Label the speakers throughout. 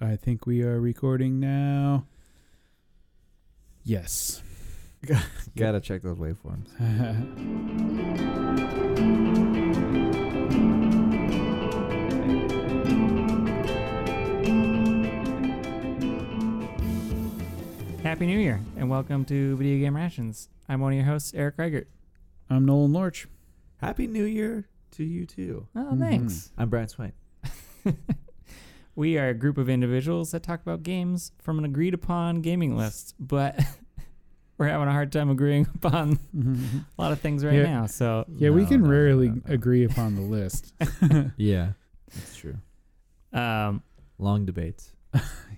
Speaker 1: I think we are recording now. Yes.
Speaker 2: Gotta check those waveforms.
Speaker 3: Happy New Year, and welcome to Video Game Rations. I'm one of your hosts, Eric Reichert.
Speaker 1: I'm Nolan Lorch.
Speaker 2: Happy New Year to you too.
Speaker 3: Oh,
Speaker 1: Mhm.
Speaker 3: thanks.
Speaker 2: I'm Brian Swain.
Speaker 3: We are a group of individuals that talk about games from an agreed upon gaming list, but we're having a hard time agreeing upon a lot of things right
Speaker 1: Yeah.
Speaker 3: now. So,
Speaker 1: yeah, we
Speaker 2: No,
Speaker 1: can
Speaker 2: no, no,
Speaker 1: rarely
Speaker 2: no, no.
Speaker 1: agree upon the list.
Speaker 2: Yeah, that's true.
Speaker 3: um,
Speaker 2: Long debates.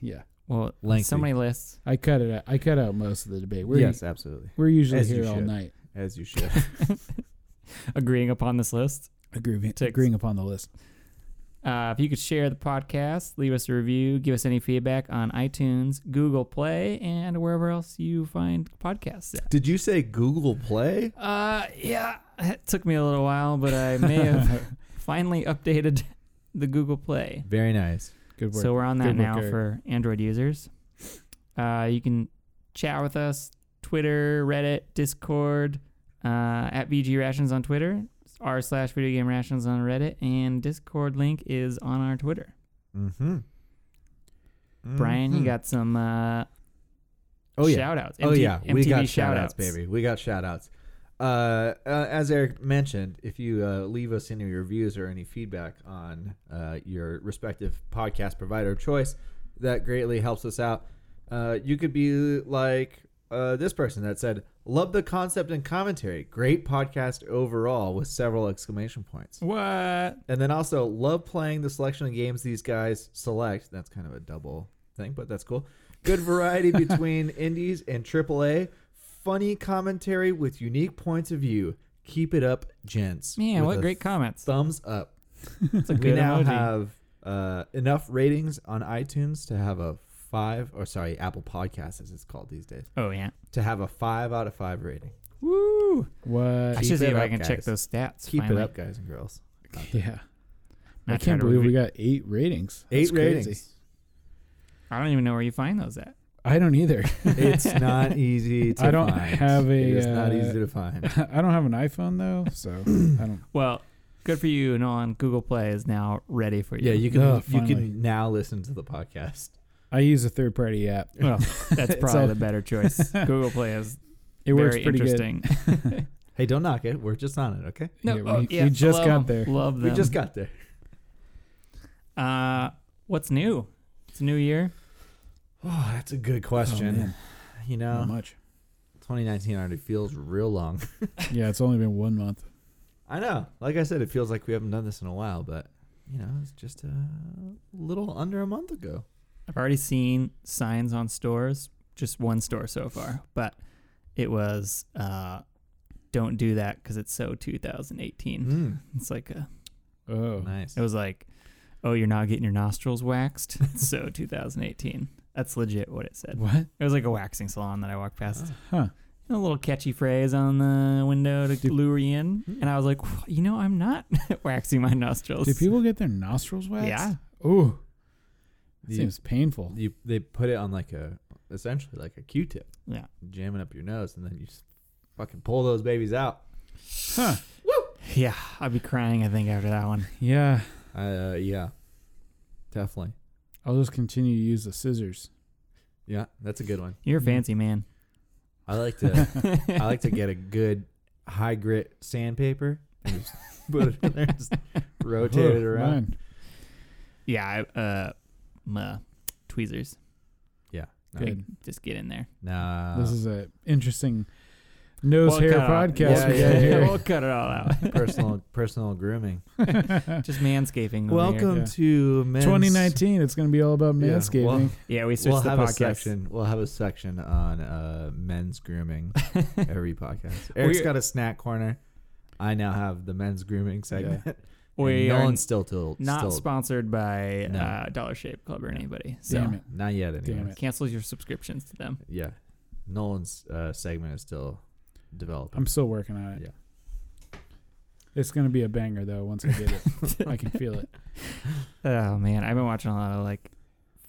Speaker 1: yeah.
Speaker 3: well,
Speaker 2: Lengthy.
Speaker 3: so many lists.
Speaker 1: I cut it out. I cut out most of the debate. We're
Speaker 2: yes, absolutely.
Speaker 1: we're usually
Speaker 2: As you
Speaker 1: here all
Speaker 2: should.
Speaker 1: night.
Speaker 2: As you should.
Speaker 3: agreeing upon this list.
Speaker 1: Agreeing
Speaker 3: Ticks.
Speaker 1: agreeing upon the list.
Speaker 3: Uh, if you could share the podcast, leave us a review, give us any feedback on iTunes, Google Play, and wherever else you find podcasts. at.
Speaker 2: Did you say Google Play?
Speaker 3: Uh, yeah, it took me a little while, but I may have finally updated the Google Play.
Speaker 2: Very nice.
Speaker 1: Good work.
Speaker 3: So we're on that
Speaker 1: Good work,
Speaker 3: now
Speaker 1: Eric.
Speaker 3: for Android users. Uh, you can chat with us Twitter, Reddit, Discord, uh, at VG Rations on Twitter, r slash Video Game Rations on Reddit, and Discord link is on our Twitter.
Speaker 2: Mm-hmm.
Speaker 3: Brian, you got some uh,
Speaker 2: oh yeah
Speaker 3: shout outs.
Speaker 2: oh yeah we got shout outs baby we got shout outs. Uh, uh, as Eric mentioned, if you uh, leave us any reviews or any feedback on uh, your respective podcast provider of choice, that greatly helps us out. Uh, you could be like uh, this person that said, "Love the concept and commentary. Great podcast overall." With several exclamation points.
Speaker 3: What?
Speaker 2: And then also love playing the selection of games these guys select. That's kind of a double thing, but that's cool. Good variety between indies and AAA. Funny commentary with unique points of view. Keep it up, gents.
Speaker 3: Man,
Speaker 2: With
Speaker 3: what
Speaker 2: a
Speaker 3: great comments.
Speaker 2: thumbs up.
Speaker 3: That's a
Speaker 2: We
Speaker 3: good
Speaker 2: now
Speaker 3: emoji.
Speaker 2: have uh, enough ratings on iTunes to have a five, or sorry, Apple Podcasts as it's called these days,
Speaker 3: oh yeah.
Speaker 2: to have a five out of five rating.
Speaker 3: Woo! I
Speaker 1: What?
Speaker 2: Keep
Speaker 3: should see
Speaker 2: it
Speaker 3: if I
Speaker 2: up,
Speaker 3: can check
Speaker 2: guys.
Speaker 3: those stats.
Speaker 2: Keep
Speaker 3: finally.
Speaker 2: it up, guys and girls.
Speaker 1: Yeah.
Speaker 3: Not
Speaker 1: I
Speaker 3: try
Speaker 1: can't
Speaker 3: to
Speaker 1: believe we
Speaker 3: repeat-
Speaker 1: got eight ratings.
Speaker 2: Eight
Speaker 1: That's
Speaker 2: ratings.
Speaker 1: crazy.
Speaker 3: I don't even know where you find those at.
Speaker 1: I don't either.
Speaker 2: It's not easy to
Speaker 1: I don't
Speaker 2: find.
Speaker 1: have a,
Speaker 2: It is not
Speaker 1: uh,
Speaker 2: easy to find.
Speaker 1: I don't have an iPhone though, so I don't.
Speaker 3: Well, good for you, Nolan. Google Play is now ready for you.
Speaker 2: Yeah, you can
Speaker 1: Oh,
Speaker 2: you
Speaker 1: finally.
Speaker 2: can now listen to the podcast.
Speaker 1: I use a third party app.
Speaker 3: Well, that's
Speaker 1: It's
Speaker 3: probably
Speaker 1: all-
Speaker 3: the better choice. Google Play is
Speaker 1: It works
Speaker 3: very
Speaker 1: pretty good.
Speaker 3: interesting.
Speaker 2: Hey, don't knock it. We're just on it, okay?
Speaker 3: no,
Speaker 1: Yeah,
Speaker 3: oh,
Speaker 1: we-
Speaker 3: yeah,
Speaker 1: we just
Speaker 3: love
Speaker 1: got
Speaker 3: them,
Speaker 1: there.
Speaker 3: Love them.
Speaker 2: We just got there.
Speaker 3: Uh, what's new? It's a new year.
Speaker 2: Oh, that's a good
Speaker 1: Oh, man.
Speaker 2: question. you
Speaker 1: Not
Speaker 2: know,
Speaker 1: much.
Speaker 2: 2019 already feels real long.
Speaker 1: Yeah, it's only been one month.
Speaker 2: I know. Like I said, it feels like we haven't done this in a while, but you know, it's just a little under a month ago.
Speaker 3: I've already seen signs on stores. Just one store so far, but it was uh, "Don't do that" because it's so 2018.
Speaker 2: Mm,
Speaker 1: Mm-hmm.
Speaker 3: It's like a,
Speaker 1: Oh,
Speaker 2: nice.
Speaker 3: it was like, "Oh, you're not getting your nostrils waxed." It's so 2018. That's legit what it said.
Speaker 1: what?
Speaker 3: It was like a waxing salon that I walked
Speaker 2: Ah.
Speaker 3: past.
Speaker 1: Huh?
Speaker 3: A little catchy phrase on the window to
Speaker 1: Do-
Speaker 3: lure you in.
Speaker 2: Hmm.
Speaker 3: And I was like, "Whew, you know, I'm not waxing my nostrils.
Speaker 1: Do people get their nostrils waxed?
Speaker 3: Yeah.
Speaker 1: Ooh, that
Speaker 2: You-
Speaker 1: seems painful.
Speaker 2: you they put it on like a essentially like a Q-tip,
Speaker 3: Yeah.
Speaker 2: jamming up your nose, and then you just fucking pull those babies out.
Speaker 1: Huh?
Speaker 3: Yeah, I'd be crying, I think, after that one.
Speaker 1: Yeah.
Speaker 2: Uh, yeah, definitely.
Speaker 1: I'll just continue to use the scissors.
Speaker 2: Yeah, that's a good one.
Speaker 3: You're a
Speaker 1: Hmm.
Speaker 3: fancy man.
Speaker 2: I like to I like to get a good high grit sandpaper and just put it in there, just rotate it
Speaker 1: Oh,
Speaker 2: around.
Speaker 1: man.
Speaker 3: yeah, I, uh, m- uh, tweezers.
Speaker 2: Yeah, no,
Speaker 1: Good.
Speaker 3: Just get in there.
Speaker 2: nah,
Speaker 1: this is an interesting nose
Speaker 3: We'll
Speaker 1: hair
Speaker 3: cut all-
Speaker 1: podcast
Speaker 2: Yeah,
Speaker 1: we
Speaker 2: yeah,
Speaker 1: got here.
Speaker 3: we'll cut it all out.
Speaker 2: personal personal grooming.
Speaker 3: Just manscaping. over here.
Speaker 2: Welcome
Speaker 1: Yeah.
Speaker 2: to men's,
Speaker 1: 2019. It's going to be all about
Speaker 2: Yeah,
Speaker 1: manscaping.
Speaker 2: well,
Speaker 3: Yeah, we switched
Speaker 2: We'll
Speaker 3: the
Speaker 2: have a
Speaker 3: podcast.
Speaker 2: section. We'll have a section on uh, men's grooming every podcast. Eric's
Speaker 3: We're-
Speaker 2: got a snack corner. I now have the men's grooming segment.
Speaker 3: We
Speaker 2: no
Speaker 3: are
Speaker 2: one's still till
Speaker 3: not
Speaker 2: still,
Speaker 3: sponsored by
Speaker 2: No.
Speaker 3: uh, Dollar Shave Club or
Speaker 2: No.
Speaker 3: anybody. So
Speaker 1: Damn it.
Speaker 2: not yet. Anyway.
Speaker 1: Damn it.
Speaker 3: cancel your subscriptions to them.
Speaker 2: Yeah, Nolan's uh, segment is still developing.
Speaker 1: I'm still working on it.
Speaker 2: Yeah.
Speaker 1: It's going to be a banger, though, once I get it. I can feel it.
Speaker 3: Oh man, I've been watching a lot of like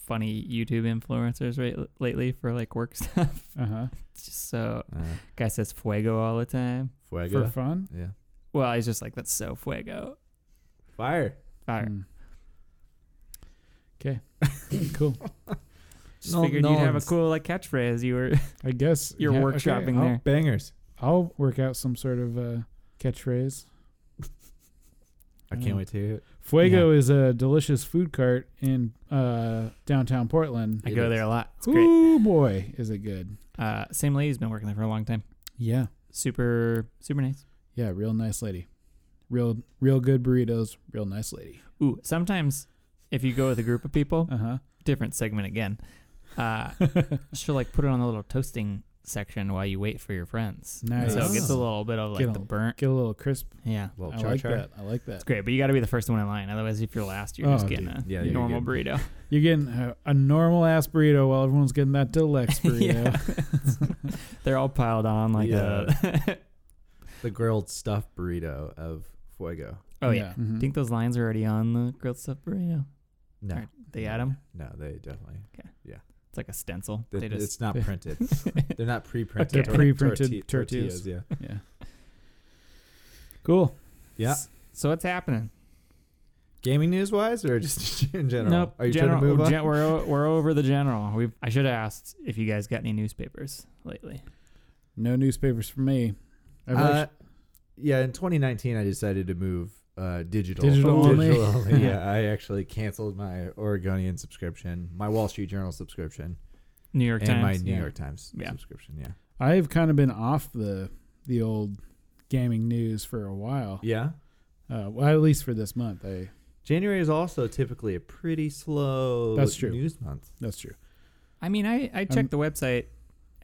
Speaker 3: funny YouTube influencers right, lately for like work stuff.
Speaker 1: Uh huh.
Speaker 3: It's just so
Speaker 2: Uh,
Speaker 3: guy says fuego all the time.
Speaker 1: For
Speaker 2: fuego.
Speaker 1: fun.
Speaker 2: yeah.
Speaker 3: Well, he's just like that's so fuego.
Speaker 2: Fire.
Speaker 3: Fire.
Speaker 1: Okay. cool.
Speaker 3: Just
Speaker 2: No-
Speaker 3: figured
Speaker 2: no
Speaker 3: you'd have a
Speaker 2: one's-
Speaker 3: cool like catchphrase. You were
Speaker 1: I guess
Speaker 3: you're
Speaker 1: yeah, okay,
Speaker 3: workshopping
Speaker 1: I'll,
Speaker 3: there.
Speaker 2: Oh, Bangers.
Speaker 1: I'll work out some sort of uh, catchphrase.
Speaker 2: I
Speaker 1: Mm.
Speaker 2: can't wait to hear it.
Speaker 1: Fuego is a delicious food cart in uh, downtown Portland.
Speaker 3: I
Speaker 2: It
Speaker 3: go
Speaker 2: is.
Speaker 3: there a lot. It's great.
Speaker 1: Ooh boy, is it good?
Speaker 3: Uh, same lady's been working there for a long time.
Speaker 1: Yeah,
Speaker 3: Super super nice.
Speaker 1: yeah, real nice lady, real real good burritos, real nice lady.
Speaker 3: Ooh, sometimes if you go with a group of people,
Speaker 1: Uh huh.
Speaker 3: different segment again. Uh, she'll like put it on the little toasting section while you wait for your friends.
Speaker 1: Nice.
Speaker 3: So it gets a
Speaker 1: Oh.
Speaker 3: little bit of like
Speaker 1: Get
Speaker 3: the
Speaker 1: a-
Speaker 3: burnt.
Speaker 1: Get a little crisp.
Speaker 3: Yeah.
Speaker 2: A little
Speaker 1: I
Speaker 2: char
Speaker 1: like
Speaker 2: char.
Speaker 1: that. I like that.
Speaker 3: It's great, but you got to be the first one in line. Otherwise, if you're last, you're just
Speaker 1: Oh,
Speaker 3: getting
Speaker 2: dude.
Speaker 3: a
Speaker 2: Yeah, you're
Speaker 3: normal
Speaker 2: good.
Speaker 3: burrito.
Speaker 1: You're getting a, a normal ass burrito while everyone's getting that deluxe burrito.
Speaker 3: Oh, yeah. They're all piled on like a.
Speaker 2: The grilled stuffed burrito of fuego.
Speaker 3: oh, yeah.
Speaker 1: Mhm.
Speaker 3: Think those lines are already on the grilled stuff burrito?
Speaker 2: No.
Speaker 3: Alright. They add 'em?
Speaker 2: No, they definitely.
Speaker 3: It's like a stencil.
Speaker 2: They,
Speaker 3: They just
Speaker 2: it's not printed. They're not pre-printed.
Speaker 1: They're
Speaker 2: tor-
Speaker 1: pre-printed
Speaker 2: torti-
Speaker 1: tortillas.
Speaker 2: Yeah.
Speaker 1: yeah. Cool.
Speaker 2: Yeah.
Speaker 3: So what's happening?
Speaker 2: Gaming news wise, or just in general?
Speaker 3: Nope.
Speaker 2: Are you
Speaker 3: general,
Speaker 2: trying to move on?
Speaker 3: gen- we're, o- we're over the general. We I should have asked if you guys got any newspapers lately.
Speaker 1: No newspapers for me. I've
Speaker 2: Uh, yeah, in 2019, I decided to move uh, digital.
Speaker 1: Digital only?
Speaker 2: Digital only, yeah, I actually canceled my Oregonian subscription, my Wall Street Journal subscription,
Speaker 3: New York
Speaker 2: and
Speaker 3: Times.
Speaker 2: my New
Speaker 1: yeah.
Speaker 2: York Times
Speaker 3: Yeah.
Speaker 2: subscription. Yeah.
Speaker 1: I've kind of been off the the old gaming news for a while.
Speaker 2: Yeah.
Speaker 1: Uh, well, at least for this month. I
Speaker 2: January is also typically a pretty slow
Speaker 1: That's true.
Speaker 2: news month.
Speaker 1: that's true.
Speaker 3: I mean, I, I
Speaker 2: Um,
Speaker 3: check the website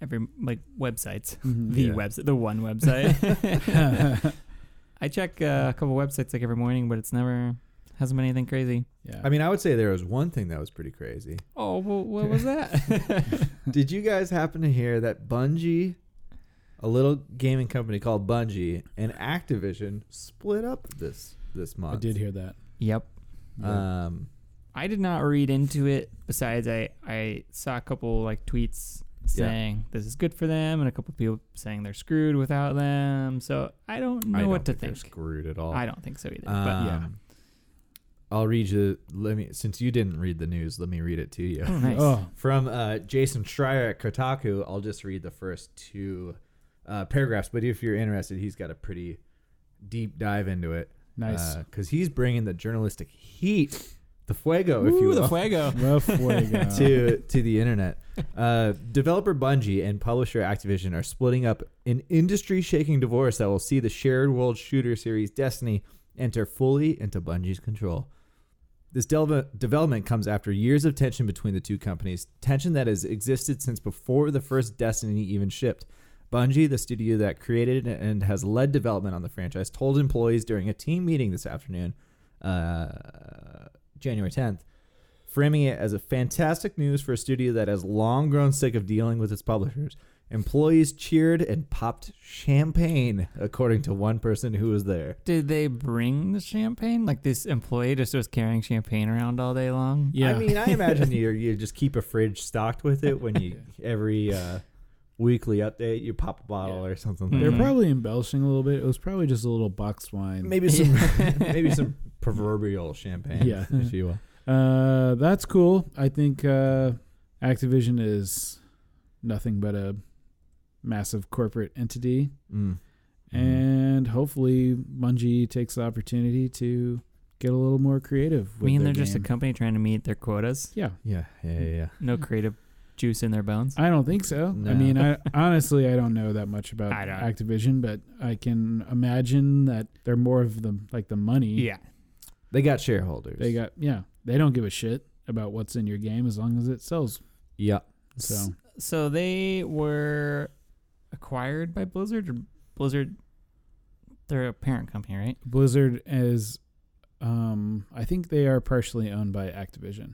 Speaker 3: every, like, websites.
Speaker 1: Mhm.
Speaker 3: The
Speaker 2: Yeah.
Speaker 3: website, the one website. I check uh, a couple websites like every morning, but it's never hasn't been anything crazy.
Speaker 1: yeah.
Speaker 2: I mean, I would say there was one thing that was pretty crazy.
Speaker 3: Oh, well, what was that?
Speaker 2: Did you guys happen to hear that Bungie, a little gaming company called Bungie, and Activision split up this this month?
Speaker 1: I did hear that.
Speaker 3: yep.
Speaker 2: Um,
Speaker 3: I did not read into it. Besides, I I saw a couple like tweets
Speaker 2: Yeah.
Speaker 3: saying this is good for them, and a couple people saying they're screwed without them. So I don't know
Speaker 2: I
Speaker 3: what
Speaker 2: don't
Speaker 3: to
Speaker 2: they're
Speaker 3: think.
Speaker 2: Screwed at all.
Speaker 3: I don't think so either.
Speaker 2: Um,
Speaker 3: but
Speaker 1: yeah.
Speaker 2: I'll read you. Let me since you didn't read the news, let me read it to you.
Speaker 3: oh, nice.
Speaker 1: Oh,
Speaker 2: From uh, Jason Schreier at Kotaku, I'll just read the first two uh, paragraphs. But if you're interested, he's got a pretty deep dive into it.
Speaker 1: nice.
Speaker 2: Because he's bringing the journalistic heat, the fuego, if you
Speaker 3: Ooh,
Speaker 2: will,
Speaker 3: the fuego.
Speaker 1: Rough way to go.
Speaker 2: to to the internet. Uh, developer Bungie and publisher Activision are splitting up an industry-shaking divorce that will see the shared world shooter series Destiny enter fully into Bungie's control. This del- development comes after years of tension between the two companies, tension that has existed since before the first Destiny even shipped. Bungie, the studio that created and has led development on the franchise, told employees during a team meeting this afternoon, uh, January 10th, framing it as a fantastic news for a studio that has long grown sick of dealing with its publishers. Employees cheered and popped champagne, according to one person who was there.
Speaker 3: Did they bring the champagne? Like this employee just was carrying champagne around all day long.
Speaker 1: yeah.
Speaker 2: I mean, I imagine you you just keep a fridge stocked with it when you every uh, weekly update you pop a bottle or something. Like
Speaker 1: They're
Speaker 2: that.
Speaker 3: Mhm.
Speaker 1: probably embellishing a little bit. It was probably just a little boxed wine.
Speaker 2: mm-hmm. maybe some maybe some proverbial champagne,
Speaker 1: Yeah.
Speaker 2: if you will.
Speaker 1: Uh, that's cool. I think uh, Activision is nothing but a massive corporate entity,
Speaker 2: Mm.
Speaker 3: Mm-hmm.
Speaker 1: and hopefully Bungie takes the opportunity to get a little more creative.
Speaker 3: I
Speaker 1: With
Speaker 3: mean,
Speaker 1: their
Speaker 3: they're just a
Speaker 1: game.
Speaker 3: company trying to meet their quotas.
Speaker 1: yeah.
Speaker 2: yeah, yeah, yeah, yeah.
Speaker 3: No creative juice in their bones.
Speaker 1: I don't think so. I
Speaker 2: No.
Speaker 1: mean, I honestly I don't know that much about
Speaker 3: I don't.
Speaker 1: Activision, but I can imagine that they're more of the like the money.
Speaker 3: Yeah.
Speaker 2: They got shareholders.
Speaker 1: They got yeah. They don't give a shit about what's in your game as long as it sells.
Speaker 2: yeah.
Speaker 1: So
Speaker 3: So they were acquired by Blizzard or Blizzard they're a parent company, right?
Speaker 1: Blizzard is um I think they are partially owned by Activision.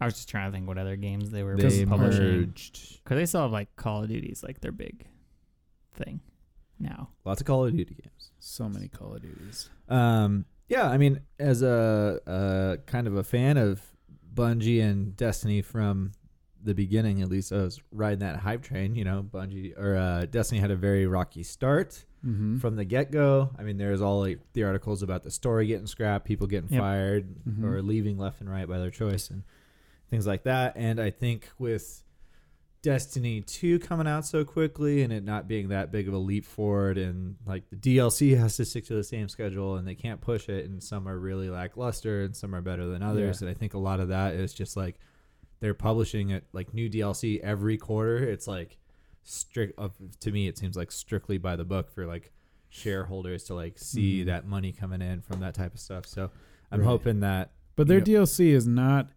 Speaker 3: I was just trying to think what other games they were
Speaker 2: They
Speaker 3: publishing.
Speaker 2: merged.
Speaker 3: Because they still have like Call of Duty's like their big thing now.
Speaker 2: Lots of Call of Duty games.
Speaker 1: So many Call of Duties.
Speaker 2: Um, yeah, I mean, as a, a kind of a fan of Bungie and Destiny from the beginning, at least I was riding that hype train. You know, Bungie or uh, Destiny had a very rocky start
Speaker 1: Mm-hmm.
Speaker 2: from the get go. I mean, there's all like, the articles about the story getting scrapped, people getting
Speaker 3: Yep.
Speaker 2: fired
Speaker 1: Mhm.
Speaker 2: or leaving left and right by their choice, and things like that. And I think with Destiny 2 coming out so quickly and it not being that big of a leap forward, and like the DLC has to stick to the same schedule and they can't push it, and some are really lackluster and some are better than others.
Speaker 1: Yeah.
Speaker 2: And I think a lot of that is just like they're publishing it like new DLC every quarter. It's like strict uh, to me, it seems like strictly by the book for like shareholders to like see
Speaker 1: Mhm.
Speaker 2: that money coming in from that type of stuff. So I'm
Speaker 1: Right.
Speaker 2: hoping that
Speaker 1: But their
Speaker 2: Yep.
Speaker 1: DLC is not.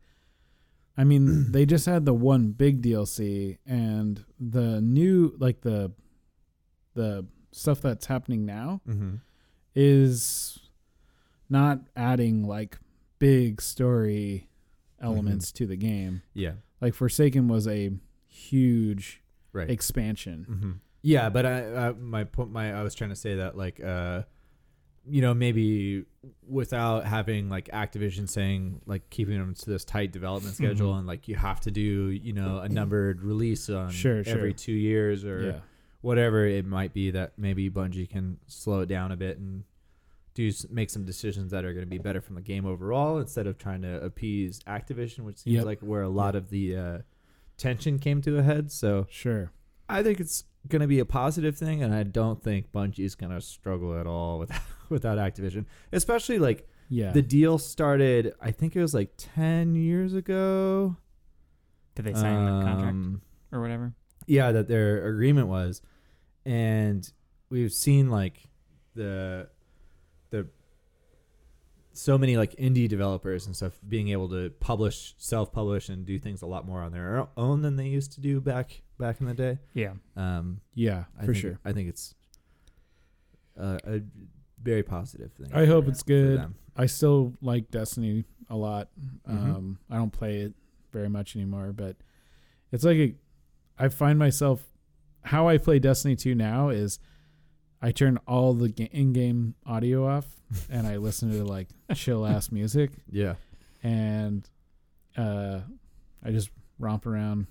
Speaker 1: I mean, they just had the one big DLC, and the new like the the stuff that's happening now is not adding like big story
Speaker 2: Mm-hmm.
Speaker 1: elements to the game.
Speaker 2: yeah,
Speaker 1: Like Forsaken was a huge
Speaker 2: right.
Speaker 1: expansion.
Speaker 2: Mhm. Yeah, but I, I my point my I was trying to say that like uh you know maybe without having like Activision saying like keeping them to this tight development
Speaker 1: Mm-hmm.
Speaker 2: schedule and like you have to do you know a numbered release on
Speaker 1: Sure, sure.
Speaker 2: every two years or
Speaker 1: Yeah.
Speaker 2: whatever it might be that maybe Bungie can slow it down a bit and do s- make some decisions that are going to be better from the game overall instead of trying to appease Activision, which seems
Speaker 1: Yep.
Speaker 2: like where a lot of the uh, tension came to a head. So
Speaker 1: Sure.
Speaker 2: I think it's going to be a positive thing, and I don't think Bungie's going to struggle at all without without Activision, especially like
Speaker 1: Yeah.
Speaker 2: the deal started. I think it was like ten years ago.
Speaker 3: Did they sign the contract
Speaker 2: Um,
Speaker 3: or whatever?
Speaker 2: yeah that their agreement was and we've seen like the the so many like indie developers and stuff being able to publish self-publish and do things a lot more on their own than they used to do back back in the day
Speaker 3: Yeah.
Speaker 2: um
Speaker 1: yeah,
Speaker 2: I
Speaker 1: for
Speaker 2: think,
Speaker 1: sure.
Speaker 2: i think it's uh, a very positive thing
Speaker 1: I hope it's good.
Speaker 2: them.
Speaker 1: I still like Destiny a lot.
Speaker 3: Mm-hmm.
Speaker 2: Mhm.
Speaker 1: Um, I don't play it very much anymore, but it's like a, I find myself how I play Destiny 2 now is I turn all the ga- in-game audio off and I listen to like chill ass music
Speaker 2: yeah
Speaker 1: and uh, I just romp around,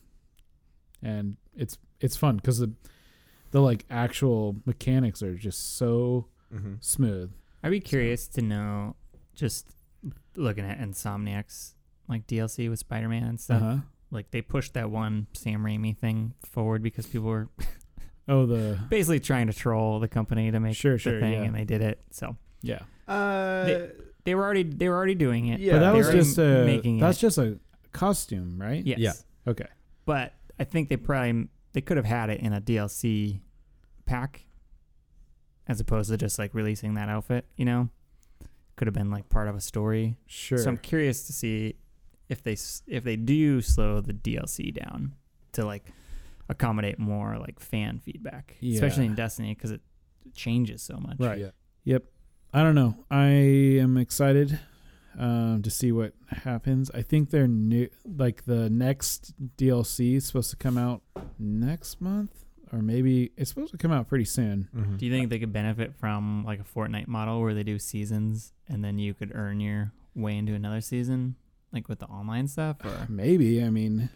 Speaker 1: and it's it's fun because the the like actual mechanics are just so
Speaker 2: mm-hmm.
Speaker 1: smooth.
Speaker 3: I'd be curious to know, just looking at Insomniac's like DLC with Spider-Man and stuff.
Speaker 1: Uh-huh.
Speaker 3: Like they pushed that one Sam Raimi thing forward because people were
Speaker 1: Oh, the
Speaker 3: basically trying to troll the company to make
Speaker 1: Sure,
Speaker 3: the
Speaker 1: sure,
Speaker 3: thing,
Speaker 1: yeah.
Speaker 3: and they did it. So
Speaker 1: yeah,
Speaker 2: uh
Speaker 3: They- they were already they were already doing it.
Speaker 2: Yeah,
Speaker 1: but that
Speaker 2: they
Speaker 1: was
Speaker 2: already
Speaker 1: just a
Speaker 3: making
Speaker 1: that's
Speaker 3: it.
Speaker 1: just a costume, right?
Speaker 3: Yes.
Speaker 2: Yeah.
Speaker 1: Okay.
Speaker 3: But I think they probably they could have had it in a DLC pack as opposed to just like releasing that outfit, you know? Could have been like part of a story.
Speaker 1: Sure.
Speaker 3: So I'm curious to see if they s- if they do slow the DLC down to like accommodate more like fan feedback,
Speaker 1: Yeah.
Speaker 3: especially in Destiny because it changes so much.
Speaker 1: Right.
Speaker 2: Yeah.
Speaker 1: Yep. I don't know. I am excited um, to see what happens. I think they're new. Like the next DLC is supposed to come out next month, or maybe it's supposed to come out pretty soon.
Speaker 2: Mhm.
Speaker 3: Do you think they could benefit from like a Fortnite model where they do seasons and then you could earn your way into another season, like with the online stuff? Or
Speaker 1: Maybe. I mean,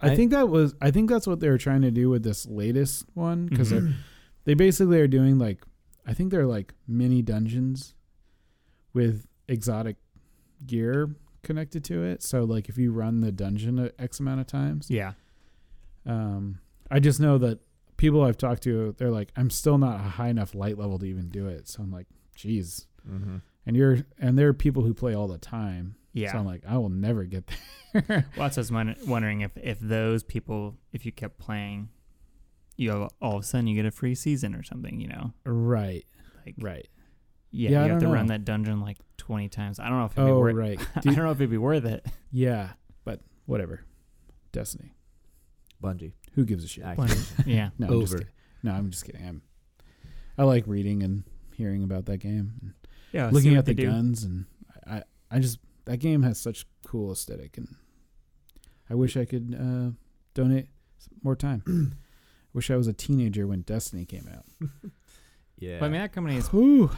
Speaker 1: I,
Speaker 2: I-
Speaker 1: think that was. I think that's what they were trying to do with this latest one because
Speaker 3: Mhm.
Speaker 1: they basically are doing like, I think they're like mini dungeons with exotic gear connected to it. So like, if you run the dungeon a x amount of times,
Speaker 3: yeah,
Speaker 1: um, I just know that people I've talked to, they're like, I'm still not a high enough light level to even do it. So I'm like, geez.
Speaker 2: Mhm.
Speaker 1: And you're and there are people who play all the time.
Speaker 3: yeah.
Speaker 1: So I'm like, I will never get there.
Speaker 3: Well, that's what I was mon- wondering if if those people, if you kept playing, you have, all of a sudden you get a free season or something, you know?
Speaker 1: right.
Speaker 3: Like,
Speaker 1: Right.
Speaker 3: Yeah,
Speaker 1: Yeah, I
Speaker 3: you have to
Speaker 1: don't
Speaker 3: run
Speaker 1: know.
Speaker 3: that dungeon like twenty times. I don't know if it'd be
Speaker 1: Oh,
Speaker 3: worth.
Speaker 1: right.
Speaker 3: I
Speaker 1: Do-
Speaker 3: don't know if it'd be worth it.
Speaker 1: yeah. But whatever. Destiny.
Speaker 2: Bungie.
Speaker 1: Who gives a shit?
Speaker 2: Act-
Speaker 3: yeah,
Speaker 1: No, I'm just
Speaker 2: Over.
Speaker 1: kidding. No, I'm just kidding. I'm, I like reading and hearing about that game. and
Speaker 3: yeah.
Speaker 1: looking at the guns and I, I I just that game has such cool aesthetic and I wish I could uh, donate some more time. wish I was a teenager when Destiny came out.
Speaker 2: Yeah.
Speaker 3: But I mean, that company has
Speaker 1: Whew.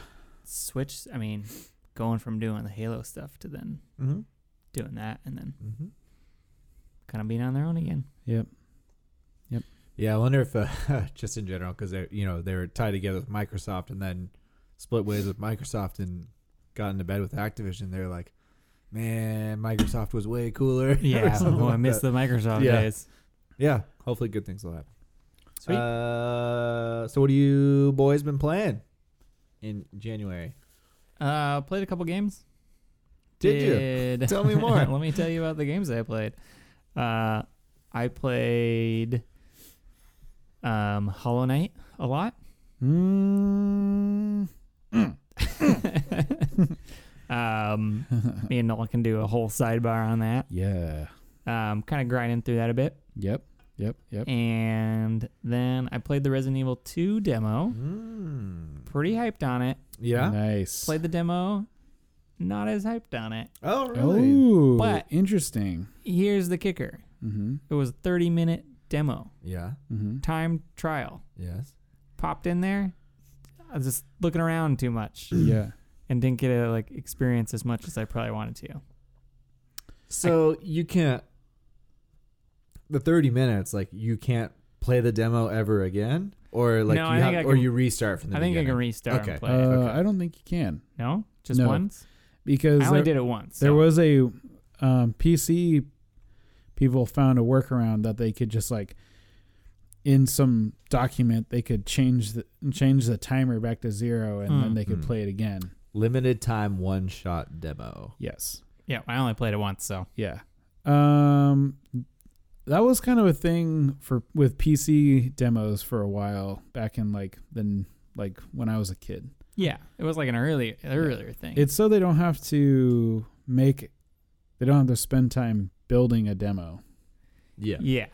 Speaker 3: switched. I mean, going from doing the Halo stuff to then
Speaker 2: Mhm.
Speaker 3: doing that and then
Speaker 2: Mm-hmm.
Speaker 3: kind of being on their own again.
Speaker 1: Yep.
Speaker 2: Yeah, I wonder if uh, just in general because they you know they were tied together with Microsoft and then split ways with Microsoft and got into bed with Activision. They're like, man, Microsoft was way cooler. or
Speaker 3: Yeah.
Speaker 2: something
Speaker 3: oh, I
Speaker 2: like
Speaker 3: miss
Speaker 2: that.
Speaker 3: the Microsoft
Speaker 2: Yeah.
Speaker 3: days.
Speaker 2: Yeah, hopefully good things will happen.
Speaker 3: Sweet.
Speaker 2: Uh, so what do you boys been playing in January?
Speaker 3: Uh, played a couple games.
Speaker 2: Did you?
Speaker 3: you?
Speaker 2: Tell me more.
Speaker 3: Let me tell you about the games I played. Uh, I played um, Hollow Knight a lot.
Speaker 1: Mm.
Speaker 3: um, me and Nolan can do a whole sidebar on that.
Speaker 1: Yeah.
Speaker 3: Um, kind of grinding through that a bit,
Speaker 1: Yep. Yep. Yep.
Speaker 3: and then I played the Resident Evil 2 demo.
Speaker 2: Mm.
Speaker 3: Pretty hyped on it.
Speaker 2: Yeah.
Speaker 1: Nice.
Speaker 3: Played the demo, not as hyped on it.
Speaker 2: Oh, really?
Speaker 1: Oh,
Speaker 3: But-
Speaker 1: interesting.
Speaker 3: Here's the kicker:
Speaker 1: Mm-hmm.
Speaker 3: it was a 30 minute demo,
Speaker 2: Yeah.
Speaker 1: Mm-hmm.
Speaker 3: time trial.
Speaker 2: Yes.
Speaker 3: Popped in there. I was just looking around too much
Speaker 1: Yeah.
Speaker 3: and didn't get to like experience as much as I probably wanted to.
Speaker 2: So you can't. The thirty minutes, like you can't play the demo ever again, or like
Speaker 3: No,
Speaker 2: you
Speaker 3: I
Speaker 2: have,
Speaker 3: think I
Speaker 2: or
Speaker 3: can-
Speaker 2: you restart from the
Speaker 3: I think I
Speaker 2: beginning.
Speaker 3: can restart
Speaker 2: Okay.
Speaker 3: and
Speaker 1: Uh,
Speaker 3: play. it.
Speaker 2: okay.
Speaker 1: I don't think you can
Speaker 3: No, just
Speaker 1: No.
Speaker 3: once.
Speaker 1: because
Speaker 3: I only
Speaker 1: there,
Speaker 3: did it once.
Speaker 1: there
Speaker 3: so-
Speaker 1: was a um, PC people found a workaround that they could just like in some document they could change the change the timer back to zero and then
Speaker 3: Mm.
Speaker 1: they could
Speaker 2: Mm.
Speaker 1: play it again.
Speaker 2: Limited time one shot demo.
Speaker 1: Yes.
Speaker 3: Yeah, I only played it once, so
Speaker 1: Yeah. Um that was kind of a thing for with PC demos for a while back in like then like when I was a kid.
Speaker 3: yeah, it was like an earlier earlier thing.
Speaker 1: It's so they don't have to make they don't have to spend time building a demo.
Speaker 2: Yeah.
Speaker 3: yeah.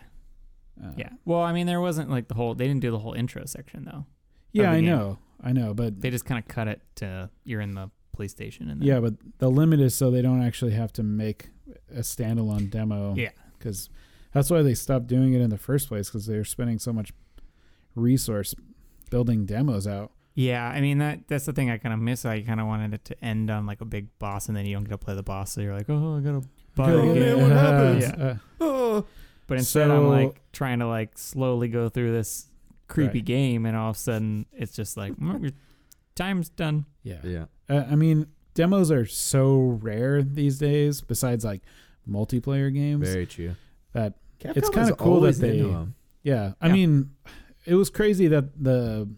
Speaker 3: yeah,
Speaker 1: Uh,
Speaker 3: Well, I mean, there wasn't like the whole. They didn't do the whole intro section though.
Speaker 1: Yeah,
Speaker 3: Of the
Speaker 1: I
Speaker 3: game.
Speaker 1: know. I know, but
Speaker 3: They just kind of cut it to you're in the police station and then,
Speaker 1: yeah, but the limit is so they don't actually have to make a standalone demo.
Speaker 3: Yeah.
Speaker 1: Cuz that's why they stopped doing it in the first place cuz they were spending so much resource building demos out.
Speaker 3: yeah. I mean that that's the thing I kind of miss. I kind of wanted it to end on like a big boss, and then you don't get to play the boss, so you're like, oh, I gotta buy
Speaker 1: Gotta
Speaker 3: the
Speaker 2: Oh,
Speaker 1: get-
Speaker 2: man,
Speaker 3: game.
Speaker 2: what happens?
Speaker 1: Yeah. Uh,
Speaker 2: Oh.
Speaker 3: But instead, I'm
Speaker 1: So-
Speaker 3: like trying to like slowly go through this creepy
Speaker 1: Right.
Speaker 3: game, and all of a sudden it's just like "Mm, your time's done.
Speaker 1: yeah.
Speaker 2: Yeah.
Speaker 1: Uh, I mean, demos are so rare these days. Besides like multiplayer games,
Speaker 2: Very true.
Speaker 1: that
Speaker 2: Capcom
Speaker 1: kinda
Speaker 2: is
Speaker 1: cool that
Speaker 2: always
Speaker 1: they-
Speaker 2: into 'em.
Speaker 1: yeah. I
Speaker 3: Yeah.
Speaker 1: mean, it was crazy that the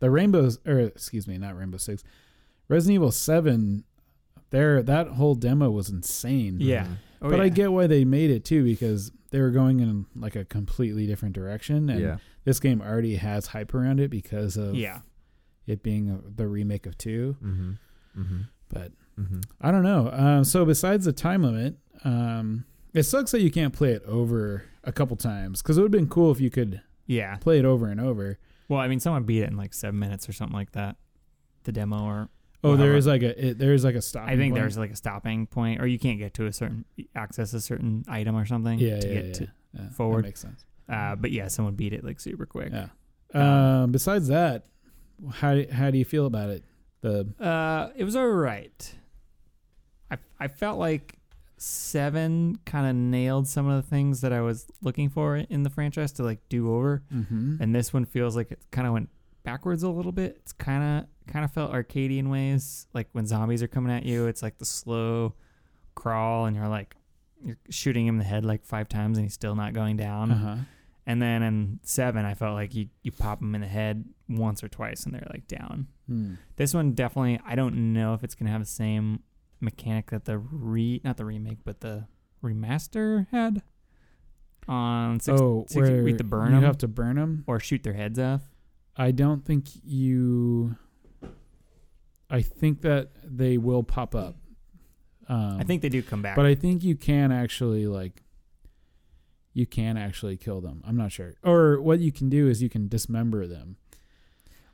Speaker 1: the Rainbows or excuse me, not Rainbow Six, Resident Evil Seven. There, that whole demo was insane.
Speaker 3: Yeah. Oh,
Speaker 1: but I
Speaker 3: yeah.
Speaker 1: get why they made it too because they were going in like a completely different direction, and
Speaker 2: Mm-hmm. Yeah.
Speaker 1: this game already has hype around it because of
Speaker 3: yeah.
Speaker 1: it being a, the remake of two.
Speaker 2: Mm-hmm. Mm-hmm.
Speaker 1: But
Speaker 2: Mm-hmm.
Speaker 1: I don't know. Um, so besides the time limit, um, it sucks that you can't play it over a couple times because it would have been cool if you could
Speaker 3: Yeah.
Speaker 1: play it over and over.
Speaker 3: Well, I mean, someone beat it in like seven minutes or something like that. The demo, or
Speaker 1: Oh,
Speaker 3: Well,
Speaker 1: there
Speaker 3: how-
Speaker 1: is like a it, there is like a stop.
Speaker 3: I think there's like a stopping point, or you can't get to a certain e, access a certain item or something
Speaker 1: yeah,
Speaker 3: to
Speaker 1: yeah,
Speaker 3: get
Speaker 1: yeah,
Speaker 3: to.
Speaker 1: Yeah, that
Speaker 3: forward.
Speaker 1: makes sense.
Speaker 3: Uh, but yeah, someone beat it like super quick.
Speaker 1: Yeah. Um, besides that, how how do you feel about it? The
Speaker 3: Uh, it was all right. I I felt like seven kind of nailed some of the things that I was looking for in the franchise to like do over,
Speaker 1: mm-hmm.
Speaker 3: and this one feels like it kind of went backwards a little bit. It's kind of kind of felt arcade in ways, like when zombies are coming at you, it's like the slow crawl, and you're like you're shooting him in the head like five times, and um, he's still not going down.
Speaker 1: uh-huh.
Speaker 3: And then in seven, I felt like you you pop him in the head once or twice, and they're like down.
Speaker 1: Hmm.
Speaker 3: This one definitely, I don't know if it's gonna have the same mechanic that the re not the remake, but the remaster had on six
Speaker 1: oh,
Speaker 3: six-
Speaker 1: where
Speaker 3: with the burn
Speaker 1: you
Speaker 3: 'em?
Speaker 1: have to burn them.
Speaker 3: or shoot their heads off.
Speaker 1: I don't think you. I think that they will pop up. Um,
Speaker 3: I think they do come back.
Speaker 1: But I think you can actually like you can actually kill them. I'm not sure. Or what you can do is you can dismember them.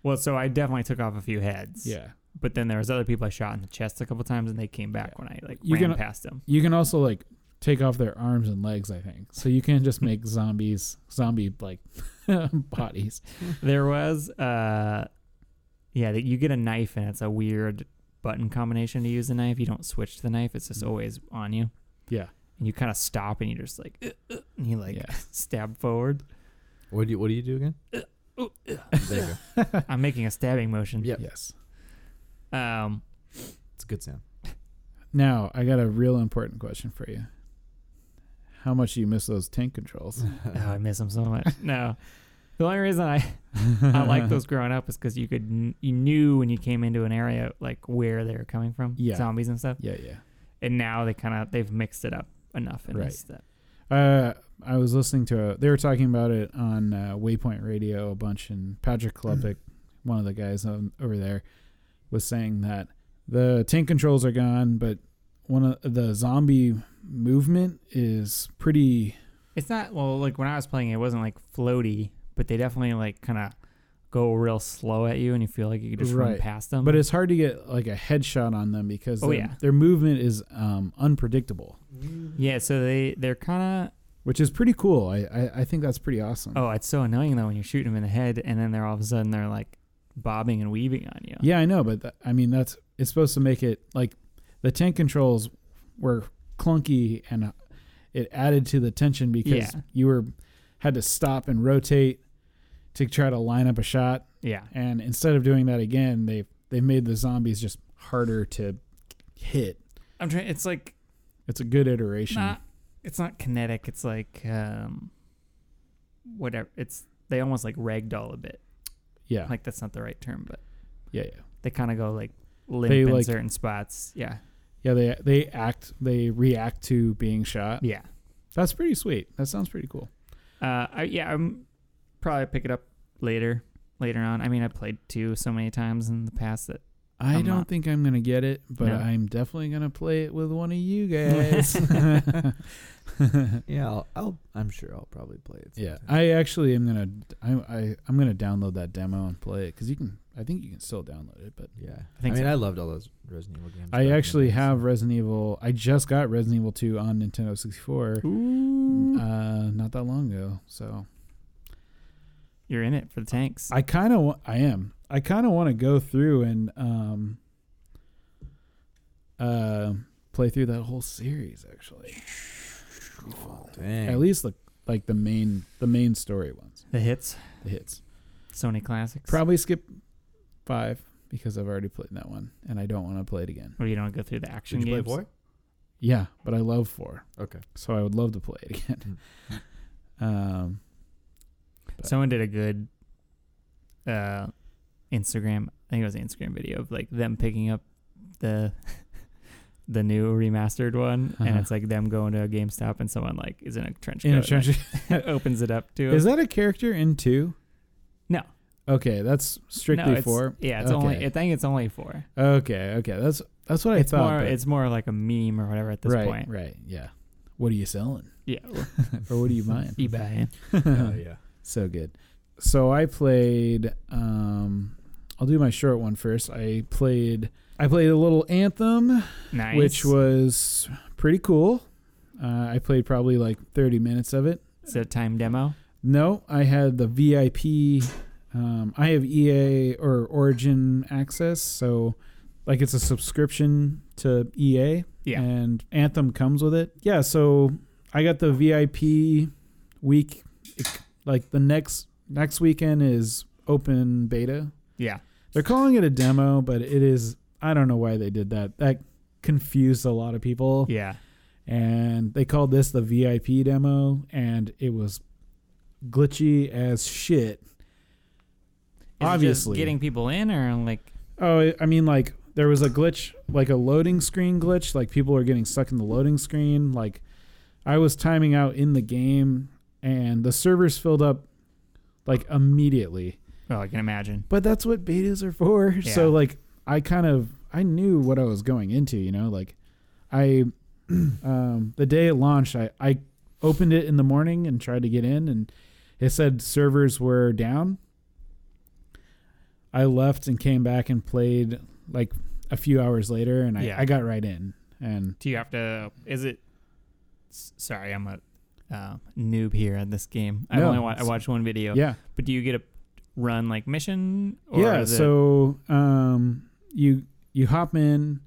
Speaker 3: well, so I definitely took off a few heads.
Speaker 1: Yeah.
Speaker 3: But then there was other people I shot in the chest a couple times, and they came back when I like
Speaker 1: You
Speaker 3: ran
Speaker 1: can-
Speaker 3: past them.
Speaker 1: You can also like take off their arms and legs, I think. So you can just make zombies zombie like bodies.
Speaker 3: There was uh, yeah, that you get a knife, and it's a weird button combination to use the knife. You don't switch the knife; it's just always on you.
Speaker 1: Mm-hmm. Yeah.
Speaker 3: and you kind of stop and you just like "Ugh, ugh," and you like
Speaker 1: Yeah.
Speaker 3: stab forward.
Speaker 2: What do you What do you do again?
Speaker 3: ooh,
Speaker 2: there you go.
Speaker 3: I'm making a stabbing motion.
Speaker 2: Yeah.
Speaker 1: Yes.
Speaker 3: Um,
Speaker 2: It's a good sound.
Speaker 1: Now I got a real important question for you. How much do you miss those tank controls?
Speaker 3: oh, I miss them so much. No, the only reason I I like those growing up is because you could kn- you knew when you came into an area like where they were coming from,
Speaker 1: Yeah.
Speaker 3: zombies and stuff.
Speaker 1: Yeah, yeah.
Speaker 3: And now they kind of they've mixed it up enough. In
Speaker 1: Right.
Speaker 3: This that,
Speaker 1: Uh, I was listening to a, they were talking about it on uh, Waypoint Radio a bunch, and Patrick Klepek, one of the guys on, over there, was saying that the tank controls are gone, but one of the zombie movement is pretty.
Speaker 3: it's not well like when I was playing, it wasn't like floaty, but they definitely like kind of go real slow at you, and you feel like you could just run
Speaker 1: Right.
Speaker 3: past them.
Speaker 1: But it's hard to get like a headshot on them because
Speaker 3: Oh,
Speaker 1: their,
Speaker 3: yeah.
Speaker 1: their movement is um, unpredictable,
Speaker 3: yeah, so they they're kind of
Speaker 1: which is pretty cool. I, I, I think that's pretty awesome.
Speaker 3: oh, it's so annoying though when you're shooting them in the head, and then they're all of a sudden they're like bobbing and weaving on you.
Speaker 1: Yeah, I know, but th- I mean that's it's supposed to make it like the tank controls were clunky and uh, it added to the tension because
Speaker 3: Yeah.
Speaker 1: you were had to stop and rotate to try to line up a shot,
Speaker 3: Yeah.
Speaker 1: and instead of doing that again, they they made the zombies just harder to hit.
Speaker 3: I'm trying. It's like
Speaker 1: It's a good iteration.
Speaker 3: not. It's not kinetic. It's like um, whatever. It's they almost like ragdoll a bit.
Speaker 1: yeah,
Speaker 3: Like that's not the right term, but
Speaker 1: yeah, yeah,
Speaker 3: they kind of go like limp
Speaker 1: They,
Speaker 3: in
Speaker 1: like-
Speaker 3: certain spots. Yeah.
Speaker 1: yeah. They they act they react to being shot.
Speaker 3: Yeah.
Speaker 1: That's pretty sweet. That sounds pretty cool.
Speaker 3: Uh, I, yeah. I'm probably pick it up later. Later on. I mean, I played two so many times in the past that
Speaker 1: I
Speaker 3: I'm
Speaker 1: don't
Speaker 3: not-
Speaker 1: think I'm gonna get it, but
Speaker 3: No.
Speaker 1: I'm definitely gonna play it with one of you guys. yeah,
Speaker 2: Yeah, I'll, I'll. I'm sure I'll probably play it. sometime.
Speaker 1: I actually am gonna I, I I'm gonna download that demo and play it because you can I think you can still download it, but
Speaker 2: yeah. I,
Speaker 3: I think
Speaker 2: mean,
Speaker 3: so.
Speaker 2: I loved all those Resident Evil games. back
Speaker 1: I
Speaker 2: in the
Speaker 1: actually
Speaker 2: days.
Speaker 1: have Resident Evil. I just got Resident Evil 2 on Nintendo 64
Speaker 3: Ooh.
Speaker 1: uh, not that long ago, so
Speaker 3: you're in it for the tanks.
Speaker 1: I kind of wa- I am I kind of want to go through and um uh play through that whole series actually.
Speaker 2: Dang.
Speaker 1: At least the like the main the main story ones,
Speaker 3: the hits.
Speaker 1: the hits.
Speaker 3: Sony classics.
Speaker 1: Probably skip five because I've already played that one and I don't want to play it again.
Speaker 3: Or you don't go through the action
Speaker 2: Did you play
Speaker 3: games.
Speaker 2: four?
Speaker 1: Yeah, but I love four,
Speaker 2: Okay.
Speaker 1: so I would love to play it again.
Speaker 3: Hmm.
Speaker 1: um, But-
Speaker 3: Someone did a good uh, Instagram. I think it was an Instagram video of like them picking up the the new remastered one, and
Speaker 1: Uh-huh.
Speaker 3: it's like them going to a GameStop, and someone like is in a trench coat,
Speaker 1: in a
Speaker 3: and,
Speaker 1: trench.
Speaker 3: like, opens it up to
Speaker 1: Is
Speaker 3: it.
Speaker 1: that a character in two?
Speaker 3: No.
Speaker 1: Okay, that's strictly
Speaker 3: no, it's,
Speaker 1: four.
Speaker 3: Yeah, it's
Speaker 1: Okay.
Speaker 3: only. I think it's only four.
Speaker 1: Okay, okay, that's that's what
Speaker 3: It's
Speaker 1: I thought.
Speaker 3: more.
Speaker 1: but-
Speaker 3: It's more like a meme or whatever at this
Speaker 1: right,
Speaker 3: point.
Speaker 1: right, yeah. What are you selling,
Speaker 3: Yeah,
Speaker 1: or what are you buying?
Speaker 3: eBay.
Speaker 1: Uh-huh.
Speaker 2: Oh yeah.
Speaker 1: So good. So I played. Um, I'll do my short one first. I played. I played a little anthem,
Speaker 3: Nice.
Speaker 1: which was pretty cool. Uh, I played probably like 30 minutes of it.
Speaker 3: It's a time demo.
Speaker 1: No, I had the VIP. Um, I have EA or Origin access, so like it's a subscription to EA
Speaker 3: Yeah.
Speaker 1: and Anthem comes with it. Yeah, so I got the VIP week. Like the next next weekend is open beta.
Speaker 3: Yeah.
Speaker 1: They're calling it a demo, but it is. I don't know why they did that. That confused a lot of people,
Speaker 3: Yeah.
Speaker 1: and they called this the VIP demo, and it was glitchy as shit.
Speaker 3: Is it just
Speaker 1: Obviously.
Speaker 3: getting people in or like
Speaker 1: Oh, I- I mean, like there was a glitch, like a loading screen glitch. Like people were getting stuck in the loading screen. Like I was timing out in the game, and the servers filled up like immediately.
Speaker 3: oh, I can imagine.
Speaker 1: But that's what betas are for. So
Speaker 3: Yeah.
Speaker 1: like I kind of I knew what I was going into. You know, like I um, the day it launched, I I opened it in the morning and tried to get in, and it said servers were down. I left and came back and played like a few hours later, and I,
Speaker 3: Yeah.
Speaker 1: I got right in. And
Speaker 3: Do you have to? Is it? s- Sorry, I'm a uh, noob here at this game. I
Speaker 1: No,
Speaker 3: only wa- I
Speaker 1: it's-
Speaker 3: watched one video.
Speaker 1: yeah,
Speaker 3: But do you get a run like mission? Or
Speaker 1: yeah.
Speaker 3: is it-
Speaker 1: So um, you you hop in,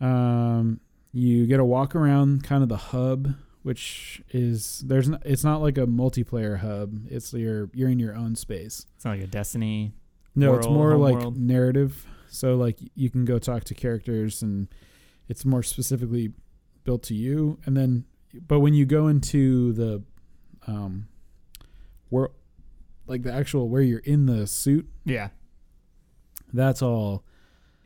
Speaker 1: um, You get a walk around kind of the hub, which is there's not, it's not like a multiplayer hub. It's your you're in your own space.
Speaker 3: It's not like a Destiny.
Speaker 1: No, it's
Speaker 3: world,
Speaker 1: more
Speaker 3: home
Speaker 1: like
Speaker 3: world.
Speaker 1: narrative. So like you can go talk to characters and it's more specifically built to you. And then, but when you go into the, um, where, like the actual where you're in the suit,
Speaker 3: Yeah.
Speaker 1: that's all.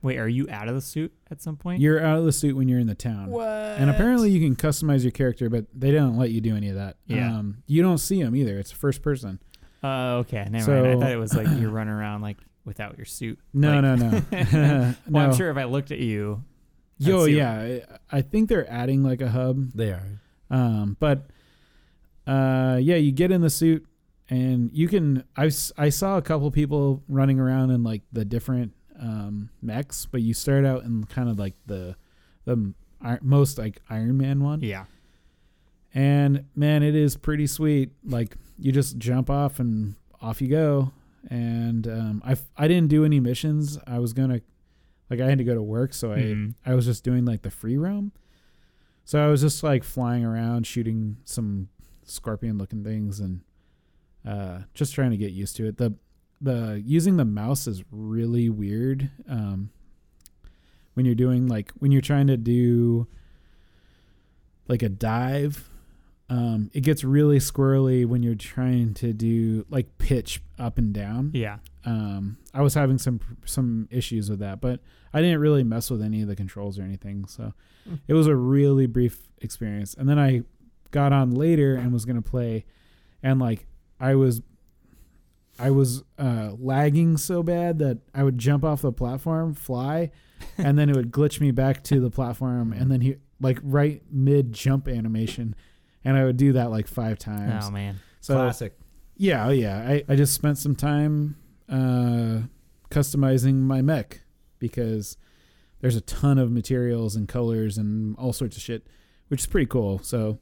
Speaker 3: Wait, are you out of the suit at some point?
Speaker 1: You're out of the suit when you're in the town.
Speaker 3: what?
Speaker 1: And apparently you can customize your character, but they don't let you do any of that.
Speaker 3: Yeah.
Speaker 1: Um, you don't see them either. It's first person.
Speaker 3: Oh, okay. Never mind. I
Speaker 1: So-
Speaker 3: thought it was like you're running around like without your suit.
Speaker 1: No,
Speaker 3: Like-
Speaker 1: no, no. no.
Speaker 3: Well, I'm sure if I looked at you, I'd
Speaker 1: Yo,
Speaker 3: see it.
Speaker 1: yeah. I, I think they're adding like a hub
Speaker 2: They are.
Speaker 1: Um, but uh, yeah, you get in the suit and you can. I s- I saw a couple people running around in like the different um, mechs, but you start out in kind of like the the m- ir- most like Iron Man one.
Speaker 3: yeah,
Speaker 1: And man, it is pretty sweet. Like you just jump off and off you go. And um, I f- I didn't do any missions. I was gonna like I had to go to work, so I
Speaker 3: Mhm.
Speaker 1: I was just doing like the free roam. So I was just like flying around, shooting some scorpion looking things, and uh, just trying to get used to it. the The using the mouse is really weird. Um, when you're doing like when you're trying to do like a dive, um, it gets really squirrely when you're trying to do like pitch up and down
Speaker 3: yeah.
Speaker 1: um, I was having some some issues with that, but I didn't really mess with any of the controls or anything. So
Speaker 2: Hmm.
Speaker 1: it was a really brief experience. And then I got on later and was gonna play, and like I was, I was uh, lagging so bad that I would jump off the platform, fly, and then it would glitch me back to the platform, and then he like right mid jump animation, and I would do that like five times.
Speaker 3: Oh man.
Speaker 1: so
Speaker 2: Classic.
Speaker 1: yeah, oh yeah. I, I just spent some time uh, customizing my mech because there's a ton of materials and colors and all sorts of shit, which is pretty cool. So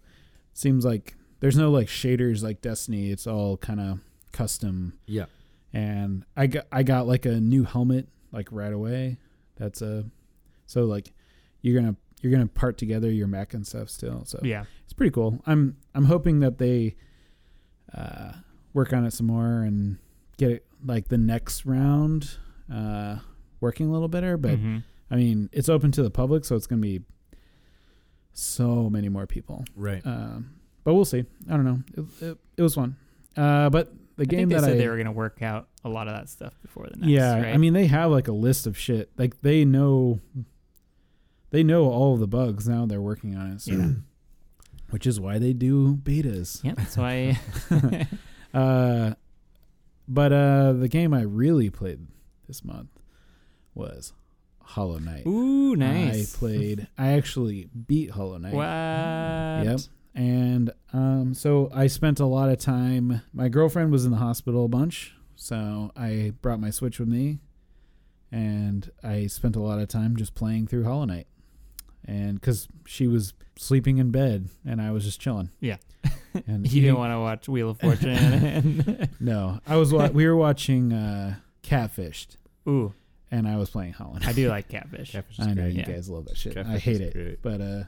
Speaker 1: seems like there's no like shaders like Destiny. It's all kind of custom.
Speaker 2: Yeah.
Speaker 1: And I got I got like a new helmet like right away. That's a so like you're gonna you're gonna part together your mech and stuff still. So
Speaker 3: Yeah.
Speaker 1: it's pretty cool. I'm I'm hoping that they uh, work on it some more and get it like the next round uh, working a little better. But
Speaker 3: Mhm.
Speaker 1: I mean, it's open to the public, so it's gonna be so many more people.
Speaker 2: Right.
Speaker 1: Um, but we'll see. I don't know. It, it, it was fun. Uh, but the
Speaker 3: I
Speaker 1: game
Speaker 3: think they
Speaker 1: that
Speaker 3: said
Speaker 1: I
Speaker 3: they were gonna work out a lot of that stuff before the next.
Speaker 1: yeah,
Speaker 3: right?
Speaker 1: I mean they have like a list of shit. Like they know they know all the bugs now they're working on it. So which is why they do betas.
Speaker 3: yeah. So I
Speaker 1: Uh but uh the game I really played this month was Hollow Knight.
Speaker 3: ooh nice.
Speaker 1: I played I actually beat Hollow Knight.
Speaker 3: What?
Speaker 1: Yep. And um, so I spent a lot of time. My girlfriend was in the hospital a bunch, so I brought my Switch with me, and I spent a lot of time just playing through Hollow Knight, and because she was sleeping in bed and I was just chilling.
Speaker 3: Yeah.
Speaker 1: and
Speaker 3: You didn't want to watch Wheel of Fortune. and
Speaker 1: No, I was. Wa- we were watching uh, Catfished,
Speaker 3: ooh,
Speaker 1: and I was playing Hollow Knight.
Speaker 3: I do like catfish.
Speaker 2: Catfish is
Speaker 1: I know
Speaker 2: great.
Speaker 1: you
Speaker 3: Yeah.
Speaker 1: guys love that shit. I
Speaker 2: Catfish
Speaker 1: hate
Speaker 2: is
Speaker 1: it,
Speaker 2: great.
Speaker 1: but uh,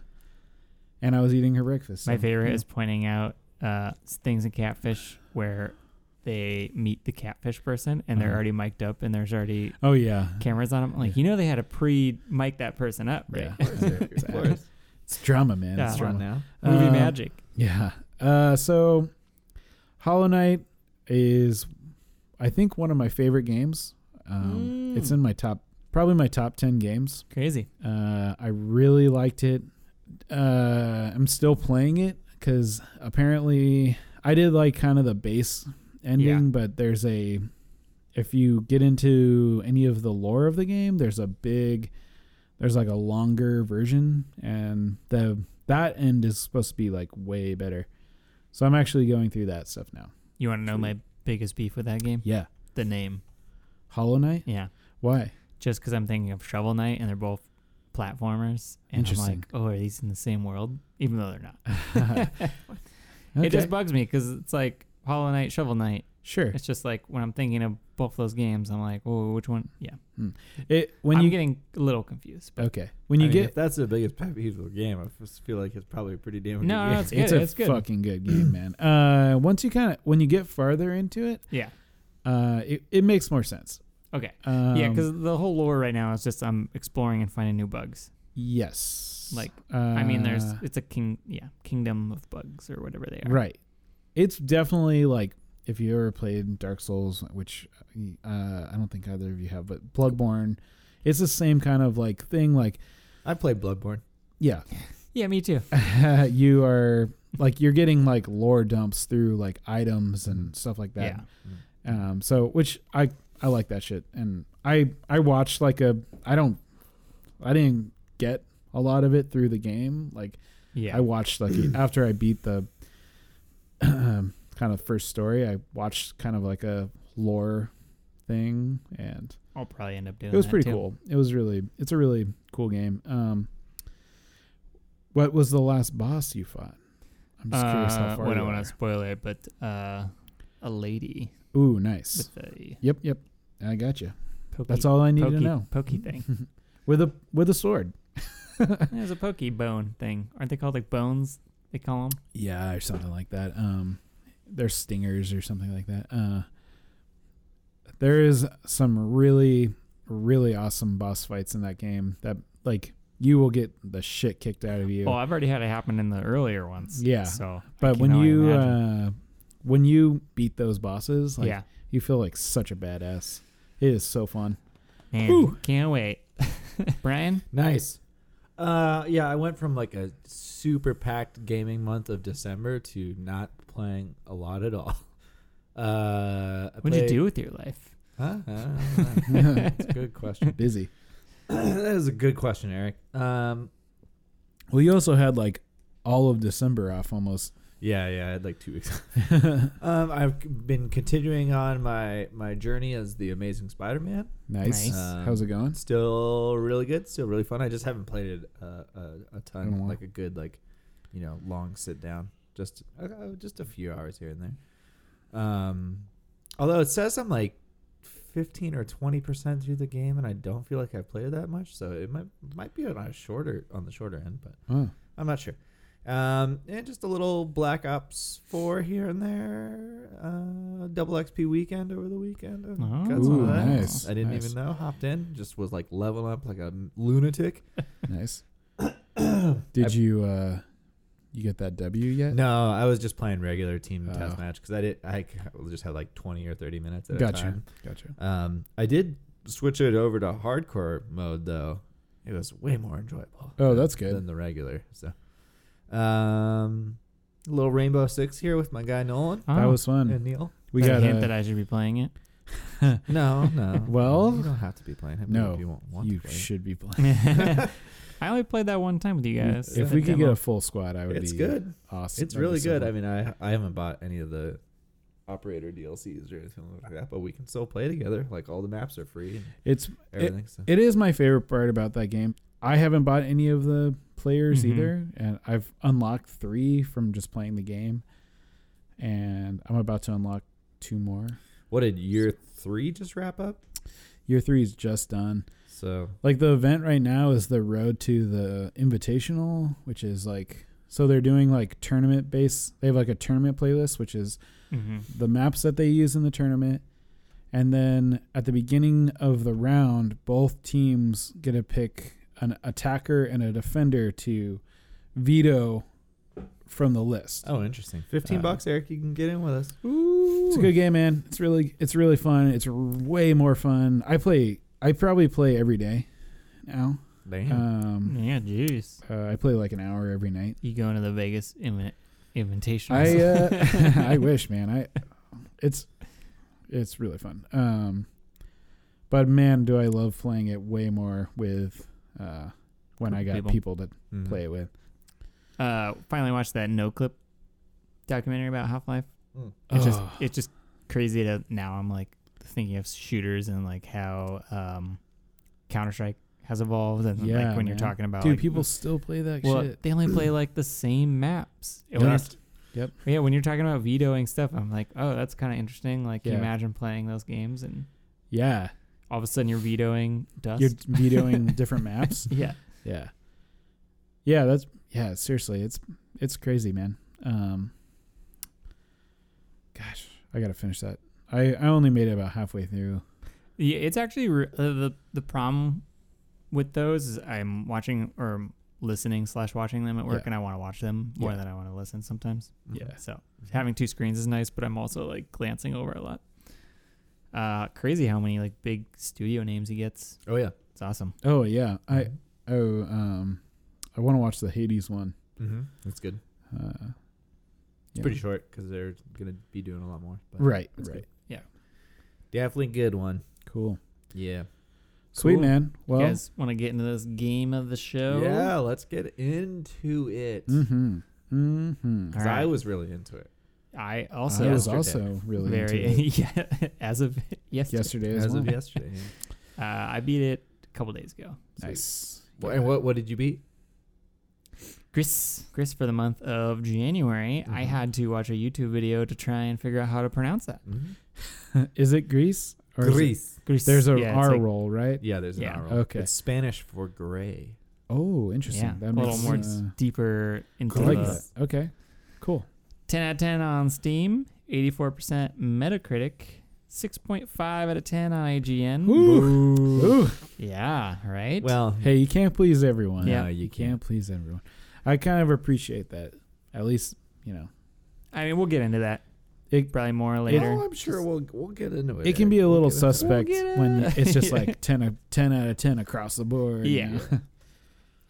Speaker 1: and I was eating her breakfast.
Speaker 3: My
Speaker 1: so,
Speaker 3: favorite
Speaker 1: yeah.
Speaker 3: is pointing out uh, things in catfish where they meet the catfish person and they're
Speaker 1: Uh-huh.
Speaker 3: already mic'd up and there's already
Speaker 1: Oh yeah,
Speaker 3: cameras on them. Like
Speaker 1: Yeah.
Speaker 3: you know they had to pre mic that person up, right?
Speaker 1: Yeah.
Speaker 2: Of course.
Speaker 1: It's drama, man.
Speaker 3: Yeah.
Speaker 1: It's
Speaker 2: Come on
Speaker 1: drama.
Speaker 2: now.
Speaker 3: Movie
Speaker 1: Uh,
Speaker 3: magic.
Speaker 1: Yeah. Uh, so, Hollow Knight is, I think, one of my favorite games. Um,
Speaker 3: Mm.
Speaker 1: It's in my top, probably my top 10 games.
Speaker 3: Crazy.
Speaker 1: Uh, I really liked it. Uh, I'm still playing it because apparently I did like kind of the base ending,
Speaker 3: Yeah.
Speaker 1: but there's a, if you get into any of the lore of the game, there's a big, there's like a longer version, and the that end is supposed to be like way better. So I'm actually going through that stuff now.
Speaker 3: You want to know
Speaker 1: True.
Speaker 3: my biggest beef with that game?
Speaker 1: Yeah,
Speaker 3: The name.
Speaker 1: Hollow Knight.
Speaker 3: Yeah.
Speaker 1: Why?
Speaker 3: Just because I'm thinking of Shovel Knight and they're both platformers. And I'm
Speaker 1: Interesting.
Speaker 3: like, oh, are these in the same world? Even though they're not.
Speaker 1: okay.
Speaker 3: It just bugs me because it's like Hollow Knight, Shovel Knight.
Speaker 1: Sure.
Speaker 3: It's just like when I'm thinking of both those games, I'm like, oh, which one? Yeah.
Speaker 1: It when
Speaker 3: I'm
Speaker 1: you
Speaker 3: getting a little confused. But
Speaker 1: okay when you
Speaker 2: I mean,
Speaker 1: get
Speaker 2: if that's the biggest pet peeve of the game, I just feel like it's probably a pretty damn good
Speaker 3: no,
Speaker 2: game.
Speaker 3: no, it's Oh, good.
Speaker 1: it's
Speaker 3: It's,
Speaker 1: a
Speaker 3: good.
Speaker 1: fucking good game, man. Uh, once you kind of when you get farther into it,
Speaker 3: Yeah.
Speaker 1: uh, it, it makes more sense.
Speaker 3: Okay.
Speaker 1: Um,
Speaker 3: yeah, because the whole lore right now is just I'm exploring and finding new bugs.
Speaker 1: yes,
Speaker 3: Like,
Speaker 1: uh,
Speaker 3: I mean, there's it's a king, yeah, kingdom of bugs or whatever they are.
Speaker 1: right. It's definitely like if you ever played Dark Souls, which uh, I don't think either of you have, but Bloodborne, it's the same kind of like thing. Like,
Speaker 2: I played Bloodborne.
Speaker 1: yeah,
Speaker 3: Yeah, me too.
Speaker 1: you are like you're getting like lore dumps through like items and stuff like that.
Speaker 3: Yeah.
Speaker 1: Um, so which I I like that shit, and I I watched like a I don't I didn't get a lot of it through the game. Like
Speaker 3: Yeah.
Speaker 1: I watched like after I beat the um, kind of first story, I watched kind of like a lore thing, and
Speaker 3: I'll probably end up doing.
Speaker 1: it was
Speaker 3: that,
Speaker 1: pretty
Speaker 3: too.
Speaker 1: cool. It was really it's a really cool game. Um, what was the last boss you fought? I'm just curious how
Speaker 3: Uh,
Speaker 1: far
Speaker 3: well, I
Speaker 1: you
Speaker 3: don't
Speaker 1: are.
Speaker 3: want to spoil it, but uh, a lady
Speaker 1: Ooh, nice.
Speaker 3: with a
Speaker 1: Yep, yep. I got you.
Speaker 3: pokey,
Speaker 1: That's all I need
Speaker 3: pokey,
Speaker 1: to know.
Speaker 3: pokey thing.
Speaker 1: With a with a sword.
Speaker 3: There's a pokey bone thing. Aren't they called like bones? They call them.
Speaker 1: Yeah, or something like that. Um, they're stingers or something like that. Uh, there is some really, really awesome boss fights in that game that like you will get the shit kicked out of you.
Speaker 3: Oh, I've already had it happen in the earlier ones.
Speaker 1: Yeah.
Speaker 3: So, I
Speaker 1: but
Speaker 3: can
Speaker 1: when
Speaker 3: only
Speaker 1: you
Speaker 3: imagine.
Speaker 1: uh, when you beat those bosses, like
Speaker 3: yeah,
Speaker 1: you feel like such a badass. It is so fun.
Speaker 3: man,
Speaker 1: Whew.
Speaker 3: can't wait. Brian,
Speaker 2: Nice. Uh, yeah, I went from like a super packed gaming month of December to not playing a lot at all. Uh, I
Speaker 3: what'd you
Speaker 2: played-
Speaker 3: do with your life?
Speaker 2: Huh? I don't know. That's a good question.
Speaker 1: Busy.
Speaker 2: that is a good question, Eric. Um,
Speaker 1: Well, you also had like all of December off almost.
Speaker 2: yeah, yeah, I had like two weeks. um, I've c- been continuing on my my journey as the Amazing Spider-Man.
Speaker 1: Nice.
Speaker 3: Nice.
Speaker 2: Um,
Speaker 1: How's it going?
Speaker 2: Still really good. Still really fun. I just haven't played it uh, a, a
Speaker 1: In a
Speaker 2: ton,
Speaker 1: while.
Speaker 2: like a good like, you know, long sit down. Just uh, uh, just a few hours here and there. Um, although it says I'm like. 15 or 20 percent through the game and i don't feel like i've played it that much so it might might be on a shorter on the shorter end but
Speaker 1: Oh,
Speaker 2: I'm not sure. Um, and just a little Black Ops 4 here and there. Uh, double XP weekend over the weekend. Uh,
Speaker 3: Oh.
Speaker 2: got some of
Speaker 3: Ooh,
Speaker 2: that.
Speaker 1: nice,
Speaker 2: I didn't
Speaker 1: nice.
Speaker 2: even know. Hopped in. Just was like leveling up like a lunatic.
Speaker 1: nice. Did you uh you get that W yet?
Speaker 2: No, I was just playing regular team
Speaker 1: Oh.
Speaker 2: test match because I did. I just had like 20 or 30 minutes at a
Speaker 1: Gotcha.
Speaker 2: time.
Speaker 1: Gotcha.
Speaker 2: Um, I did switch it over to hardcore mode though. It was way more enjoyable.
Speaker 1: Oh,
Speaker 2: than-
Speaker 1: that's good.
Speaker 2: Than the regular. So, um, a little Rainbow Six here with my guy Nolan
Speaker 1: That
Speaker 3: Oh,
Speaker 1: was
Speaker 2: and
Speaker 1: fun.
Speaker 2: Neil.
Speaker 1: We
Speaker 3: is that
Speaker 1: got
Speaker 3: a hint that
Speaker 1: a,
Speaker 3: I should be playing it.
Speaker 2: No, no.
Speaker 1: Well,
Speaker 2: you don't have to be playing him.
Speaker 1: no,
Speaker 2: if you won't want
Speaker 1: you
Speaker 2: to play.
Speaker 1: should be playing.
Speaker 3: I only played that one time with you guys.
Speaker 1: if
Speaker 3: that
Speaker 1: we could get
Speaker 3: demo.
Speaker 1: a full squad, I would
Speaker 2: It's
Speaker 1: be
Speaker 2: good.
Speaker 1: awesome.
Speaker 2: It's really good. I mean, I I haven't bought any of the operator DLCs or anything like that, but we can still play together. Like all the maps are free and
Speaker 1: it's
Speaker 2: everything. so.
Speaker 1: it is my favorite part about that game. I haven't bought any of the players
Speaker 2: Mm-hmm.
Speaker 3: Mhm.
Speaker 1: either, and I've unlocked three from just playing the game, and I'm about to unlock two more.
Speaker 2: What did year three just wrap up?
Speaker 1: Year three is just done.
Speaker 2: So
Speaker 1: Like the event right now is the road to the invitational, which is like so they're doing like tournament based they have like a tournament playlist, which is
Speaker 3: Mhm.
Speaker 1: the maps that they use in the tournament. And then at the beginning of the round, both teams get to pick an attacker and a defender to veto from the list.
Speaker 2: Oh, interesting. Fifteen
Speaker 1: Uh,
Speaker 2: bucks, Eric. You can get in with us.
Speaker 1: It's a good game, man. It's really it's really fun. It's r- way more fun. I play I probably play every day now.
Speaker 2: Uh,
Speaker 1: Um,
Speaker 3: Yeah, jeez.
Speaker 1: Uh, I play like an hour every night.
Speaker 3: You going to the Vegas Invi- Invitational?
Speaker 1: I uh, I wish, man. I it's it's really fun. Um, but man, do I love playing it way more with uh when I got
Speaker 3: People. Mm.
Speaker 1: people, to
Speaker 2: Mhm.
Speaker 1: play it with.
Speaker 3: uh, finally watched that no clip documentary about Half Life.
Speaker 2: Mm.
Speaker 3: It's just
Speaker 1: Oh.
Speaker 3: it's just crazy to now. I'm like thinking of shooters and like how um, Counter Strike has evolved and
Speaker 1: Yeah,
Speaker 3: like when you're
Speaker 1: man.
Speaker 3: talking about
Speaker 1: Dude,
Speaker 3: like,
Speaker 1: people still play that
Speaker 3: Well,
Speaker 1: shit.
Speaker 3: they only play like the same maps. It
Speaker 1: Yeah.
Speaker 3: was-
Speaker 1: Yep.
Speaker 3: Yeah, when you're talking about vetoing stuff, I'm like, oh, that's kind of interesting. Like, can you
Speaker 1: Yeah.
Speaker 3: imagine playing those games and
Speaker 1: Yeah.
Speaker 3: all of a sudden you're vetoing dust?
Speaker 1: You're vetoing different maps.
Speaker 3: yeah.
Speaker 1: Yeah. Yeah, that's yeah, seriously, it's it's crazy, man. Um gosh, I got to finish that. I I only made it about halfway through.
Speaker 3: Yeah, it's actually re- uh, the the problem with those is I'm watching or listening slash watching them at work,
Speaker 1: Yeah.
Speaker 3: and I want to watch them more
Speaker 1: Yeah.
Speaker 3: than I want to listen sometimes.
Speaker 1: Yeah.
Speaker 3: So having two screens is nice, but I'm also like glancing over a lot. Uh, crazy how many like big studio names he gets.
Speaker 2: Oh yeah.
Speaker 3: It's awesome.
Speaker 1: Oh, yeah. I oh um I want to watch the Hades one.
Speaker 2: Mm-hmm. That's good.
Speaker 1: Uh
Speaker 2: It's pretty short because they're gonna be doing a lot more. But
Speaker 1: Right,
Speaker 2: That's
Speaker 1: right.
Speaker 2: good.
Speaker 3: Yeah.
Speaker 2: Definitely good one.
Speaker 1: Cool.
Speaker 2: Yeah.
Speaker 1: Sweet
Speaker 3: Cool.
Speaker 1: man. Well,
Speaker 3: you guys want to get into this game of the show? Mm.
Speaker 2: Yeah. Let's get into it.
Speaker 1: mhm. Mhm.
Speaker 2: 'Cause
Speaker 3: All right.
Speaker 2: I was really into it.
Speaker 3: I
Speaker 1: Also,
Speaker 3: also
Speaker 1: I was
Speaker 2: yesterday.
Speaker 1: also really
Speaker 3: very
Speaker 1: into it
Speaker 3: yeah, as of yesterday.
Speaker 1: yesterday as,
Speaker 2: As
Speaker 1: well.
Speaker 2: of yesterday. yeah.
Speaker 3: Uh, I beat it a couple days ago.
Speaker 1: Nice.
Speaker 2: Well, and what what did you beat?
Speaker 3: Chris, Chris, for the month of January, I
Speaker 1: Mm-hmm.
Speaker 2: Mhm.
Speaker 3: had to watch a YouTube video to try and figure out how to pronounce that.
Speaker 1: is it Greece? Or is it-
Speaker 2: Gris.
Speaker 3: Chris.
Speaker 1: there's a R
Speaker 3: yeah, it's like-
Speaker 1: roll, right?
Speaker 2: Yeah, there's an
Speaker 3: Yeah.
Speaker 2: R.
Speaker 1: Okay.
Speaker 2: It's Spanish for gray.
Speaker 1: Oh, interesting.
Speaker 3: Yeah,
Speaker 1: that
Speaker 3: a little
Speaker 1: makes,
Speaker 3: more
Speaker 1: uh,
Speaker 3: deeper into
Speaker 1: I like
Speaker 3: the
Speaker 1: that. Okay, cool.
Speaker 3: 10 out of 10 on Steam, 84% Metacritic, 6.5 out of 10 on IGN.
Speaker 1: Ooh.
Speaker 3: Yeah, right?
Speaker 2: Well,
Speaker 1: Hey, you can't please everyone.
Speaker 3: Yeah.
Speaker 2: no, you
Speaker 1: you
Speaker 2: can't.
Speaker 1: can't please everyone. I kind of appreciate that. At least you know
Speaker 3: I mean, we'll get into that
Speaker 1: it.
Speaker 3: probably more later.
Speaker 2: Oh, I'm sure we'll we'll get into it.
Speaker 1: It can be a
Speaker 2: We'll
Speaker 1: little
Speaker 2: get into it.
Speaker 1: suspect
Speaker 3: We'll get
Speaker 1: when
Speaker 3: it.
Speaker 1: it's just
Speaker 3: Yeah.
Speaker 1: like 10, of, 10 out of 10 across the board. you
Speaker 3: Yeah.
Speaker 1: know?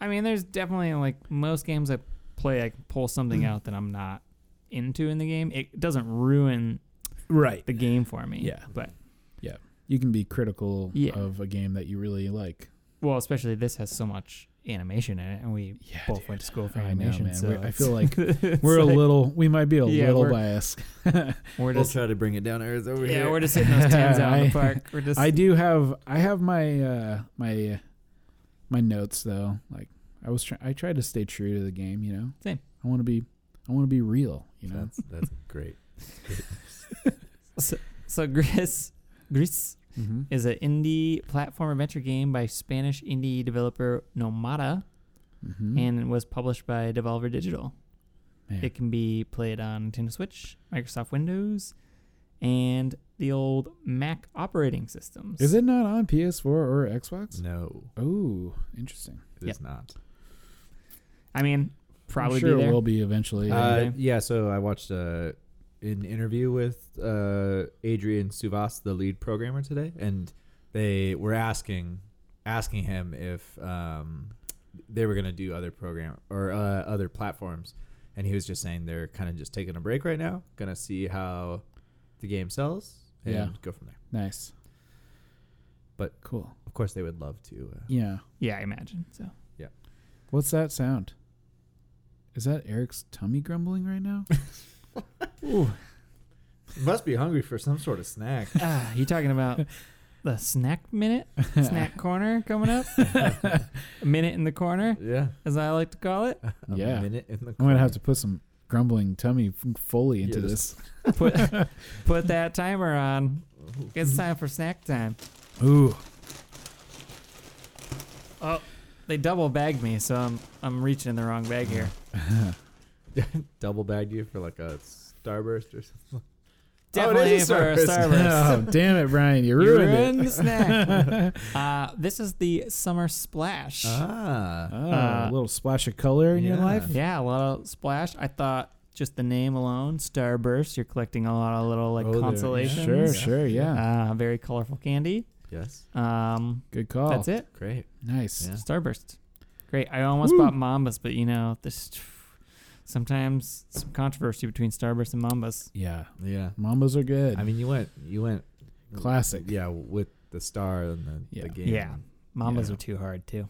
Speaker 3: I mean, there's definitely like most games I play, I can pull
Speaker 1: Mm.
Speaker 3: something out that I'm not into in the game. It doesn't ruin
Speaker 1: right.
Speaker 3: the game for me.
Speaker 1: Yeah.
Speaker 3: But,
Speaker 1: You can be critical
Speaker 3: Yeah.
Speaker 1: of a game that you really like.
Speaker 3: well, especially this has so much animation in it, and we
Speaker 1: Yeah,
Speaker 3: both
Speaker 1: dude.
Speaker 3: went to school for
Speaker 1: I know,
Speaker 3: animation.
Speaker 1: man.
Speaker 3: so
Speaker 1: We're- I
Speaker 3: it's-
Speaker 1: feel like
Speaker 3: it's
Speaker 1: We're a
Speaker 3: like
Speaker 1: little. We might be a
Speaker 3: Yeah,
Speaker 1: little
Speaker 3: we're-
Speaker 1: biased.
Speaker 3: We're
Speaker 2: We'll
Speaker 3: just
Speaker 2: try to bring it down to earth over
Speaker 3: yeah,
Speaker 2: here.
Speaker 3: we're just hitting those tens out in
Speaker 1: I-
Speaker 3: the park. We're just
Speaker 1: I do have I have my uh my my notes though. Like I was trying I tried to stay true to the game, you know.
Speaker 3: Same.
Speaker 1: I want to be I want to be real, you know.
Speaker 2: That's that's great.
Speaker 3: so Gris Gris
Speaker 1: Mm-hmm.
Speaker 3: is an indie platform adventure game by Spanish indie developer Nomada,
Speaker 1: Mm-hmm.
Speaker 3: and it was published by Devolver Digital.
Speaker 1: Man.
Speaker 3: It can be played on Nintendo Switch, Microsoft Windows, and the old Mac operating systems.
Speaker 1: is it not on PS4 or Xbox?
Speaker 2: No,
Speaker 1: Oh, interesting.
Speaker 2: it is not.
Speaker 3: I mean, probably
Speaker 1: I'm sure
Speaker 3: be there.
Speaker 1: it will be eventually.
Speaker 3: Yeah.
Speaker 2: Uh,
Speaker 3: Okay.
Speaker 2: yeah, so I watched uh, an interview with uh, Adrian Suvas, the lead programmer today, and they were asking asking him if um, they were going to do other program or uh, other platforms, and he was just saying they're kind of just taking a break right now, going to see how the game sells and
Speaker 1: Yeah.
Speaker 2: go from there.
Speaker 1: nice.
Speaker 2: But-
Speaker 1: cool.
Speaker 2: Of course, they would love to. Uh,
Speaker 1: Yeah.
Speaker 3: Yeah, I imagine. So
Speaker 1: What's that sound? Is that Eric's tummy grumbling right now?
Speaker 2: Must be hungry for some sort of snack.
Speaker 3: ah, you talking about the snack minute, snack corner coming up? a minute in the corner,
Speaker 2: yeah,
Speaker 3: as I like to call it.
Speaker 2: A
Speaker 1: Yeah.
Speaker 2: minute in the
Speaker 1: I'm gonna
Speaker 2: corner.
Speaker 1: have to put some grumbling tummy f- Foley into
Speaker 2: Yes.
Speaker 1: this.
Speaker 3: Put put that timer on. It's time for snack time.
Speaker 1: Ooh,
Speaker 3: Oh, they double bagged me, so I'm I'm reaching in the wrong bag here.
Speaker 2: double bagged you for like a starburst or something.
Speaker 3: Definitely
Speaker 2: is a
Speaker 3: for a Starburst.
Speaker 1: oh, damn it, Brian! You
Speaker 3: You
Speaker 1: ruined,
Speaker 3: ruined
Speaker 1: it.
Speaker 3: the snack. uh, this is the summer splash.
Speaker 2: Ah.
Speaker 1: Oh,
Speaker 3: Uh,
Speaker 1: a little splash of color in your
Speaker 2: yeah.
Speaker 1: life.
Speaker 3: Yeah, a lot of splash. I thought just the name alone, Starburst, you're collecting a lot of little like
Speaker 2: Oh, there- yeah.
Speaker 3: consolations.
Speaker 1: Sure,
Speaker 2: Yeah.
Speaker 1: sure, yeah.
Speaker 3: Uh, very colorful candy.
Speaker 2: Yes.
Speaker 3: Um,
Speaker 1: Good call.
Speaker 3: That's it.
Speaker 2: Great.
Speaker 1: Nice.
Speaker 2: Yeah.
Speaker 3: Starburst. Great. I almost
Speaker 1: Woo.
Speaker 3: bought Mambas, but you know, this sometimes some controversy between Starburst and Mambas.
Speaker 1: Yeah,
Speaker 2: Yeah.
Speaker 1: Mambas are good.
Speaker 2: I mean, you went, you went
Speaker 1: Classic.
Speaker 2: Yeah, with the star and the,
Speaker 1: Yeah.
Speaker 2: the game.
Speaker 3: Yeah. Mambas
Speaker 1: Yeah.
Speaker 3: are too hard too.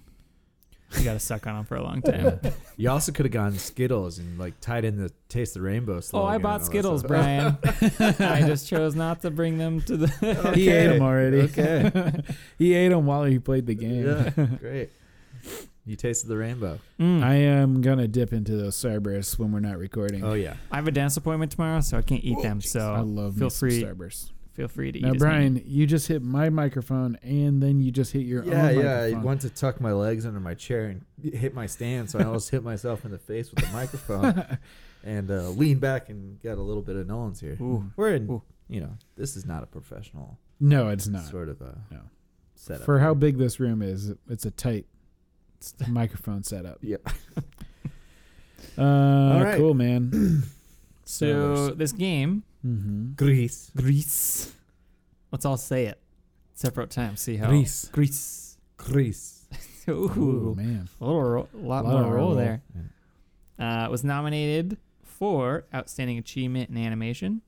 Speaker 3: You got to suck on them for a long time.
Speaker 2: You also could have gone Skittles and like tied in the Taste the Rainbow
Speaker 3: oh,
Speaker 2: slogan.
Speaker 3: I
Speaker 2: and all
Speaker 3: bought
Speaker 2: that
Speaker 3: Skittles,
Speaker 2: stuff.
Speaker 3: Brian. I just chose not to bring them to the.
Speaker 1: he ate
Speaker 2: Okay.
Speaker 1: them already.
Speaker 2: Okay.
Speaker 1: he ate them while he played the game.
Speaker 2: Yeah. Great. You tasted the rainbow.
Speaker 3: Mm.
Speaker 1: I am gonna dip into those Starbursts when we're not recording.
Speaker 2: Oh yeah.
Speaker 3: I have a dance appointment tomorrow, so I can't eat them. So
Speaker 1: I love
Speaker 3: feel
Speaker 1: me some
Speaker 3: free.
Speaker 1: Starbursts.
Speaker 3: Feel free to eat.
Speaker 1: Now,
Speaker 3: as many.
Speaker 1: Brian, you just hit my microphone, and then you just hit your
Speaker 2: Yeah,
Speaker 1: own
Speaker 2: yeah. I
Speaker 1: microphone.
Speaker 2: went to tuck my legs under my chair and hit my stand, so I almost hit myself in the face with the microphone, and uh, leaned back and got a little bit of Nolan's here.
Speaker 3: Ooh.
Speaker 1: Mm.
Speaker 2: We're in,
Speaker 3: Ooh.
Speaker 2: you know, this is not a professional
Speaker 1: no, it's not.
Speaker 2: sort of a
Speaker 1: No.
Speaker 2: setup.
Speaker 1: For how big this room is, it's a tight microphone setup.
Speaker 2: Yeah.
Speaker 1: Uh,
Speaker 2: right.
Speaker 1: Cool, man.
Speaker 3: So this game,
Speaker 1: hmm
Speaker 2: Greece.
Speaker 3: Greece. Let's all say it separate times. See how
Speaker 1: Greece.
Speaker 3: Greece.
Speaker 2: Greece.
Speaker 3: Ooh,
Speaker 1: Ooh, man.
Speaker 3: a little ro- lot,
Speaker 1: Lot of
Speaker 3: more roll,
Speaker 1: roll.
Speaker 3: there. Uh, was nominated for outstanding achievement in animation,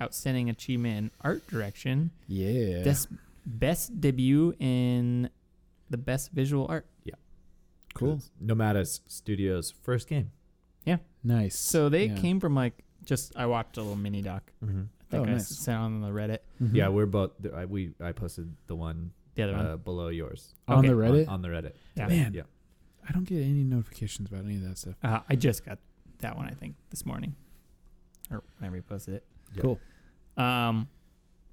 Speaker 3: outstanding achievement in art direction,
Speaker 1: Yeah.
Speaker 3: des- best debut in the best visual art.
Speaker 1: cool.
Speaker 2: Nomadis Studios' first game.
Speaker 1: Nice.
Speaker 3: So they
Speaker 1: Yeah.
Speaker 3: came from like just I watched a little mini doc.
Speaker 2: Mm-hmm.
Speaker 3: I think
Speaker 1: Oh,
Speaker 3: I
Speaker 1: nice.
Speaker 3: sent on the Reddit.
Speaker 1: Mhm.
Speaker 2: Yeah, we're both. I, we I posted the one
Speaker 3: The other one.
Speaker 2: uh, below yours
Speaker 1: on
Speaker 3: okay,
Speaker 1: the Reddit.
Speaker 2: on, on the Reddit.
Speaker 3: Yeah.
Speaker 1: Man.
Speaker 2: Yeah.
Speaker 1: I don't get any notifications about any of that stuff.
Speaker 3: Uh, I just got that one I think this morning, or whenever you posted it.
Speaker 2: Yeah.
Speaker 1: Cool.
Speaker 3: Um,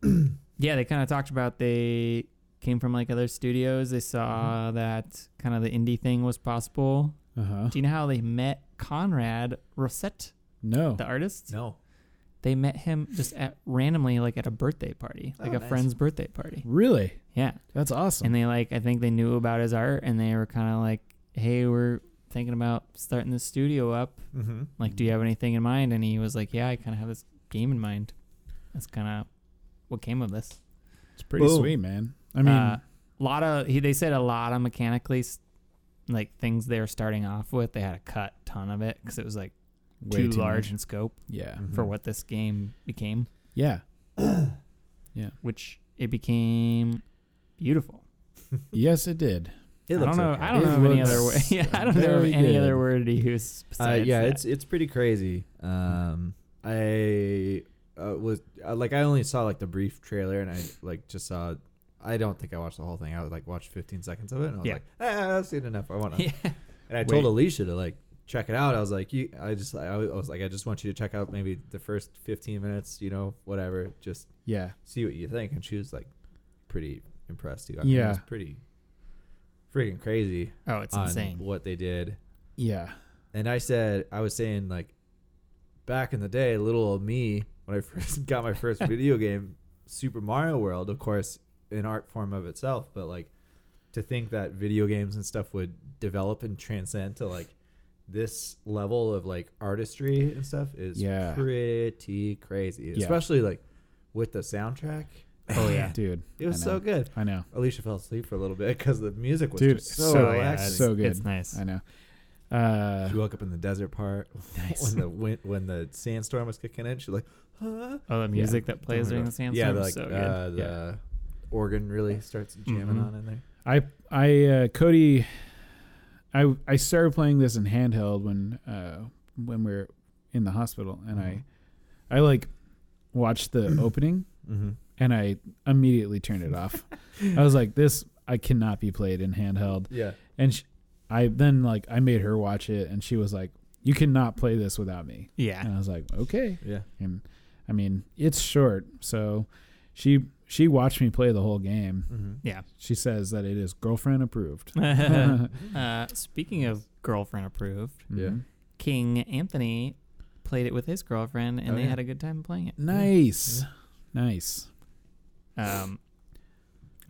Speaker 3: yeah, they kind of talked about they came from like other studios. They saw
Speaker 1: Mm-hmm.
Speaker 3: that kind of the indie thing was possible.
Speaker 1: Uh
Speaker 2: Uh-huh.
Speaker 1: huh.
Speaker 3: Do you know how they met Conrad Rosette,
Speaker 1: Oh. No.
Speaker 3: the artist?
Speaker 2: No.
Speaker 3: They met him just at randomly, like at a birthday party, like
Speaker 2: Oh,
Speaker 3: a
Speaker 2: nice.
Speaker 3: friend's birthday party.
Speaker 1: Really?
Speaker 3: Yeah,
Speaker 1: That's awesome.
Speaker 3: and they like I think they knew about his art, and they were kind of like, "Hey, we're thinking about starting this studio up.
Speaker 2: Mm-hmm.
Speaker 3: Like, do you have anything in mind?" And he was like, "Yeah, I kind of have this game in mind." That's kind of what came of this.
Speaker 1: it's pretty
Speaker 2: Boom.
Speaker 1: sweet, man. I mean,
Speaker 3: uh, a lot of he, they said a lot of mechanically s- like things they were starting off with they had to cut a ton of it because it was like
Speaker 1: way
Speaker 3: too, large
Speaker 1: much.
Speaker 3: in scope
Speaker 1: Yeah.
Speaker 2: Mhm.
Speaker 3: for what this game became
Speaker 1: Yeah.
Speaker 3: which it became beautiful
Speaker 1: Yes, it did.
Speaker 2: It
Speaker 3: i don't
Speaker 2: looks
Speaker 3: know
Speaker 2: okay.
Speaker 3: i don't
Speaker 1: It
Speaker 3: know of any other way
Speaker 1: looks
Speaker 3: yeah i don't know of
Speaker 1: very
Speaker 3: any other
Speaker 1: good.
Speaker 3: word to use
Speaker 2: Uh,
Speaker 3: besides
Speaker 2: yeah,
Speaker 3: that.
Speaker 2: it's it's pretty crazy. Um, I uh, was uh, like, I only saw like the brief trailer, and I like just saw. I don't think I watched the whole thing. I was like watched 15 seconds of it, and I was
Speaker 3: Yeah.
Speaker 2: like, ah, I've seen enough. I want to.
Speaker 3: yeah
Speaker 2: And I told Alicia to like check it out. I was like, you, I just, I, wa- I was like, I just want you to check out maybe the first 15 minutes, you know, whatever, just
Speaker 1: Yeah.
Speaker 2: see what you think. And she was like, pretty impressed. You,
Speaker 1: Yeah.
Speaker 2: it's pretty freaking crazy
Speaker 3: oh it's
Speaker 2: on
Speaker 3: insane
Speaker 2: what they did.
Speaker 1: Yeah.
Speaker 2: And I said, I was saying like, back in the day, little old me, when I first got my first video game, Super Mario World, of course, an art form of itself, but like, to think that video games and stuff would develop and transcend to like this level of like artistry and stuff is
Speaker 1: Yeah.
Speaker 2: pretty crazy,
Speaker 1: Yeah.
Speaker 2: especially like with the soundtrack.
Speaker 3: oh yeah
Speaker 1: Dude.
Speaker 2: It was
Speaker 1: I
Speaker 2: so
Speaker 1: know.
Speaker 2: good.
Speaker 1: I know.
Speaker 2: Alicia fell asleep for a little bit because the music was
Speaker 1: Dude,
Speaker 2: just Oh, so,
Speaker 1: so- yeah,
Speaker 2: relaxing.
Speaker 1: so good.
Speaker 3: it's nice
Speaker 1: I know. Uh,
Speaker 2: She woke up in the desert part when the wind, when the sandstorm was kicking in. She's like, huh?
Speaker 3: oh the music that plays during the
Speaker 2: yeah,
Speaker 3: sandstorm
Speaker 2: the,
Speaker 3: is
Speaker 2: like,
Speaker 3: so good
Speaker 2: uh, the organ really starts jamming
Speaker 3: Mhm.
Speaker 2: on in there.
Speaker 1: I I uh, Cody, I I started playing this in handheld when uh when we were in the hospital, and
Speaker 3: Mm-hmm.
Speaker 1: I I like watched the opening
Speaker 2: Mm-hmm.
Speaker 1: and I immediately turned it off. I was like, this I cannot be played in handheld,
Speaker 2: Yeah,
Speaker 1: and sh I then like I made her watch it, and she was like, you cannot play this without me,
Speaker 3: yeah
Speaker 1: and I was like, okay,
Speaker 2: yeah.
Speaker 1: and I mean it's short, so she she watched me play the whole game.
Speaker 2: Mm-hmm.
Speaker 3: yeah
Speaker 1: She says that it is girlfriend approved.
Speaker 3: uh, speaking of girlfriend approved
Speaker 2: Yeah.
Speaker 1: Mhm.
Speaker 3: King Anthony played it with his girlfriend, and
Speaker 2: Oh,
Speaker 3: they
Speaker 2: yeah.
Speaker 3: had a good time playing it.
Speaker 1: Nice. Nice.
Speaker 3: Um,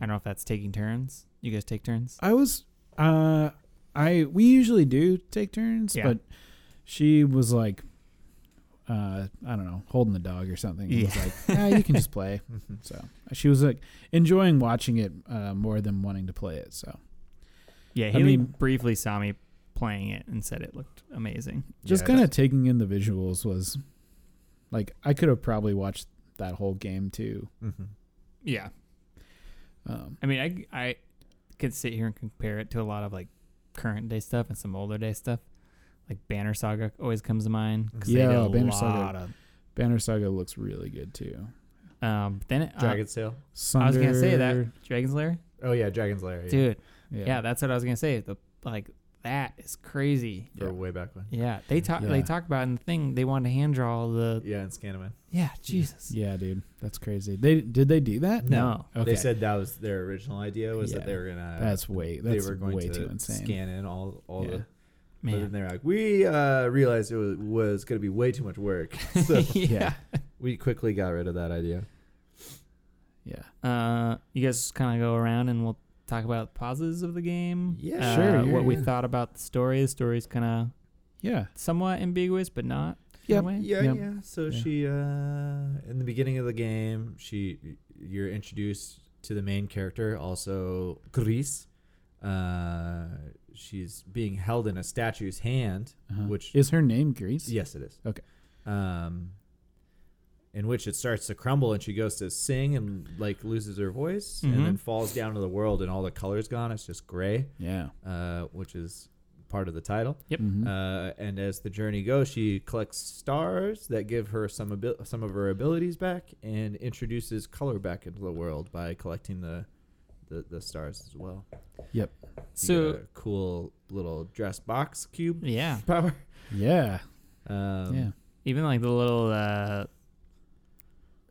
Speaker 3: I don't know if that's taking turns. You guys take turns.
Speaker 1: I was uh I we usually do take turns,
Speaker 3: Yeah.
Speaker 1: but she was like uh I don't know, holding the dog or something. And was
Speaker 3: Yeah.
Speaker 1: like, ah, you can just play.
Speaker 2: Mm-hmm.
Speaker 1: So she was like enjoying watching it uh, more than wanting to play it. So
Speaker 3: Yeah,
Speaker 1: Haley
Speaker 3: Haley briefly saw me playing it and said it looked amazing.
Speaker 1: just
Speaker 2: Yeah,
Speaker 1: kind of taking in the visuals was like I could have probably watched that whole game too.
Speaker 2: Mm-hmm.
Speaker 3: Yeah,
Speaker 1: Um,
Speaker 3: I mean, I I could sit here and compare it to a lot of like current day stuff and some older day stuff. Like Banner Saga always comes to mind because
Speaker 1: Yeah,
Speaker 3: they did a
Speaker 1: Banner
Speaker 3: lot
Speaker 1: Saga.
Speaker 3: of.
Speaker 1: Banner Saga looks really good too.
Speaker 3: Um, but then it, uh,
Speaker 2: Dragon's Tail.
Speaker 3: I was gonna say
Speaker 1: Sunder-
Speaker 3: that Dragon's Lair,
Speaker 2: Oh yeah, Dragon's Lair. Yeah.
Speaker 3: dude.
Speaker 1: Yeah.
Speaker 3: Yeah. that's what I was gonna say. The like that is crazy.
Speaker 2: for way back when.
Speaker 3: Yeah, they talk.
Speaker 1: Yeah.
Speaker 3: They talk about it in the thing. They want to hand draw the.
Speaker 2: Yeah, in Scandinavian.
Speaker 3: Yeah, Jesus.
Speaker 1: Yeah, dude, that's crazy. They did they do that?
Speaker 3: No.
Speaker 1: Okay.
Speaker 2: They said that was their original idea was
Speaker 1: Yeah.
Speaker 2: that they were gonna
Speaker 1: that's way
Speaker 2: they
Speaker 1: that's
Speaker 2: were going
Speaker 1: way
Speaker 2: to
Speaker 1: too insane.
Speaker 2: scan in all all
Speaker 1: Yeah.
Speaker 2: the but then
Speaker 3: man.
Speaker 2: they were like we uh, realized it was, was going to be way too much work, so
Speaker 3: yeah.
Speaker 2: we quickly got rid of that idea.
Speaker 1: Yeah.
Speaker 3: Uh, you guys kind of go around and we'll talk about pauses of the game.
Speaker 2: Yeah,
Speaker 3: Uh,
Speaker 1: sure, yeah,
Speaker 3: what we
Speaker 1: yeah.
Speaker 3: thought about the story. The story's kind of
Speaker 1: Yeah.
Speaker 3: somewhat ambiguous, but not.
Speaker 1: Yep.
Speaker 3: In a way.
Speaker 2: Yeah,
Speaker 1: Yeah.
Speaker 2: yeah. So
Speaker 1: Yeah.
Speaker 2: she, uh, in the beginning of the game, she you're introduced to the main character, also Chris. Uh, she's being held in a statue's hand,
Speaker 1: Uh-huh.
Speaker 2: which
Speaker 1: is her name Grease?
Speaker 2: yes, it is
Speaker 1: Okay.
Speaker 2: Um, in which it starts to crumble, and she goes to sing and like loses her voice,
Speaker 1: Mm-hmm.
Speaker 3: Mhm.
Speaker 2: and then falls down to the world, and all the colors gone. It's just gray,
Speaker 1: Yeah.
Speaker 2: uh, which is part of the title.
Speaker 3: Yep.
Speaker 1: Mhm.
Speaker 2: Uh, and as the journey goes, she collects stars that give her some abil- some of her abilities back, and introduces color back into the world by collecting the the, the stars as well. You
Speaker 3: So
Speaker 2: get a cool little dress box cube
Speaker 3: yeah,
Speaker 2: power.
Speaker 1: yeah.
Speaker 2: Um,
Speaker 1: yeah.
Speaker 3: even like the little uh,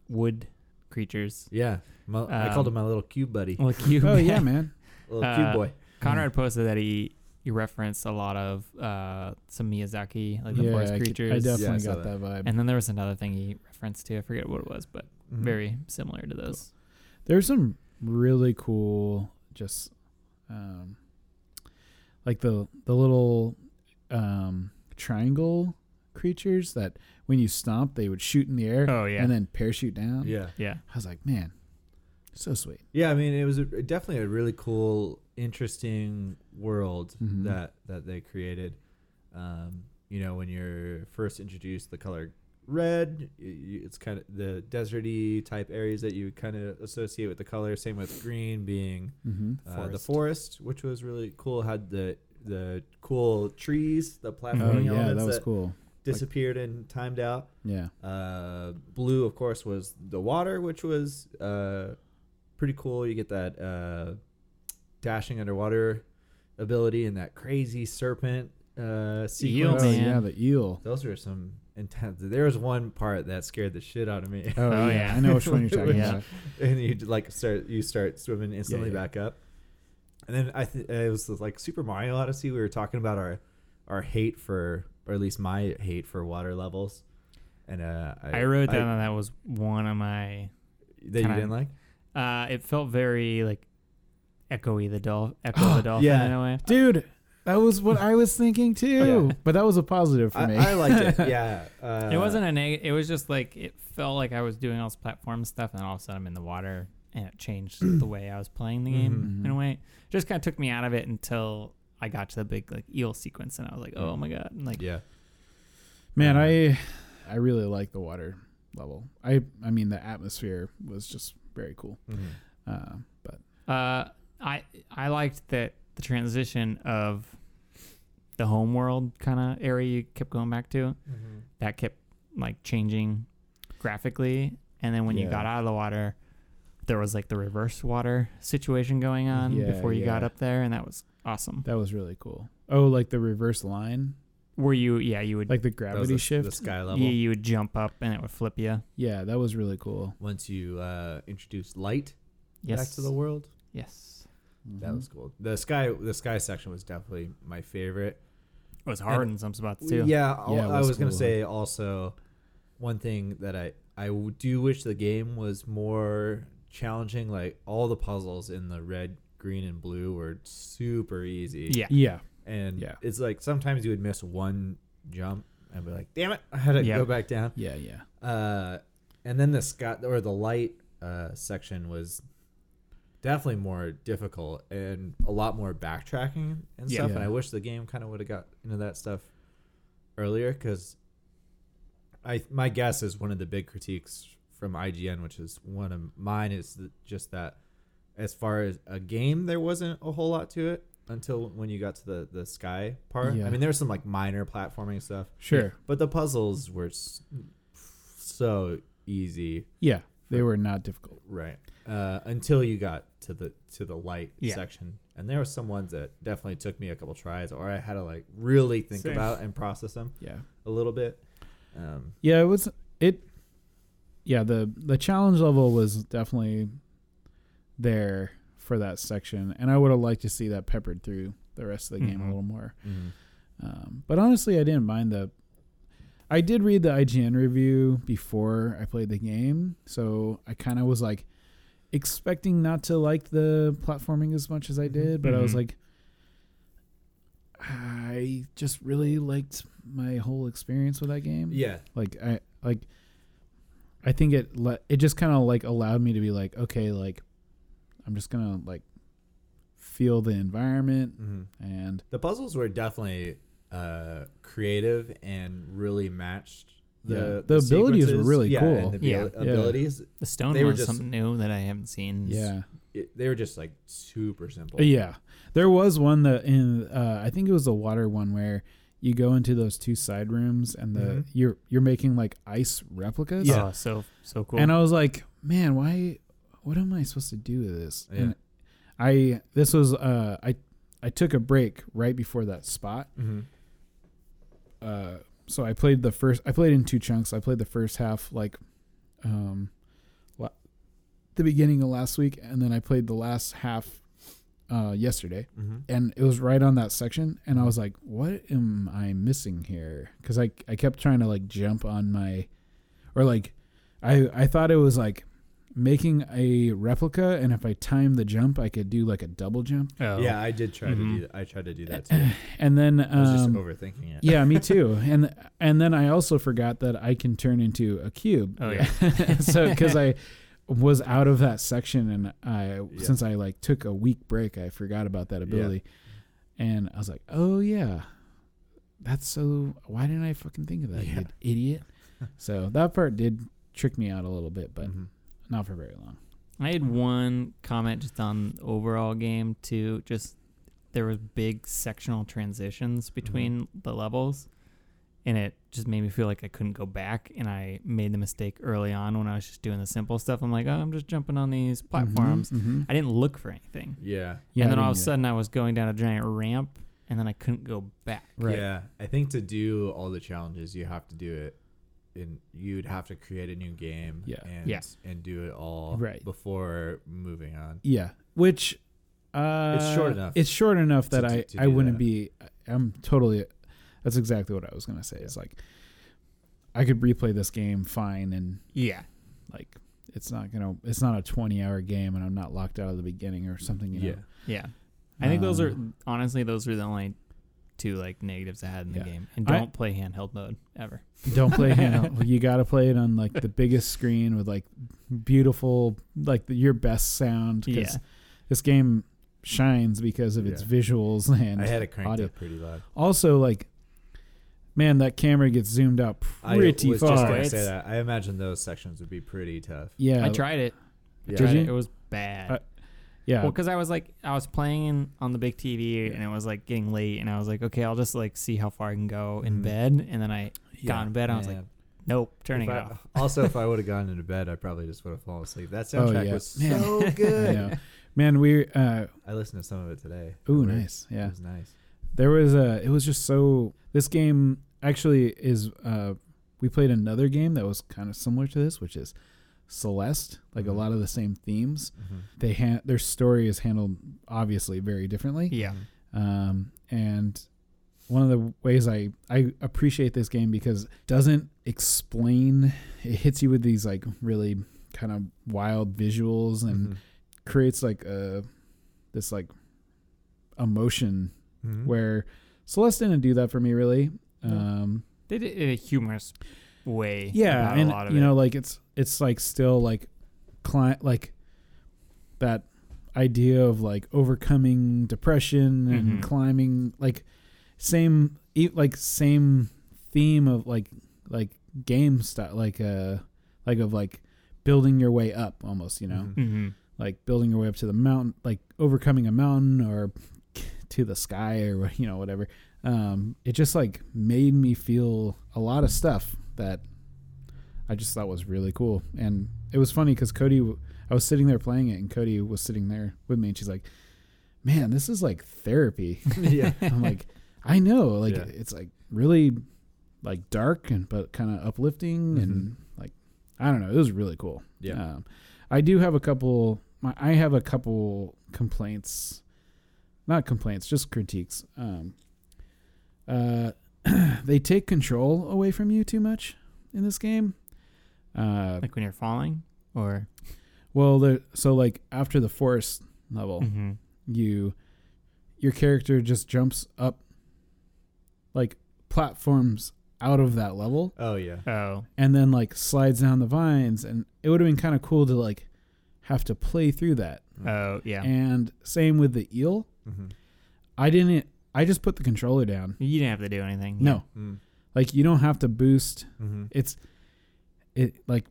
Speaker 3: wood creatures.
Speaker 2: yeah. My, I called him my little cube buddy,
Speaker 3: Like you.
Speaker 1: Oh yeah, man.
Speaker 2: little
Speaker 3: uh,
Speaker 2: cube boy.
Speaker 3: Conrad posted that he he referenced a lot of uh, some Miyazaki, like the
Speaker 1: yeah,
Speaker 3: forest
Speaker 1: I, could-
Speaker 3: creatures.
Speaker 1: I definitely
Speaker 2: Yeah, I saw
Speaker 1: got that, vibe.
Speaker 3: And then there was another thing he referenced to. I forget what it was, but
Speaker 2: Mhm.
Speaker 3: very similar to those.
Speaker 1: There's some really cool, just um, like the the little um, triangle creatures that when you stomp they would shoot in the air
Speaker 3: Oh yeah,
Speaker 1: and then parachute down.
Speaker 2: Yeah.
Speaker 3: yeah,
Speaker 1: I was like, man, so sweet.
Speaker 2: Yeah, I mean, it was a, definitely a really cool, interesting world
Speaker 1: Mhm.
Speaker 2: that that they created. Um, you know, when you're first introduced the color red, y- y- it's kind of the deserty type areas that you kind of associate with the color. Same with green being
Speaker 1: Mm-hmm.
Speaker 2: uh, the
Speaker 3: Forest.
Speaker 2: forest, which was really cool. Had the the cool trees, the
Speaker 1: Oh
Speaker 2: platforming
Speaker 1: yeah,
Speaker 2: elements
Speaker 1: that
Speaker 2: that,
Speaker 1: was cool.
Speaker 2: disappeared and timed out.
Speaker 1: Yeah.
Speaker 2: Uh, blue, of course, was the water, which was uh, pretty cool. You get that uh, dashing underwater ability and that crazy serpent uh,
Speaker 3: Eel
Speaker 2: sequence.
Speaker 1: oh,
Speaker 3: man.
Speaker 1: yeah, the eel.
Speaker 2: Those were some intense. There was one part that scared the shit out of me,
Speaker 1: Oh,
Speaker 3: Oh,
Speaker 1: yeah.
Speaker 3: yeah.
Speaker 1: I know which one you're talking
Speaker 3: Yeah.
Speaker 1: about.
Speaker 2: and you like start you start swimming instantly
Speaker 1: yeah.
Speaker 2: back up. And then I th- it was like Super Mario Odyssey. We were talking about our our hate for, or at least my hate for water levels. And uh,
Speaker 3: I wrote down that that was one of my.
Speaker 2: that you
Speaker 3: kinda-
Speaker 2: didn't like.
Speaker 3: Uh, it felt very like echoey the dolphin, echo the dolphin
Speaker 2: Yeah.
Speaker 3: in a way.
Speaker 1: Dude, that was what I was thinking too. But that was a positive for me.
Speaker 2: I, I liked it. Yeah, uh,
Speaker 3: it wasn't a neg- It was just like it felt like I was doing all this platform stuff, and all of a sudden I'm in the water, and it changed the way I was playing the game
Speaker 1: Mhm.
Speaker 3: in a way. Just kind of took me out of it until I got to the big like eel sequence, and I was like, oh my god, and, like
Speaker 2: Yeah,
Speaker 1: Man,
Speaker 2: Uh,
Speaker 1: I Um, I really like the water level. I I mean the atmosphere was just very cool.
Speaker 2: Mm-hmm.
Speaker 1: Uh, but
Speaker 3: Uh, I I liked that the transition of the home world kind of area you kept going back to.
Speaker 2: Mm-hmm.
Speaker 3: That kept like changing graphically, and then when
Speaker 1: Yeah.
Speaker 3: you got out of the water, there was like the reverse water situation going on
Speaker 1: Yeah,
Speaker 3: before you got
Speaker 1: yeah.
Speaker 3: up there, and that was awesome.
Speaker 1: that was really cool. Oh, like the reverse line,
Speaker 3: Were you? Yeah, you would.
Speaker 1: like the
Speaker 2: That was
Speaker 1: gravity
Speaker 2: the,
Speaker 1: shift.
Speaker 2: the sky level.
Speaker 3: yeah, you would jump up, and it would flip you.
Speaker 1: yeah, that was really cool.
Speaker 2: Once you uh, introduced light
Speaker 3: Yes. Mm-hmm.
Speaker 2: back to the world,
Speaker 3: yes.
Speaker 2: that
Speaker 1: Mm-hmm.
Speaker 2: was cool. The sky, the sky section was definitely my favorite.
Speaker 3: It was hard
Speaker 2: And-
Speaker 3: in some spots too.
Speaker 2: Yeah, al-
Speaker 1: Yeah, it
Speaker 2: I
Speaker 1: was
Speaker 2: was gonna
Speaker 1: cool.
Speaker 2: say also one thing that I I w- do wish the game was more challenging. Like all the puzzles in the red, green, and blue were super easy.
Speaker 3: Yeah.
Speaker 1: Yeah,
Speaker 2: and
Speaker 1: Yeah.
Speaker 2: it's like sometimes you would miss one jump and be like, "Damn it, I had to
Speaker 3: Yeah.
Speaker 2: go back down."
Speaker 1: yeah, yeah.
Speaker 2: Uh, and then the Scott or the light uh, section was definitely more difficult and a lot more backtracking and
Speaker 3: Yeah.
Speaker 2: stuff. And
Speaker 1: Yeah.
Speaker 2: I wish the game kind of would have got into that stuff earlier because I my guess is one of the big critiques from IGN, which is one of mine, is th- just that as far as a game, there wasn't a whole lot to it until when you got to the the sky part.
Speaker 1: Yeah.
Speaker 2: I mean, there was some like minor platforming stuff.
Speaker 1: Sure.
Speaker 2: But the puzzles were s- so easy.
Speaker 1: Yeah, they were not difficult.
Speaker 2: Right. uh, until you got to the to the light
Speaker 3: Yeah.
Speaker 2: section. And there were some ones that definitely took me a couple tries, or I had to like really think
Speaker 3: Same.
Speaker 2: about and process them
Speaker 1: Yeah.
Speaker 2: a little bit. Um,
Speaker 1: Yeah, it was it yeah, the the challenge level was definitely there for that section and I would have liked to see that peppered through the rest of the game
Speaker 2: Mm-hmm.
Speaker 3: Mhm.
Speaker 1: a little more. Um, but honestly, I didn't mind the. I did read the IGN review before I played the game, so I kind of was like expecting not to like the platforming as much as I did, but I was
Speaker 3: Mhm.
Speaker 1: like, I just really liked my whole experience with that game.
Speaker 2: Yeah,
Speaker 1: like I like. I think it let it just kind of like allowed me to be like, okay, like I'm just gonna like feel the environment
Speaker 2: hmm
Speaker 1: and
Speaker 2: the puzzles were definitely uh, creative and really matched. The,
Speaker 1: Yeah. The abilities were
Speaker 2: sequences.
Speaker 1: really
Speaker 2: yeah,
Speaker 1: cool.
Speaker 2: And the
Speaker 3: Yeah.
Speaker 2: abil-
Speaker 1: Yeah.
Speaker 2: abilities,
Speaker 3: The stone
Speaker 2: They were
Speaker 3: was
Speaker 2: just-
Speaker 3: something new that I haven't seen.
Speaker 1: yeah.
Speaker 2: it, they were just like super simple.
Speaker 1: Uh, Yeah, there was one that in uh, I think it was the water one where you go into those two side rooms and the
Speaker 2: Mhm.
Speaker 1: you're you're making like ice replicas.
Speaker 3: Yeah. Oh, so so cool.
Speaker 1: and uh, I was like, man, why? What am I supposed to do with this?
Speaker 2: Yeah.
Speaker 1: And I this was uh I I took a break right before that spot.
Speaker 2: hmm
Speaker 1: Uh, so I played the first. I played in two chunks. I played the first half like, um, la- the beginning of last week, and then I played the last half, uh, yesterday
Speaker 2: hmm
Speaker 1: and it was right on that section and i was like what am i missing here because I, I kept trying to like jump on my or like i i thought it was like making a replica and if i timed the jump i could do like a double jump
Speaker 3: oh.
Speaker 2: Yeah, I did try
Speaker 3: Mhm.
Speaker 2: to do. That. I tried to do that too.
Speaker 1: and then mm-hmm. um,
Speaker 2: I was just overthinking it.
Speaker 1: yeah me too and and then i also forgot that i can turn into a cube
Speaker 3: Oh, yeah.
Speaker 1: so because i was out of that section and i
Speaker 2: Yeah.
Speaker 1: since i like took a week break i forgot about that ability and i was like oh yeah that's so why didn't i fucking think of that
Speaker 2: Yeah.
Speaker 1: you idiot so that part did trick me out a little bit but
Speaker 2: Mhm.
Speaker 1: not for very long
Speaker 3: I had one comment just on the overall game too. Just there was big sectional transitions between the levels, and it just made me feel like I couldn't go back. And I made the mistake early on when I was just doing the simple stuff. I'm like, oh, I'm just jumping on these platforms.
Speaker 1: Mhm, mhm.
Speaker 3: I didn't look for anything,
Speaker 2: Yeah.
Speaker 1: Yeah, I
Speaker 3: and then
Speaker 1: didn't get
Speaker 3: all of a
Speaker 1: it.
Speaker 3: sudden I was going down a giant ramp, and then I couldn't go back.
Speaker 1: Right.
Speaker 2: Yeah, I think to do all the challenges, you have to do it, and you'd have to create a new game.
Speaker 1: Yeah.
Speaker 2: and,
Speaker 3: Yeah.
Speaker 2: and do it all
Speaker 1: Right.
Speaker 2: before moving on.
Speaker 1: Yeah, which uh,
Speaker 2: short enough
Speaker 1: It's short enough
Speaker 2: to-
Speaker 1: that I
Speaker 2: to- to
Speaker 1: I
Speaker 2: do
Speaker 1: wouldn't
Speaker 2: that.
Speaker 1: be. I'm totally. That's exactly what I was gonna say. It's like I could replay this game fine, and
Speaker 3: Yeah,
Speaker 1: like it's not gonna. It's not a 20 hour game, and I'm not locked out of the beginning or something. You know?
Speaker 2: Yeah,
Speaker 3: yeah. I think those
Speaker 1: Uh,
Speaker 3: are honestly those are the only two like negatives I had in the
Speaker 1: Yeah.
Speaker 3: game. And
Speaker 1: I-
Speaker 3: don't play handheld mode ever.
Speaker 1: Don't play handheld. You gotta play it on like the biggest screen with like beautiful, like the, your best sound. 'cause
Speaker 3: Yeah.
Speaker 1: This game shines because of its
Speaker 2: Yeah.
Speaker 1: visuals and
Speaker 2: I had it cranked
Speaker 1: audio.
Speaker 2: up pretty loud.
Speaker 1: Also, like, man, that camera gets zoomed out pretty
Speaker 2: I was just
Speaker 1: far.
Speaker 2: gonna
Speaker 3: It's-
Speaker 2: say that. I imagine those sections would be pretty tough.
Speaker 1: yeah,
Speaker 3: I tried it.
Speaker 1: Did
Speaker 2: Yeah.
Speaker 3: tried
Speaker 1: you?
Speaker 3: it. It was bad.
Speaker 1: Uh, Yeah,
Speaker 3: Well, because I was like, I was playing on the big TV and it was like getting late, and I was like, okay, I'll just like see how far I can go in
Speaker 1: Mm-hmm.
Speaker 2: Mhm.
Speaker 3: bed, and then I got in bed, and I was like,
Speaker 2: Man.
Speaker 3: nope, turning
Speaker 2: If
Speaker 3: it
Speaker 2: I-
Speaker 3: off.
Speaker 2: also, if I would have gone into bed, I probably just would have fallen asleep. That
Speaker 1: Oh,
Speaker 2: soundtrack
Speaker 1: yeah.
Speaker 2: was
Speaker 1: Man.
Speaker 2: so
Speaker 1: I
Speaker 2: good.
Speaker 1: know. man, we. Uh,
Speaker 2: I listened to some of it today.
Speaker 1: ooh,
Speaker 2: It worked.
Speaker 1: nice. Yeah,
Speaker 2: It was nice.
Speaker 1: there was a. It was just so. This game actually is. Uh, we played another game that was kind of similar to this, which is Celeste. Like
Speaker 2: Mhm.
Speaker 1: a lot of the same themes.
Speaker 2: Mhm.
Speaker 1: They ha- their story is handled obviously very differently.
Speaker 3: Yeah.
Speaker 2: Mhm.
Speaker 1: um, and one of the ways I, I appreciate this game because it doesn't explain it hits you with these like really kind of wild visuals and
Speaker 2: Mhm.
Speaker 1: creates like a this like emotion
Speaker 2: Mhm.
Speaker 1: where Celeste didn't do that for me really
Speaker 3: Mm-hmm. No.
Speaker 1: um,
Speaker 3: They did it in a humorous way.
Speaker 1: yeah
Speaker 3: about
Speaker 1: and
Speaker 3: a lot of
Speaker 1: you
Speaker 3: it.
Speaker 1: know like it's it's like still like client like that idea of like overcoming depression and
Speaker 3: Mhm.
Speaker 1: climbing like same e- like same theme of like like game stuff like uh like of like building your way up almost you know
Speaker 2: Mhm.
Speaker 3: hmm
Speaker 1: like building your way up to the mountain like overcoming a mountain or to the sky or what- you know whatever um it just like made me feel a lot of stuff that I just thought was really cool. And it was funny because Cody, w- I was sitting there playing it, and Cody was sitting there with me, and she's like, "Man, this is like therapy."
Speaker 2: Mm-hmm. yeah.
Speaker 1: I'm like, "I know, like
Speaker 2: Yeah.
Speaker 1: it's like really like dark and but kind of uplifting and like I don't know, it was really cool."
Speaker 2: Mm-hmm. Yeah.
Speaker 1: Um, I do have a couple. My, I have a couple complaints, not complaints, just critiques. Um, uh, they take control away from you too much in this game. Uh,
Speaker 3: Like when you're falling, or
Speaker 1: well, the, so like after the forest level,
Speaker 3: Mhm.
Speaker 1: you your character just jumps up like platforms out of that level
Speaker 2: Oh yeah.
Speaker 3: oh,
Speaker 1: and then like slides down the vines and it would have been kind of cool to like have to play through that
Speaker 3: oh, yeah.
Speaker 1: and same with the eel
Speaker 2: Mm-hmm.
Speaker 1: i didn't i just put the controller down
Speaker 3: you didn't have to do anything.
Speaker 1: no like you don't have to boost
Speaker 2: Mm-hmm.
Speaker 1: it's it like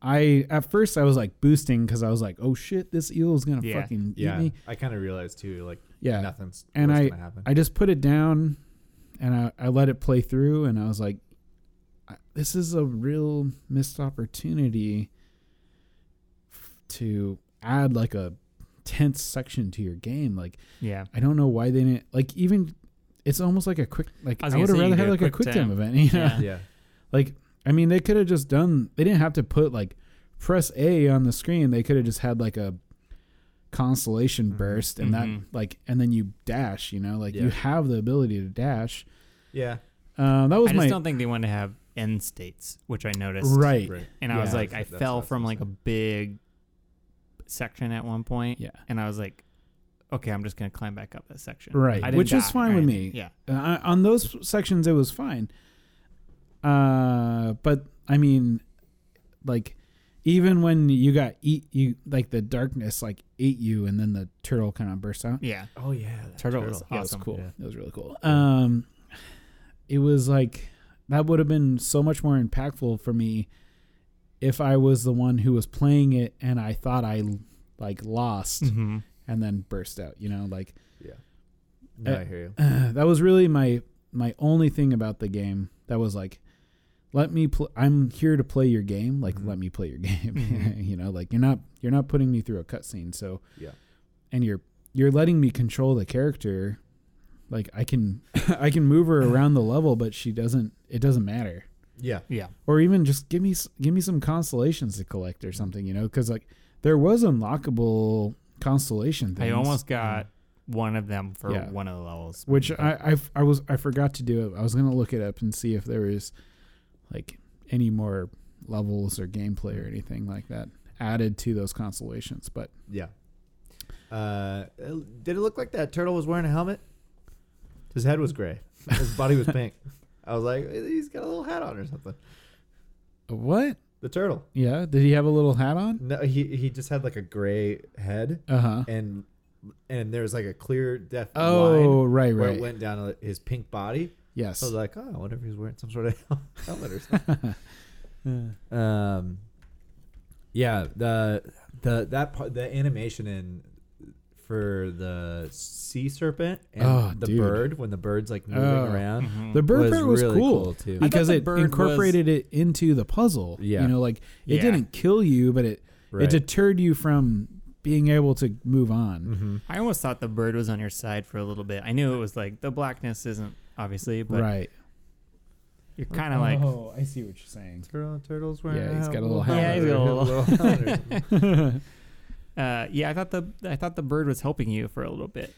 Speaker 1: i at first i was like boosting because i was like oh shit this eel is gonna
Speaker 3: Yeah.
Speaker 1: fucking
Speaker 2: Yeah.
Speaker 1: eat me
Speaker 2: I kind of realized too, like
Speaker 1: yeah
Speaker 2: nothing's
Speaker 1: And
Speaker 2: what's gonna happen.
Speaker 1: i just put it down and I, I let it play through and i was like I- this is a real missed opportunity f- to add like a tense section to your game like
Speaker 3: Yeah.
Speaker 1: I don't know why they didn't like even. It's almost like a quick like I,
Speaker 3: I was gonna
Speaker 1: would have
Speaker 3: say you
Speaker 1: rather
Speaker 3: can
Speaker 1: had
Speaker 3: do a
Speaker 1: like a
Speaker 3: quick
Speaker 1: quick time,
Speaker 3: time.
Speaker 1: event. You know?
Speaker 3: Yeah.
Speaker 2: yeah.
Speaker 1: Like I mean, they could have just done. They didn't have to put like press A on the screen. They could have just had like a constellation
Speaker 2: Mhm.
Speaker 1: burst and
Speaker 3: Mhm.
Speaker 1: that like and then you dash. You know, like
Speaker 2: Yeah.
Speaker 1: you have the ability to dash.
Speaker 2: Yeah.
Speaker 1: Uh, that
Speaker 3: I
Speaker 1: was
Speaker 3: just
Speaker 1: my
Speaker 3: don't think they wanted to have end states, which I noticed.
Speaker 1: right.
Speaker 2: Right.
Speaker 3: And I
Speaker 1: Yeah.
Speaker 3: was like, I
Speaker 2: That's- that's
Speaker 3: fell
Speaker 2: what I
Speaker 3: from
Speaker 2: was
Speaker 3: like a big section at one point,
Speaker 1: Yeah,
Speaker 3: and I was like, okay, I'm just gonna climb back up that section.
Speaker 1: Right,
Speaker 3: I didn't
Speaker 1: which is
Speaker 3: die
Speaker 1: fine
Speaker 3: or
Speaker 1: with
Speaker 3: anything.
Speaker 1: me.
Speaker 3: Yeah.
Speaker 1: And Uh, I, on those sections it was fine. Uh, but I mean, like even when you got eat you like the darkness like ate you and then the turtle kind of burst out.
Speaker 3: Yeah.
Speaker 2: Oh yeah. that
Speaker 3: Turtle was
Speaker 1: Yeah, it
Speaker 3: awesome.
Speaker 1: was cool.
Speaker 2: Yeah.
Speaker 1: It was really cool. Um, it was like that would have been so much more impactful for me if I was the one who was playing it and I thought I like lost
Speaker 2: Mm-hmm.
Speaker 3: hmm
Speaker 1: and then burst out. You know, like
Speaker 2: Yeah. No,
Speaker 1: Uh,
Speaker 2: I hear you.
Speaker 1: that was really my my only thing about the game. That was like, let me. Pl- I'm here to play your game. Like,
Speaker 3: Mm-hmm.
Speaker 2: Mhm.
Speaker 1: let me play your game.
Speaker 3: Mhm.
Speaker 1: you know, like you're not you're not putting me through a cutscene. So
Speaker 2: Yeah.
Speaker 1: and you're you're letting me control the character. Like I can I can move her around the level, but she doesn't. It doesn't matter.
Speaker 2: Yeah.
Speaker 3: Yeah.
Speaker 1: Or even just give me s- give me some constellations to collect or something. You know, because like there was unlockable constellation. Things
Speaker 3: I almost got one of them for
Speaker 1: Yeah.
Speaker 3: one of the levels.
Speaker 1: which I, I f- I was I forgot to do it. I was gonna look it up and see if there was like any more levels or gameplay or anything like that added to those constellations. But
Speaker 2: Yeah. Uh, it- did it look like that turtle was wearing a helmet? His head was gray. His body was pink. I was like, he's got a little hat on or something.
Speaker 1: what?
Speaker 2: The turtle.
Speaker 1: Yeah, did he have a little hat on?
Speaker 2: No, he he just had like a gray head
Speaker 1: Uh huh.
Speaker 2: and and there was like a clear def
Speaker 1: Oh
Speaker 2: line
Speaker 1: right
Speaker 2: where it
Speaker 1: right
Speaker 2: went down his pink body.
Speaker 1: yes.
Speaker 2: So I was like, oh, I wonder if he's wearing some sort of helmet or something. Um, yeah, the the that part, the animation in for the sea serpent and
Speaker 1: Oh,
Speaker 2: the
Speaker 1: dude.
Speaker 2: bird when the bird's like moving
Speaker 1: Oh.
Speaker 2: around.
Speaker 3: Mhm.
Speaker 1: the bird
Speaker 2: was
Speaker 1: part was
Speaker 2: really
Speaker 1: cool,
Speaker 2: cool, too. I thought
Speaker 1: because
Speaker 3: the
Speaker 1: it
Speaker 3: bird
Speaker 1: incorporated it into the puzzle.
Speaker 2: Yeah.
Speaker 1: you know, like it
Speaker 3: Yeah.
Speaker 1: didn't kill you, but it
Speaker 2: Right.
Speaker 1: it deterred you from being able to move on.
Speaker 2: Mm-hmm.
Speaker 3: I almost thought the bird was on your side for a little bit. I knew it was like the blackness isn't obviously, but
Speaker 1: Mm-hmm. Right.
Speaker 3: you're kind of like
Speaker 1: oh, I see what you're saying.
Speaker 2: Turtle turtles wearing.
Speaker 1: Yeah, he's got a little
Speaker 3: hat. Yeah, he's got a little-
Speaker 2: hat.
Speaker 3: Uh, yeah, I thought the I thought the bird was helping you for a little bit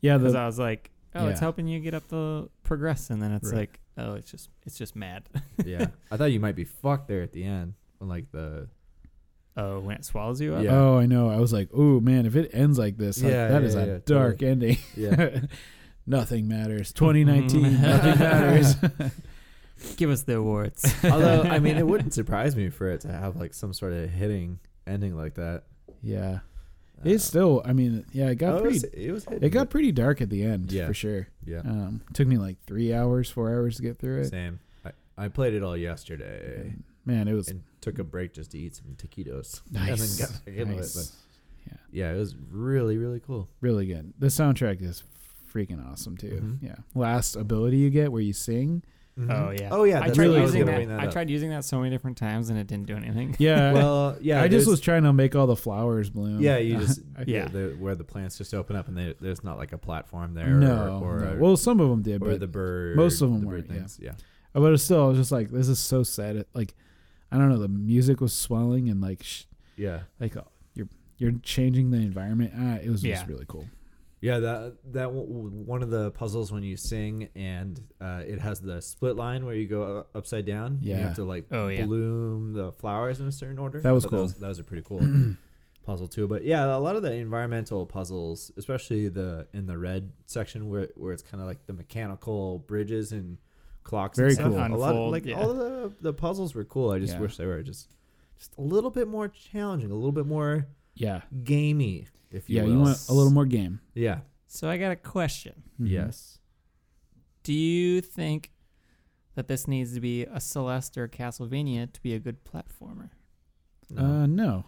Speaker 1: Yeah,
Speaker 3: because
Speaker 1: the,
Speaker 3: I was like, oh, it's
Speaker 1: Yeah.
Speaker 3: helping you get up the progress, and then it's
Speaker 2: Right.
Speaker 3: like, oh, it's just it's just mad.
Speaker 2: yeah, I thought you might be fucked there at the end when like the
Speaker 3: oh, when it swallows you up.
Speaker 2: Yeah.
Speaker 1: Oh, I know. I was like, oh man, if it ends like this, like,
Speaker 2: Yeah,
Speaker 1: that
Speaker 2: yeah,
Speaker 1: is
Speaker 2: yeah,
Speaker 1: a
Speaker 2: totally.
Speaker 1: dark ending.
Speaker 2: yeah
Speaker 1: nothing matters. 2019, nothing matters.
Speaker 3: Give us the awards.
Speaker 2: Although I mean, it wouldn't surprise me for it to have like some sort of hitting ending like that.
Speaker 1: Yeah, it's
Speaker 2: Um,
Speaker 1: still. I mean, yeah, it got
Speaker 2: oh, it
Speaker 1: pretty.
Speaker 2: was- it was hitting,
Speaker 1: it got
Speaker 2: but-
Speaker 1: pretty dark at the end,
Speaker 2: Yeah.
Speaker 1: for sure.
Speaker 2: yeah.
Speaker 1: Um, took me like three hours, four hours to get through it.
Speaker 2: Same. I, I played it all yesterday
Speaker 1: And, man, it was
Speaker 2: and took a break just to eat some taquitos. And
Speaker 1: nice.
Speaker 2: then got back into
Speaker 1: Nice.
Speaker 2: it. But yeah, it was really, really cool.
Speaker 1: really good. The soundtrack is freaking awesome too.
Speaker 2: Mhm.
Speaker 1: Yeah, last ability you get where you sing
Speaker 4: Oh yeah.
Speaker 2: Oh yeah,
Speaker 3: I
Speaker 2: that's
Speaker 3: tried
Speaker 2: right. I was
Speaker 3: using
Speaker 2: gonna
Speaker 3: that.
Speaker 2: bring that
Speaker 3: I
Speaker 2: up.
Speaker 3: tried using that so many different times and it didn't do anything.
Speaker 1: Yeah.
Speaker 2: Well, yeah,
Speaker 1: I just
Speaker 2: there's-
Speaker 1: was trying to make all the flowers bloom.
Speaker 2: Yeah, you just
Speaker 1: I-
Speaker 2: yeah,
Speaker 3: Yeah.
Speaker 2: the- where the plants just open up and they, there's not like a platform there.
Speaker 1: no,
Speaker 2: or, or,
Speaker 1: no.
Speaker 2: a-
Speaker 1: Well, some of them did,
Speaker 2: or
Speaker 1: but
Speaker 2: the bird.
Speaker 1: most of 'em
Speaker 2: the
Speaker 1: were,
Speaker 2: bird
Speaker 1: yeah.
Speaker 2: things, yeah.
Speaker 1: Uh, But still, I was just like, this is so sad. It, like, I don't know. The music was swelling and like, sh-
Speaker 2: yeah,
Speaker 1: like uh, you're you're changing the environment. Ah, it was
Speaker 4: Yeah.
Speaker 1: just really cool.
Speaker 2: yeah. That that w- w- one of the puzzles when you sing and uh, it has the split line where you go u- upside down. you
Speaker 1: Yeah.
Speaker 2: have to like
Speaker 4: Oh, yeah.
Speaker 2: bloom the flowers in a certain order.
Speaker 1: That was
Speaker 2: But
Speaker 1: cool.
Speaker 2: That was, that was a pretty cool puzzle too. But yeah, a lot of the environmental puzzles, especially the in the red section where where it's kind of like the mechanical bridges and clocks.
Speaker 1: Very
Speaker 2: and stuff.
Speaker 1: cool.
Speaker 2: A lot of,
Speaker 4: Unfold,
Speaker 2: like
Speaker 4: yeah.
Speaker 2: all the the puzzles were cool. I just
Speaker 1: Yeah.
Speaker 2: wish they were just just a little bit more challenging, a little bit more
Speaker 1: Yeah,
Speaker 2: gamey. If you
Speaker 1: yeah.
Speaker 2: will.
Speaker 1: You want a little more game?
Speaker 2: yeah
Speaker 3: So I got a question.
Speaker 1: Mhm.
Speaker 2: yes.
Speaker 3: Do you think that this needs to be a Celeste or Castlevania to be a good platformer?
Speaker 2: No.
Speaker 1: Uh, no.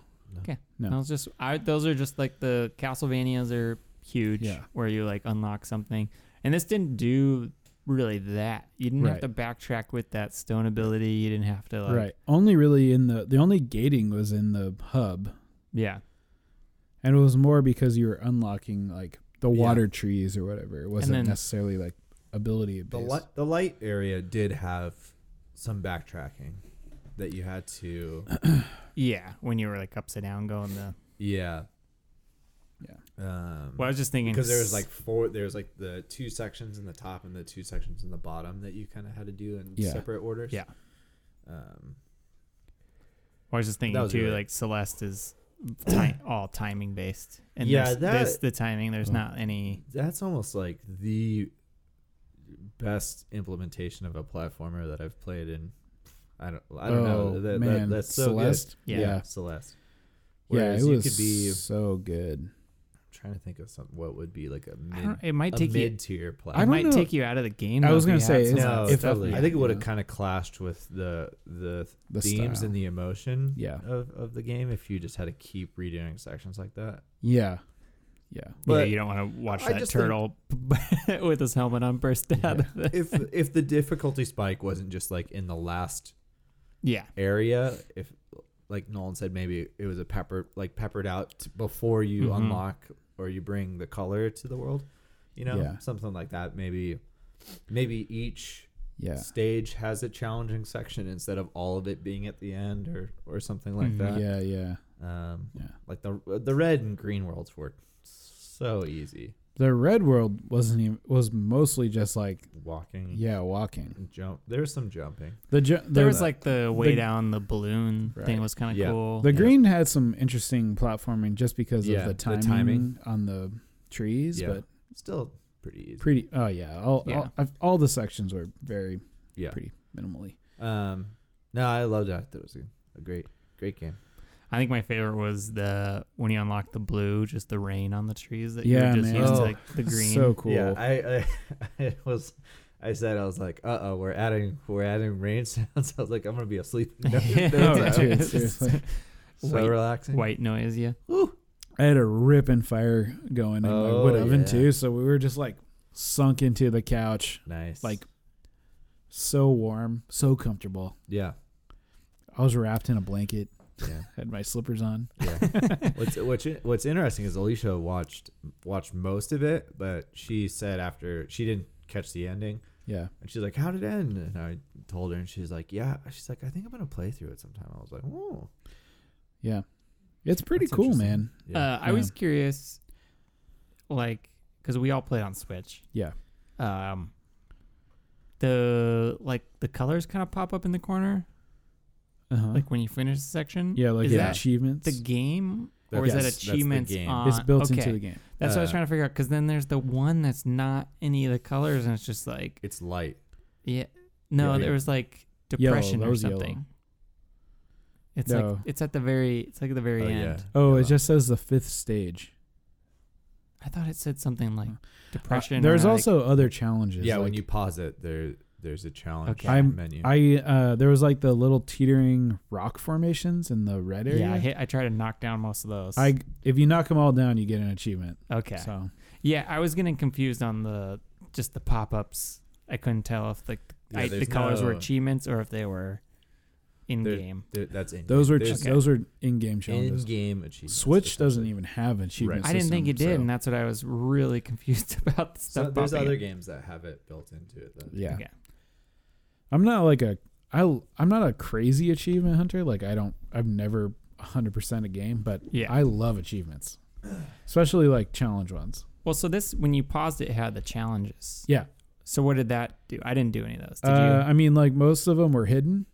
Speaker 1: No.
Speaker 3: I was just I, those are just like the Castlevanias are huge
Speaker 1: Yeah.
Speaker 3: where you like unlock something. And this didn't do really that. You didn't
Speaker 1: Right.
Speaker 3: have to backtrack with that stone ability. You didn't have to like
Speaker 1: right. Only really in the the only gating was in the hub,
Speaker 3: yeah.
Speaker 1: and it was more because you were unlocking like the
Speaker 2: Yeah.
Speaker 1: water trees or whatever. It wasn't
Speaker 3: then-
Speaker 1: necessarily like ability
Speaker 2: the
Speaker 1: based.
Speaker 2: light the light area did have some backtracking that you had to.
Speaker 3: Yeah, when you were like upside down going the
Speaker 2: Yeah.
Speaker 1: Yeah.
Speaker 2: Um,
Speaker 3: Well, I was just thinking
Speaker 2: because there was like four. There was like the two sections in the top and the two sections in the bottom that you kind of had to do in
Speaker 1: Yeah.
Speaker 2: separate orders.
Speaker 3: Yeah.
Speaker 2: Um,
Speaker 3: I was
Speaker 2: That
Speaker 3: just thinking
Speaker 2: was
Speaker 3: too,
Speaker 2: really-
Speaker 3: like Celeste is ti- all timing based, and
Speaker 2: Yeah,
Speaker 3: this,
Speaker 2: that-
Speaker 3: this the timing. There's not any.
Speaker 2: that's almost like the best implementation of a platformer that I've played in. I don't. I don't
Speaker 1: oh,
Speaker 2: know. That, that-
Speaker 1: man,
Speaker 2: that's so good.
Speaker 1: Celeste.
Speaker 3: Yeah.
Speaker 1: yeah,
Speaker 2: Celeste.
Speaker 1: yeah.
Speaker 2: Whereas
Speaker 1: it
Speaker 2: you
Speaker 1: was
Speaker 2: could be
Speaker 1: so good.
Speaker 2: I'm trying to think of something. What would be like a
Speaker 3: I don't,
Speaker 2: mid,
Speaker 3: it might
Speaker 2: a
Speaker 3: take you.
Speaker 2: mid-tier
Speaker 1: I
Speaker 3: It
Speaker 2: platformer?
Speaker 1: don't
Speaker 3: might
Speaker 1: know.
Speaker 3: take you out of the game.
Speaker 1: I
Speaker 3: though,
Speaker 1: was
Speaker 3: if
Speaker 1: gonna
Speaker 3: you had
Speaker 1: say,
Speaker 3: some
Speaker 1: it's-
Speaker 3: of that
Speaker 2: No,
Speaker 3: stuff.
Speaker 1: if I-
Speaker 2: totally. I, think it
Speaker 1: yeah,
Speaker 2: would have
Speaker 1: yeah.
Speaker 2: kind of clashed with the the
Speaker 1: The
Speaker 2: themes
Speaker 1: style.
Speaker 2: and the emotion
Speaker 1: Yeah.
Speaker 2: of, of the game if you just had to keep redoing sections like that.
Speaker 1: Yeah, yeah.
Speaker 2: But
Speaker 3: yeah, you don't want to watch
Speaker 2: I
Speaker 3: that
Speaker 2: just think-
Speaker 3: turtle with his helmet on burst out of the.
Speaker 2: if if the difficulty spike wasn't just like in the last
Speaker 3: Yeah,
Speaker 2: area, if like Nolan said, maybe it was a pepper like peppered out t- before you
Speaker 1: Mm-hmm.
Speaker 3: Mhm.
Speaker 2: unlock or you bring the color to the world, you know,
Speaker 1: Yeah.
Speaker 2: something like that. Maybe maybe each
Speaker 1: Yeah.
Speaker 2: stage has a challenging section instead of all of it being at the end or or something like
Speaker 3: Mhm.
Speaker 2: that.
Speaker 1: Mm, Yeah, yeah.
Speaker 2: Um,
Speaker 1: Yeah.
Speaker 2: like the the red and green worlds were so easy.
Speaker 1: The red world wasn't even was mostly just like
Speaker 2: Walking,
Speaker 1: yeah, walking.
Speaker 2: and jump. There was some jumping.
Speaker 1: The ju-
Speaker 3: there
Speaker 1: the-
Speaker 3: was like the way
Speaker 1: the-
Speaker 3: down the balloon
Speaker 1: Right.
Speaker 3: thing was kind of
Speaker 2: Yeah.
Speaker 3: cool.
Speaker 1: the green had some interesting platforming just because
Speaker 2: Yeah,
Speaker 1: of the
Speaker 2: the timing.
Speaker 1: timing, on the trees,
Speaker 2: Yeah.
Speaker 1: but
Speaker 2: Still pretty easy.
Speaker 1: pretty. Oh yeah, all
Speaker 3: Yeah.
Speaker 1: All, I've, all the sections were very
Speaker 2: Yeah.
Speaker 1: pretty minimally.
Speaker 2: Um, no, I loved it. I thought It was a, a great, great game.
Speaker 3: I think my favorite was the when you unlock the blue, just the rain on the trees that
Speaker 1: Yeah,
Speaker 3: you were just
Speaker 1: man.
Speaker 3: used to
Speaker 2: Oh,
Speaker 3: like the green.
Speaker 1: so cool.
Speaker 2: Yeah, I, I, I was. I said I was like, uh oh, we're adding we're adding rain sounds. I was like, I'm gonna be asleep. No, no,
Speaker 1: Oh,
Speaker 2: no.
Speaker 1: dude, seriously.
Speaker 2: so
Speaker 3: White-
Speaker 2: relaxing.
Speaker 3: White noise, yeah.
Speaker 1: I had a rip and fire going in my
Speaker 2: Oh,
Speaker 1: wood oven
Speaker 2: yeah.
Speaker 1: too, so we were just like sunk into the couch,
Speaker 2: nice.
Speaker 1: like so warm, so comfortable.
Speaker 2: yeah,
Speaker 1: I was wrapped in a blanket,
Speaker 2: yeah.
Speaker 1: had my slippers on.
Speaker 2: Yeah. what's what's what's interesting is Alicia watched watched most of it, but she said after she didn't catch the ending,
Speaker 1: Yeah,
Speaker 2: and she's like, "How did it end?" And I told her, and she's like, "Yeah." She's like, "I think I'm gonna play through it sometime." I was like, "Oh,
Speaker 1: yeah. It's pretty
Speaker 2: That's
Speaker 1: cool,
Speaker 2: interesting.
Speaker 1: man.
Speaker 2: yeah,
Speaker 3: Uh, I
Speaker 1: Yeah.
Speaker 3: was curious, like, because we all played on Switch.
Speaker 1: Yeah.
Speaker 3: Um, the like the colors kind of pop up in the corner,
Speaker 1: Uh-huh.
Speaker 3: like when you finish the section.
Speaker 1: yeah, like
Speaker 3: is
Speaker 1: the
Speaker 3: that
Speaker 1: achievements.
Speaker 3: the game, or
Speaker 2: That's-
Speaker 3: is
Speaker 2: Yes,
Speaker 3: that
Speaker 2: that's the
Speaker 3: achievements?
Speaker 2: game.
Speaker 3: On,
Speaker 1: it's built into
Speaker 3: okay.
Speaker 1: the game.
Speaker 3: That's what I was
Speaker 2: Uh,
Speaker 3: trying to figure out. Because then there's the one that's not any of the colors, and it's just like,
Speaker 2: it's light."
Speaker 3: yeah, no,
Speaker 2: Yeah.
Speaker 3: there was like
Speaker 1: Yellow,
Speaker 3: depression
Speaker 1: that
Speaker 3: or
Speaker 1: was yellow.
Speaker 3: something. It's like
Speaker 1: No.
Speaker 3: it's at the very it's like at the very
Speaker 2: Oh,
Speaker 3: end.
Speaker 2: yeah.
Speaker 1: Oh,
Speaker 2: Yeah.
Speaker 1: it just says the fifth stage.
Speaker 3: I thought it said something like
Speaker 1: Uh,
Speaker 3: depression. or,
Speaker 1: There's
Speaker 3: like-
Speaker 1: also other challenges.
Speaker 2: Yeah, when
Speaker 1: like,
Speaker 2: you pause it, there there's a challenge
Speaker 3: Okay.
Speaker 1: I'm-
Speaker 2: menu.
Speaker 1: I uh, there was like the little teetering rock formations in the red area.
Speaker 3: Yeah, I hit. I try to knock down most of those.
Speaker 1: I if you knock them all down, you get an achievement.
Speaker 3: okay.
Speaker 1: So
Speaker 3: Yeah, I was getting confused on the just the pop ups. I couldn't tell if like
Speaker 2: Yeah,
Speaker 3: I,
Speaker 2: there's
Speaker 3: the colors were
Speaker 2: no-
Speaker 3: achievements or if they were in
Speaker 2: There-
Speaker 3: game.
Speaker 2: Th- That's in.
Speaker 1: Those were ch-
Speaker 2: There's
Speaker 1: those were in-game
Speaker 2: in
Speaker 1: challenges.
Speaker 2: game achievements.
Speaker 1: Switch doesn't
Speaker 2: essentially.
Speaker 1: even have an achievement.
Speaker 3: I didn't think it
Speaker 1: system,
Speaker 3: did,
Speaker 1: so-
Speaker 3: and that's what I was really confused about. The
Speaker 2: So
Speaker 3: stuff
Speaker 2: there's
Speaker 3: popping
Speaker 2: other
Speaker 3: up.
Speaker 2: games that have it built into it. Though.
Speaker 1: Yeah.
Speaker 3: Yeah.
Speaker 1: I'm not like a I I'm not a crazy achievement hunter. Like I don't I've never 100% a game, but
Speaker 3: Yeah.
Speaker 1: I love achievements. Especially like challenge ones.
Speaker 3: Well, so this when you paused it, it had the challenges.
Speaker 1: Yeah.
Speaker 3: So what did that do? I didn't do any of those. Did
Speaker 1: Uh,
Speaker 3: you?
Speaker 1: I mean like most of them were hidden.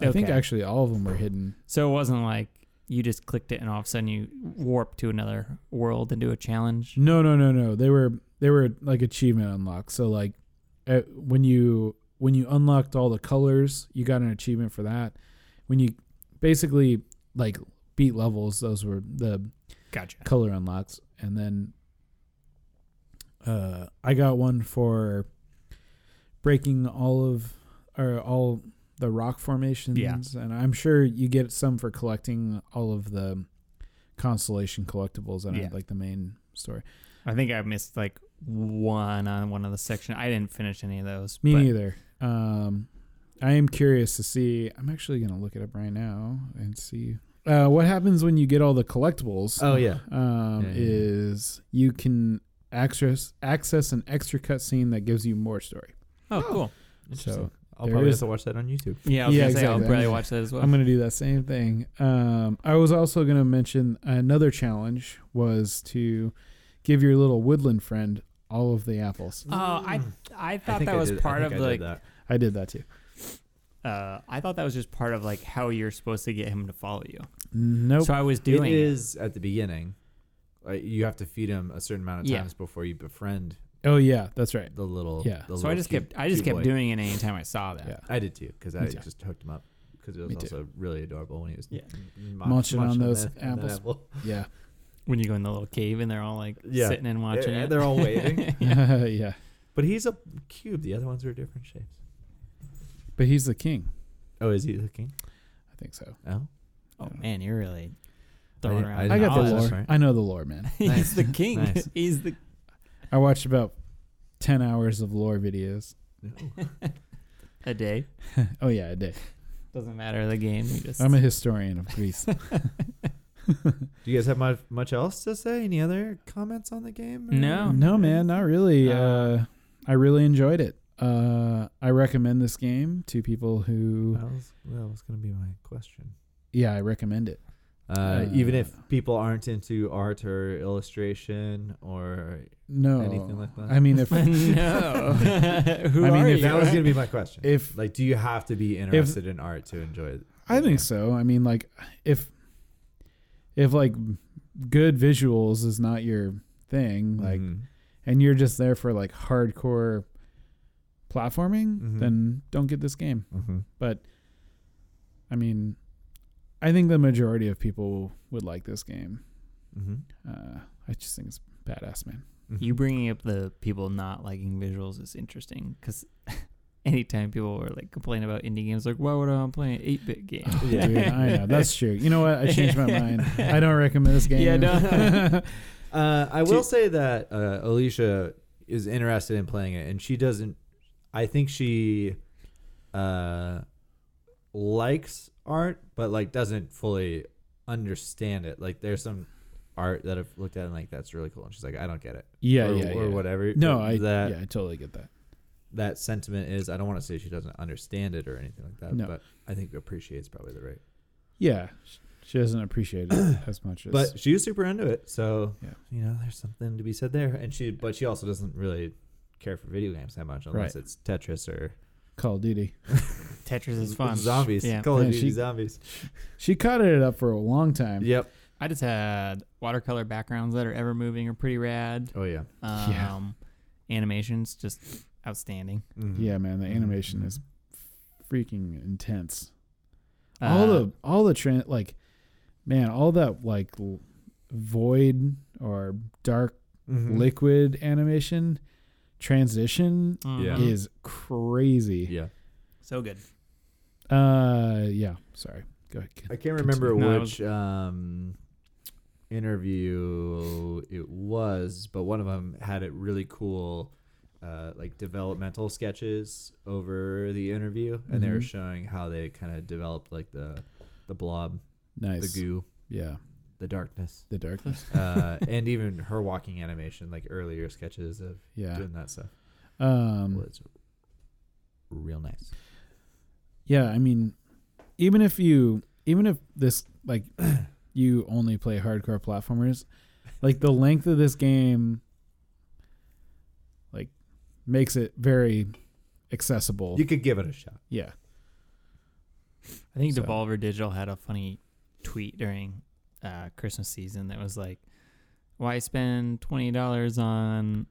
Speaker 1: I think
Speaker 3: Okay.
Speaker 1: actually all of them were hidden.
Speaker 3: So it wasn't like you just clicked it and all of a sudden you warped to another world and do a challenge.
Speaker 1: No, no, no, no. They were they were like achievement unlocks. So like uh when you when you unlocked all the colors, you got an achievement for that. When you basically like beat levels, those were the
Speaker 3: Gotcha.
Speaker 1: color unlocks and then uh i got one for breaking all of or all the rock formations and i'm sure you get some for collecting all of the constellation collectibles and
Speaker 3: Yeah.
Speaker 1: like the main story
Speaker 3: I think I missed like one on one of the section. I didn't finish any of those.
Speaker 1: me
Speaker 3: but
Speaker 1: neither um i am curious to see i'm actually gonna look it up right now and see uh what happens when you get all the collectibles
Speaker 2: Oh yeah.
Speaker 1: um,
Speaker 2: Yeah, yeah, yeah.
Speaker 1: is you can access access an extra cutscene that gives you more story.
Speaker 3: Oh, cool.
Speaker 2: Interesting. I'll
Speaker 1: there
Speaker 2: probably
Speaker 1: is-
Speaker 2: have to watch that on YouTube.
Speaker 3: Yeah. I was
Speaker 1: Yeah,
Speaker 3: gonna say, I'll
Speaker 1: exactly.
Speaker 3: probably watch that as well.
Speaker 1: I'm gonna do that same thing. Um, I was also gonna mention another challenge was to give your little woodland friend all of the apples.
Speaker 3: Oh, I
Speaker 2: Mm.
Speaker 3: I
Speaker 2: I
Speaker 3: thought
Speaker 2: think
Speaker 3: that
Speaker 2: I
Speaker 3: was
Speaker 2: did- I
Speaker 3: part
Speaker 2: think
Speaker 3: of
Speaker 2: I
Speaker 3: like
Speaker 2: did that.
Speaker 1: I did that too.
Speaker 3: uh, I thought that was just part of like how you're supposed to get him to follow you.
Speaker 1: Nope.
Speaker 3: So I was doing
Speaker 2: it is at the beginning. Like, you have to feed him a certain amount of
Speaker 3: Yeah.
Speaker 2: times before you befriend
Speaker 1: oh yeah, that's right.
Speaker 2: the little.
Speaker 1: Yeah.
Speaker 2: the
Speaker 3: So I
Speaker 2: little
Speaker 3: just
Speaker 2: cute-
Speaker 3: kept I just
Speaker 2: cute
Speaker 3: kept
Speaker 2: boy.
Speaker 3: doing it anytime I saw that.
Speaker 1: Yeah.
Speaker 2: I did too because I
Speaker 1: Me too.
Speaker 2: just hooked him up because it was
Speaker 1: Me too.
Speaker 2: also really adorable when he was
Speaker 3: Yeah.
Speaker 2: m-
Speaker 1: Munching on
Speaker 2: the-
Speaker 1: those
Speaker 2: the
Speaker 1: apples.
Speaker 2: apple.
Speaker 1: Yeah,
Speaker 3: When you go in the little cave and they're all like
Speaker 2: Yeah.
Speaker 3: sitting and watching
Speaker 2: Yeah,
Speaker 3: it.
Speaker 2: they're all waiting.
Speaker 3: Yeah.
Speaker 1: yeah.
Speaker 2: But he's a cube. The other ones are different shapes.
Speaker 1: But he's the king.
Speaker 2: Oh, is he the king?
Speaker 1: I think so.
Speaker 2: Oh,
Speaker 3: Oh man, you're really throwing
Speaker 2: I-
Speaker 3: around.
Speaker 1: I got the
Speaker 2: knowledge,
Speaker 1: lore.
Speaker 2: right?
Speaker 1: I know the lore, man.
Speaker 3: He's
Speaker 2: Nice.
Speaker 3: the king.
Speaker 2: Nice.
Speaker 3: He's the
Speaker 1: I watched about ten hours of lore videos.
Speaker 3: a day.
Speaker 1: Oh yeah, I did.
Speaker 3: Doesn't matter the game. You just
Speaker 1: I'm a historian of Greece.
Speaker 2: Do you guys have much much else to say? Any other comments on the game? or-
Speaker 3: No.
Speaker 1: No, man, not really.
Speaker 3: Oh. Uh,
Speaker 1: Uh, I really enjoyed it. Uh, I recommend this game to people who.
Speaker 2: That was, that was going to be my question.
Speaker 1: Yeah, I recommend it.
Speaker 2: Uh, even
Speaker 1: Uh,
Speaker 2: if people aren't into art or illustration or
Speaker 1: No,
Speaker 2: anything like that.
Speaker 1: I mean, if
Speaker 3: no. Who
Speaker 1: I mean,
Speaker 3: are
Speaker 1: if
Speaker 3: you?
Speaker 2: that was going to be my question.
Speaker 1: if
Speaker 2: like, do you have to be interested in art to enjoy it?
Speaker 1: I think so. I mean, like if if like good visuals is not your thing, like,
Speaker 2: Mhm.
Speaker 1: and you're just there for like hardcore platforming,
Speaker 2: Mhm.
Speaker 1: then don't get this game.
Speaker 2: Mhm.
Speaker 1: But I mean, I think the majority of people would like this game.
Speaker 2: Mhm.
Speaker 1: Uh, I just think it's badass, man.
Speaker 2: Mhm.
Speaker 3: you bringing up the people not liking visuals is interesting because anytime people were like complaining about indie games, like why would I play an eight bit game?
Speaker 2: Yeah.
Speaker 1: Oh, Dude, I know that's true. You know what? I changed my mind. I don't recommend this game.
Speaker 3: Yeah, no.
Speaker 2: Uh, I
Speaker 3: Do-
Speaker 2: will say that uh, Alicia is interested in playing it, and she doesn't. I think she uh, likes art, but like doesn't fully understand it. Like there's some art that I've looked at and like that's really cool, and she's like, I don't get it.
Speaker 1: yeah,
Speaker 2: or,
Speaker 1: yeah,
Speaker 2: or
Speaker 1: yeah.
Speaker 2: whatever.
Speaker 1: No, I
Speaker 2: that
Speaker 1: yeah, I totally get that.
Speaker 2: that sentiment is. I don't want to say she doesn't understand it or anything like that,
Speaker 1: No.
Speaker 2: but I think appreciates probably the right.
Speaker 1: Yeah, sh- she doesn't appreciate it as much as.
Speaker 2: But she was super into it, so
Speaker 1: Yeah.
Speaker 2: you know, there's something to be said there. And she, but she also doesn't really care for video games that much unless
Speaker 1: Right.
Speaker 2: it's Tetris or
Speaker 1: Call of Duty,
Speaker 3: Tetris is fun.
Speaker 2: zombies,
Speaker 3: Yeah.
Speaker 2: Call of
Speaker 1: Yeah,
Speaker 2: Duty
Speaker 1: she-
Speaker 2: zombies.
Speaker 1: she caught it up for a long time.
Speaker 2: Yep.
Speaker 3: I just had watercolor backgrounds that are ever moving are pretty rad.
Speaker 2: Oh yeah.
Speaker 3: Um,
Speaker 1: Yeah.
Speaker 3: Animations just outstanding.
Speaker 2: Mhm.
Speaker 1: Yeah, man, the animation is freaking intense.
Speaker 3: Uh,
Speaker 1: all the all the tran like, man, all that like l- void or dark
Speaker 2: Mhm.
Speaker 1: liquid animation transition
Speaker 3: mhm.
Speaker 2: Yeah.
Speaker 1: is crazy.
Speaker 2: Yeah.
Speaker 3: so good.
Speaker 1: Uh, yeah. Sorry. Go ahead. kid.
Speaker 2: I can't remember
Speaker 3: No, it was-
Speaker 2: which um, interview it was, but one of them had it really cool. uh, like developmental sketches over the interview, and they were
Speaker 1: Mhm.
Speaker 2: showing how they kind of developed like the the blob,
Speaker 1: Nice.
Speaker 2: the goo,
Speaker 1: Yeah.
Speaker 2: the darkness,
Speaker 1: The darkness.
Speaker 2: uh, and even her walking animation, like earlier sketches of
Speaker 1: Yeah.
Speaker 2: doing that stuff
Speaker 1: Um,
Speaker 2: was real nice.
Speaker 1: yeah. I mean, even if you, even if this, like, you only play hardcore platformers, like, the length of this game, like, makes it very accessible.
Speaker 2: You could give it a shot.
Speaker 1: yeah.
Speaker 3: I think
Speaker 1: So-
Speaker 3: Devolver Digital had a funny tweet during uh, Christmas season that was like, "Why spend twenty dollars on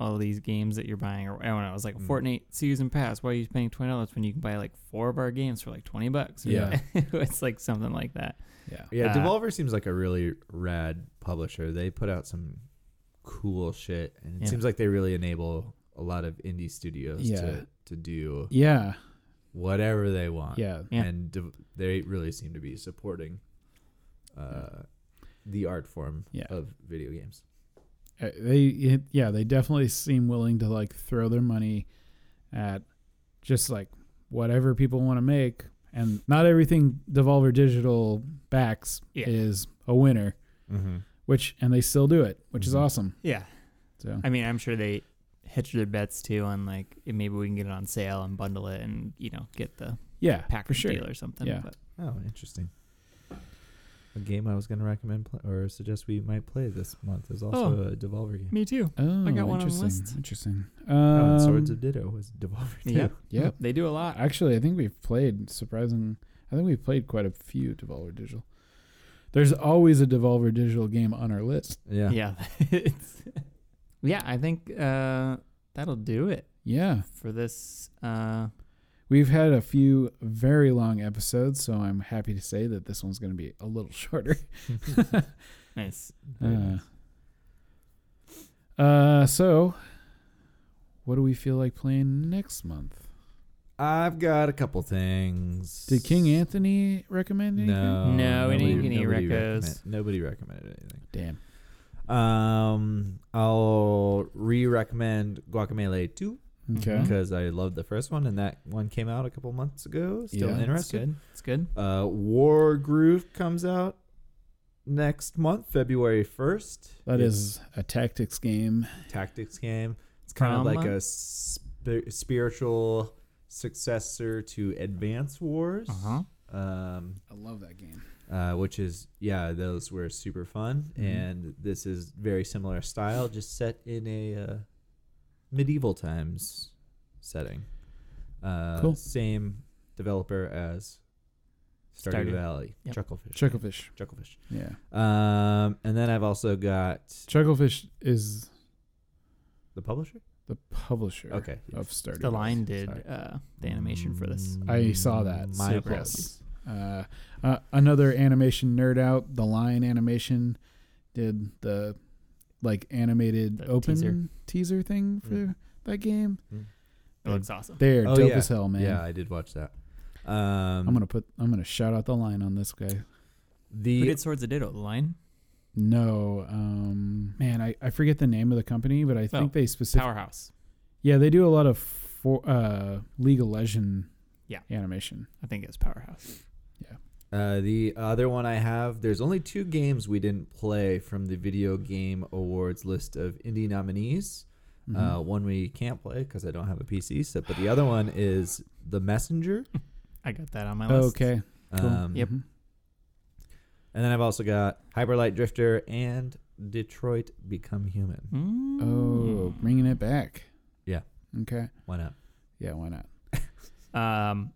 Speaker 3: all these games that you're buying?" Or I don't know. It was like a
Speaker 2: Mm.
Speaker 3: Fortnite season pass. Why are you spending twenty dollars when you can buy like four of our games for like twenty bucks?
Speaker 1: Yeah.
Speaker 3: it's like something like that.
Speaker 1: Yeah.
Speaker 2: Yeah,
Speaker 3: Uh,
Speaker 2: Devolver seems like a really rad publisher. They put out some cool shit, and it
Speaker 3: Yeah.
Speaker 2: seems like they really enable a lot of indie studios
Speaker 1: Yeah.
Speaker 2: to to do
Speaker 1: Yeah.
Speaker 2: whatever they want.
Speaker 1: Yeah.
Speaker 3: Yeah.
Speaker 2: and de- they really seem to be supporting uh, the art form
Speaker 1: Yeah.
Speaker 2: of video games.
Speaker 1: Uh, they yeah they definitely seem willing to like throw their money at just like whatever people want to make and not everything devolver digital backs
Speaker 3: Yeah.
Speaker 1: is a winner
Speaker 2: Mm-hmm.
Speaker 1: which and they still do it which is
Speaker 2: Mhm.
Speaker 1: awesome
Speaker 3: Yeah,
Speaker 1: so
Speaker 3: Mm-hmm. I mean, I'm sure they hedge their bets too on like eh, maybe we can get it on sale and bundle it and you know get the
Speaker 1: yeah
Speaker 3: pack
Speaker 1: for sure
Speaker 3: deal or something.
Speaker 1: Yeah.
Speaker 3: But
Speaker 2: Oh, interesting. A game I was going to recommend pl- or suggest we might play this month is also a Devolver game.
Speaker 3: me too.
Speaker 1: oh
Speaker 3: I got one on the
Speaker 1: interesting
Speaker 3: list.
Speaker 1: interesting
Speaker 2: oh,
Speaker 1: um,
Speaker 2: and Swords of Ditto was Devolver too.
Speaker 3: Yep.
Speaker 1: yep
Speaker 3: They do a lot.
Speaker 1: actually i think we've played surprising i think we've played quite a few devolver digital there's always a devolver digital game on our list
Speaker 2: Yeah.
Speaker 3: yeah It's- yeah i think uh that'll do it
Speaker 1: yeah
Speaker 3: for this uh
Speaker 1: We've had a few very long episodes, so I'm happy to say that this one's going to be a little shorter.
Speaker 3: nice
Speaker 2: Very
Speaker 1: Uh,
Speaker 2: nice.
Speaker 1: uh, so, what do we feel like playing next month?
Speaker 2: I've got a couple things.
Speaker 1: Did King Anthony recommend anything?
Speaker 2: No,
Speaker 3: No, we didn't
Speaker 2: nobody-
Speaker 3: get any
Speaker 2: nobody
Speaker 3: recos.
Speaker 2: recommend- Nobody recommended anything.
Speaker 1: Damn.
Speaker 2: Um, I'll re-recommend Guacamole Two
Speaker 1: Okay.
Speaker 3: Mhm.
Speaker 2: because I loved the first one, and that one came out a couple months ago. Still
Speaker 1: Yeah. That's
Speaker 3: it's
Speaker 2: interested.
Speaker 3: good it's good
Speaker 2: Uh, War Groove comes out next month, February first.
Speaker 1: That is a tactics game.
Speaker 2: tactics game. It's kind of
Speaker 3: From-
Speaker 2: like a sp- spiritual successor to Advance Wars.
Speaker 3: uh-huh
Speaker 2: Um,
Speaker 1: I love that game.
Speaker 2: uh, which is yeah, those were super fun,
Speaker 1: Mhm.
Speaker 2: and this is very similar style, just set in a uh, medieval times setting. Uh,
Speaker 1: Cool.
Speaker 2: Same developer as Stardew,
Speaker 3: Stardew.
Speaker 2: Valley,
Speaker 3: Yep.
Speaker 2: Chucklefish,
Speaker 1: Chucklefish.
Speaker 2: Chucklefish.
Speaker 1: Yeah.
Speaker 2: Um, and then I've also got
Speaker 1: Chucklefish is
Speaker 2: the publisher.
Speaker 1: the publisher
Speaker 2: Okay, yeah.
Speaker 1: of Stardew.
Speaker 3: the lion
Speaker 1: Valley.
Speaker 3: did
Speaker 1: Sorry.
Speaker 3: uh the animation for this
Speaker 1: I saw that.
Speaker 2: Mm, My
Speaker 1: Super
Speaker 2: apologies.
Speaker 1: Uh, uh, another animation nerd out, the Lion Animation, did the like animated
Speaker 3: The
Speaker 1: open teaser,
Speaker 3: teaser.
Speaker 1: thing for
Speaker 2: Mm.
Speaker 1: that game.
Speaker 3: it looks awesome
Speaker 1: They're
Speaker 2: Oh,
Speaker 1: dope
Speaker 2: yeah.
Speaker 1: as hell, man.
Speaker 2: Yeah, I did watch that. Um,
Speaker 1: I'm gonna put. I'm gonna shout out the line on this guy.
Speaker 3: who
Speaker 2: the
Speaker 3: did swords of ditto the lion
Speaker 1: No, um, man, I, I forget the name of the company, but I think they specifically.
Speaker 3: powerhouse
Speaker 1: Yeah, they do a lot of for, uh, League of Legend.
Speaker 3: Yeah.
Speaker 1: Animation.
Speaker 3: i think it's powerhouse
Speaker 2: Uh, the other one I have, there's only two games we didn't play from the Video Game Awards list of indie nominees. Uh,
Speaker 1: Mhm.
Speaker 2: one we can't play because I don't have a PC, so, but the other one is The Messenger.
Speaker 3: i got that on my list
Speaker 1: Mm-hmm. okay. Cool.
Speaker 2: Um,
Speaker 3: Yep.
Speaker 1: Mhm.
Speaker 2: And then I've also got Hyperlight Drifter and Detroit Become Human.
Speaker 3: Mm.
Speaker 1: Oh, bringing it back.
Speaker 2: Yeah.
Speaker 1: Okay.
Speaker 2: Why not?
Speaker 1: Yeah. Why not?
Speaker 3: Um,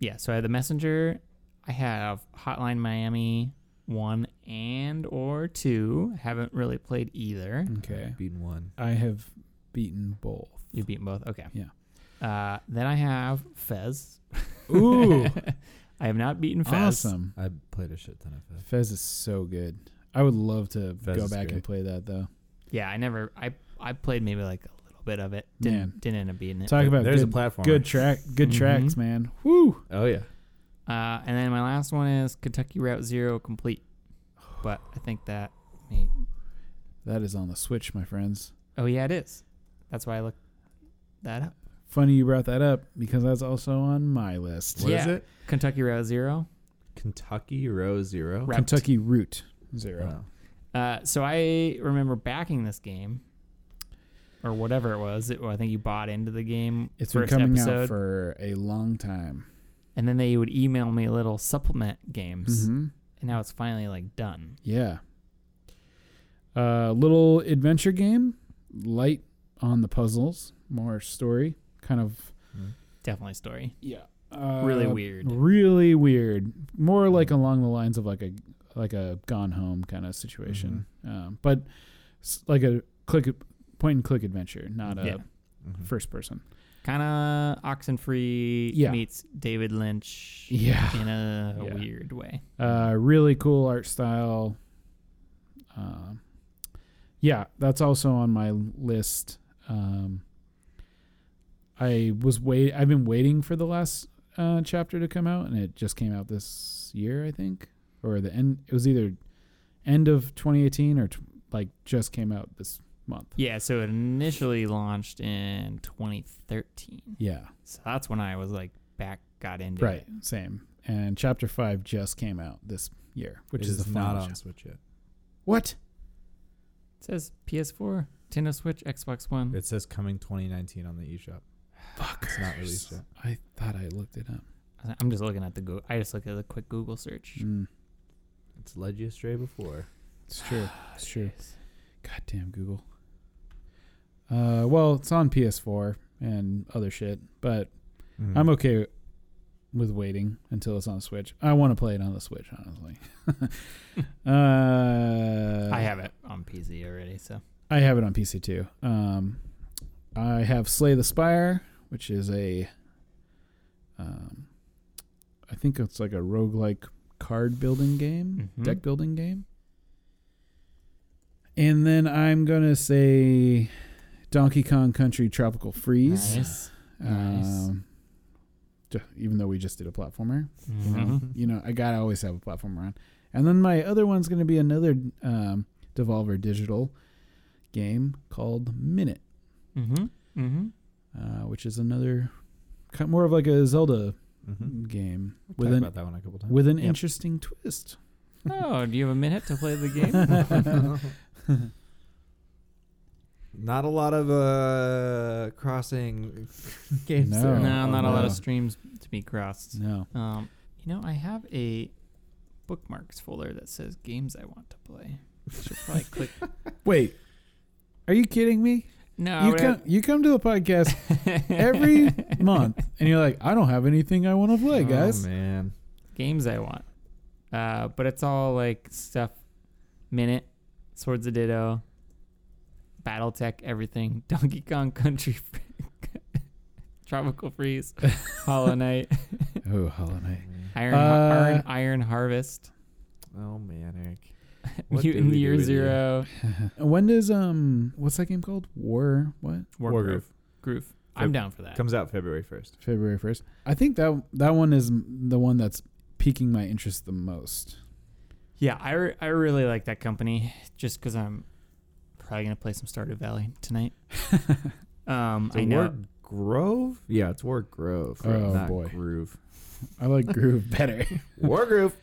Speaker 3: yeah, so I have the messenger. I have Hotline Miami one and or two. Haven't really played either.
Speaker 2: Mm-hmm.
Speaker 1: Okay.
Speaker 2: Beaten one.
Speaker 1: I have beaten both.
Speaker 3: You've beaten both. Okay.
Speaker 1: Yeah.
Speaker 3: Uh, then I have Fez.
Speaker 1: Ooh.
Speaker 3: I have not beaten Fez.
Speaker 1: awesome.
Speaker 2: I played a shit ton of it.
Speaker 1: Fez is so good. I would love to
Speaker 2: Fez
Speaker 1: go
Speaker 2: is
Speaker 1: back and
Speaker 2: great.
Speaker 1: play that though.
Speaker 3: Yeah, I never. I I played maybe like a little bit of it. Didn't
Speaker 1: Man.
Speaker 3: didn't end up beating it.
Speaker 1: Talk about
Speaker 2: There's
Speaker 1: good,
Speaker 2: a platform.
Speaker 1: good track, good
Speaker 3: Mhm.
Speaker 2: Mm-hmm.
Speaker 1: tracks, man. Woo!
Speaker 2: Oh yeah.
Speaker 3: Uh, and then my last one is Kentucky Route Zero complete. But I think that. May,
Speaker 1: That is on the Switch, my friends.
Speaker 3: oh yeah, it is. That's why I looked that up.
Speaker 1: Funny you brought that up because that's also on my list.
Speaker 2: What is
Speaker 3: Yeah.
Speaker 2: it?
Speaker 3: Kentucky Route Zero.
Speaker 2: Kentucky Row Zero.
Speaker 3: Route.
Speaker 1: Kentucky Route Zero.
Speaker 2: Wow.
Speaker 3: Uh, so I remember backing this game, or whatever it was. It, well, I think you bought into the game
Speaker 1: It's been
Speaker 3: first
Speaker 1: coming
Speaker 3: episode,
Speaker 1: out for a long time.
Speaker 3: and then they would email me little supplement games,
Speaker 1: Mm-hmm.
Speaker 3: and now it's finally like done.
Speaker 1: Yeah. Uh, little adventure game, light on the puzzles, more story, kind of.
Speaker 3: Definitely story.
Speaker 1: Yeah. Uh,
Speaker 3: Really weird.
Speaker 1: Really weird. More like along the lines of like a like a gone home kind of situation,
Speaker 3: Mm-hmm.
Speaker 1: um, but s- like a click point and click adventure, not a
Speaker 3: Yeah.
Speaker 2: Mhm.
Speaker 1: first person.
Speaker 3: Kind of Oxenfree
Speaker 1: Yeah.
Speaker 3: meets David Lynch
Speaker 1: Yeah.
Speaker 3: in a
Speaker 1: Yeah.
Speaker 3: weird way.
Speaker 1: Uh, really cool art style. Uh, yeah, that's also on my list. Um, I was wait. I've been waiting for the last uh, chapter to come out, and it just came out this year, I think, or the end. It was either end of 2018 or t- like just came out this month.
Speaker 3: Yeah, so it initially launched in 2013.
Speaker 1: Yeah,
Speaker 3: So that's when I was like back got into
Speaker 1: right.
Speaker 3: it.
Speaker 1: Same. And chapter five just came out this year, which
Speaker 2: It
Speaker 1: is, the
Speaker 2: not
Speaker 1: final
Speaker 2: on
Speaker 1: chap-
Speaker 2: Switch yet.
Speaker 1: What?
Speaker 3: It says PS4, Nintendo Switch, Xbox One.
Speaker 2: It says coming 2019 on the eShop.
Speaker 1: Fuck.
Speaker 2: It's not released yet.
Speaker 1: I thought I looked it up.
Speaker 3: I- I'm just looking at the Google. I just look at the quick Google search.
Speaker 2: Hmm.
Speaker 1: Mm.
Speaker 2: It's led you astray before.
Speaker 1: It's true. It's true. Goddamn Google. Uh, well, it's on PS4 and other shit, but
Speaker 2: Mm-hmm. Hmm.
Speaker 1: I'm okay with waiting until it's on Switch. I want to play it on the Switch, honestly. uh,
Speaker 3: I have it on PC already, so
Speaker 1: I have it on PC too. Um, I have Slay the Spire, which is a, um, I think it's like a roguelike card building game,
Speaker 3: Mhm.
Speaker 1: deck building game. And then I'm gonna say Donkey Kong Country Tropical Freeze.
Speaker 3: nice. nice.
Speaker 1: Um, ju- even though we just did a platformer, you
Speaker 2: Mm-hmm.
Speaker 1: know,
Speaker 3: Mhm.
Speaker 1: you know, I gotta always have a platform on. And then my other one's gonna be another um, Devolver Digital game called Minute,
Speaker 3: Mhm. Mhm.
Speaker 1: uh, which is another kind more of like a Zelda
Speaker 2: Mm-hmm.
Speaker 1: game
Speaker 2: Talked
Speaker 1: with an
Speaker 2: about that one a couple times.
Speaker 1: with an
Speaker 3: Yep.
Speaker 1: interesting twist.
Speaker 3: Oh, do you have a minute to play the game?
Speaker 2: not a lot of uh, crossing games. Oh,
Speaker 1: No. Oh,
Speaker 2: there.
Speaker 3: no, not a lot
Speaker 1: no.
Speaker 3: of streams to be crossed.
Speaker 1: No,
Speaker 3: Um, you know, I have a bookmarks folder that says games I want to play. Should probably click.
Speaker 1: wait, are you kidding me?
Speaker 3: No,
Speaker 1: you
Speaker 3: Uh, we
Speaker 1: come you come to the podcast
Speaker 3: have-
Speaker 1: every month, and you're like, I don't have anything I want to play, guys.
Speaker 2: Oh, man.
Speaker 3: games I want. Uh, but it's all like stuff Minute, Swords of Ditto, Battletech, everything, Donkey Kong Country, Tropical Freeze, Hollow Knight,
Speaker 1: oh, Hollow Knight.
Speaker 3: Iron,
Speaker 1: Uh,
Speaker 3: Iron, Iron Harvest,
Speaker 2: Oh man, Eric. What do
Speaker 3: Mutant
Speaker 2: we do
Speaker 3: Year
Speaker 2: with you?
Speaker 3: Zero,
Speaker 1: When does um what's that game called? War what?
Speaker 3: War
Speaker 2: Wargroove.
Speaker 3: Groove. Groove. I'm down for that.
Speaker 2: Comes out February 1st.
Speaker 1: February 1st. I think that that one is m- the one that's piquing my interest the most.
Speaker 3: Yeah, I, re- I really like that company just because I'm probably going to play some Stardew Valley tonight. um,
Speaker 2: So
Speaker 3: I know.
Speaker 2: War Grove? Yeah, it's War Grove.
Speaker 1: Oh,
Speaker 2: not
Speaker 1: boy.
Speaker 2: Groove.
Speaker 1: I like Groove better.
Speaker 2: War Groove.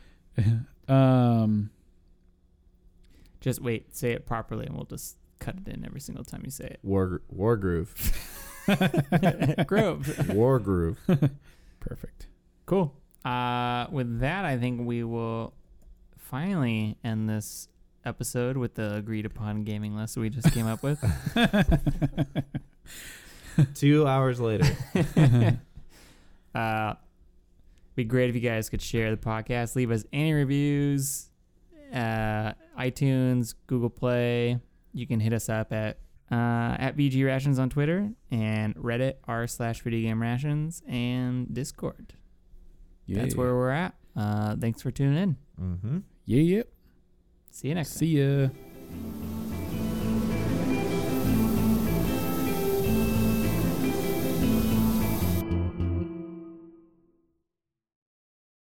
Speaker 1: Um
Speaker 3: Just wait, say it properly, and we'll just cut it in every single time you say
Speaker 2: War War Groove.
Speaker 3: it. Grove.
Speaker 2: War Groove.
Speaker 1: Perfect.
Speaker 3: Cool. Uh, with that, I think we will finally end this episode with the agreed upon gaming list we just came up with.
Speaker 2: Two hours later.
Speaker 3: uh, be great if you guys could share the podcast, leave us any reviews, uh, iTunes, Google Play. You can hit us up at uh, at VG Rations on Twitter and Reddit r slash video game rations and Discord. That's
Speaker 1: Yeah.
Speaker 3: where we're at. Uh, thanks for tuning in.
Speaker 2: mm-hmm.
Speaker 1: Yeah, yeah.
Speaker 3: See you next time.
Speaker 1: See ya.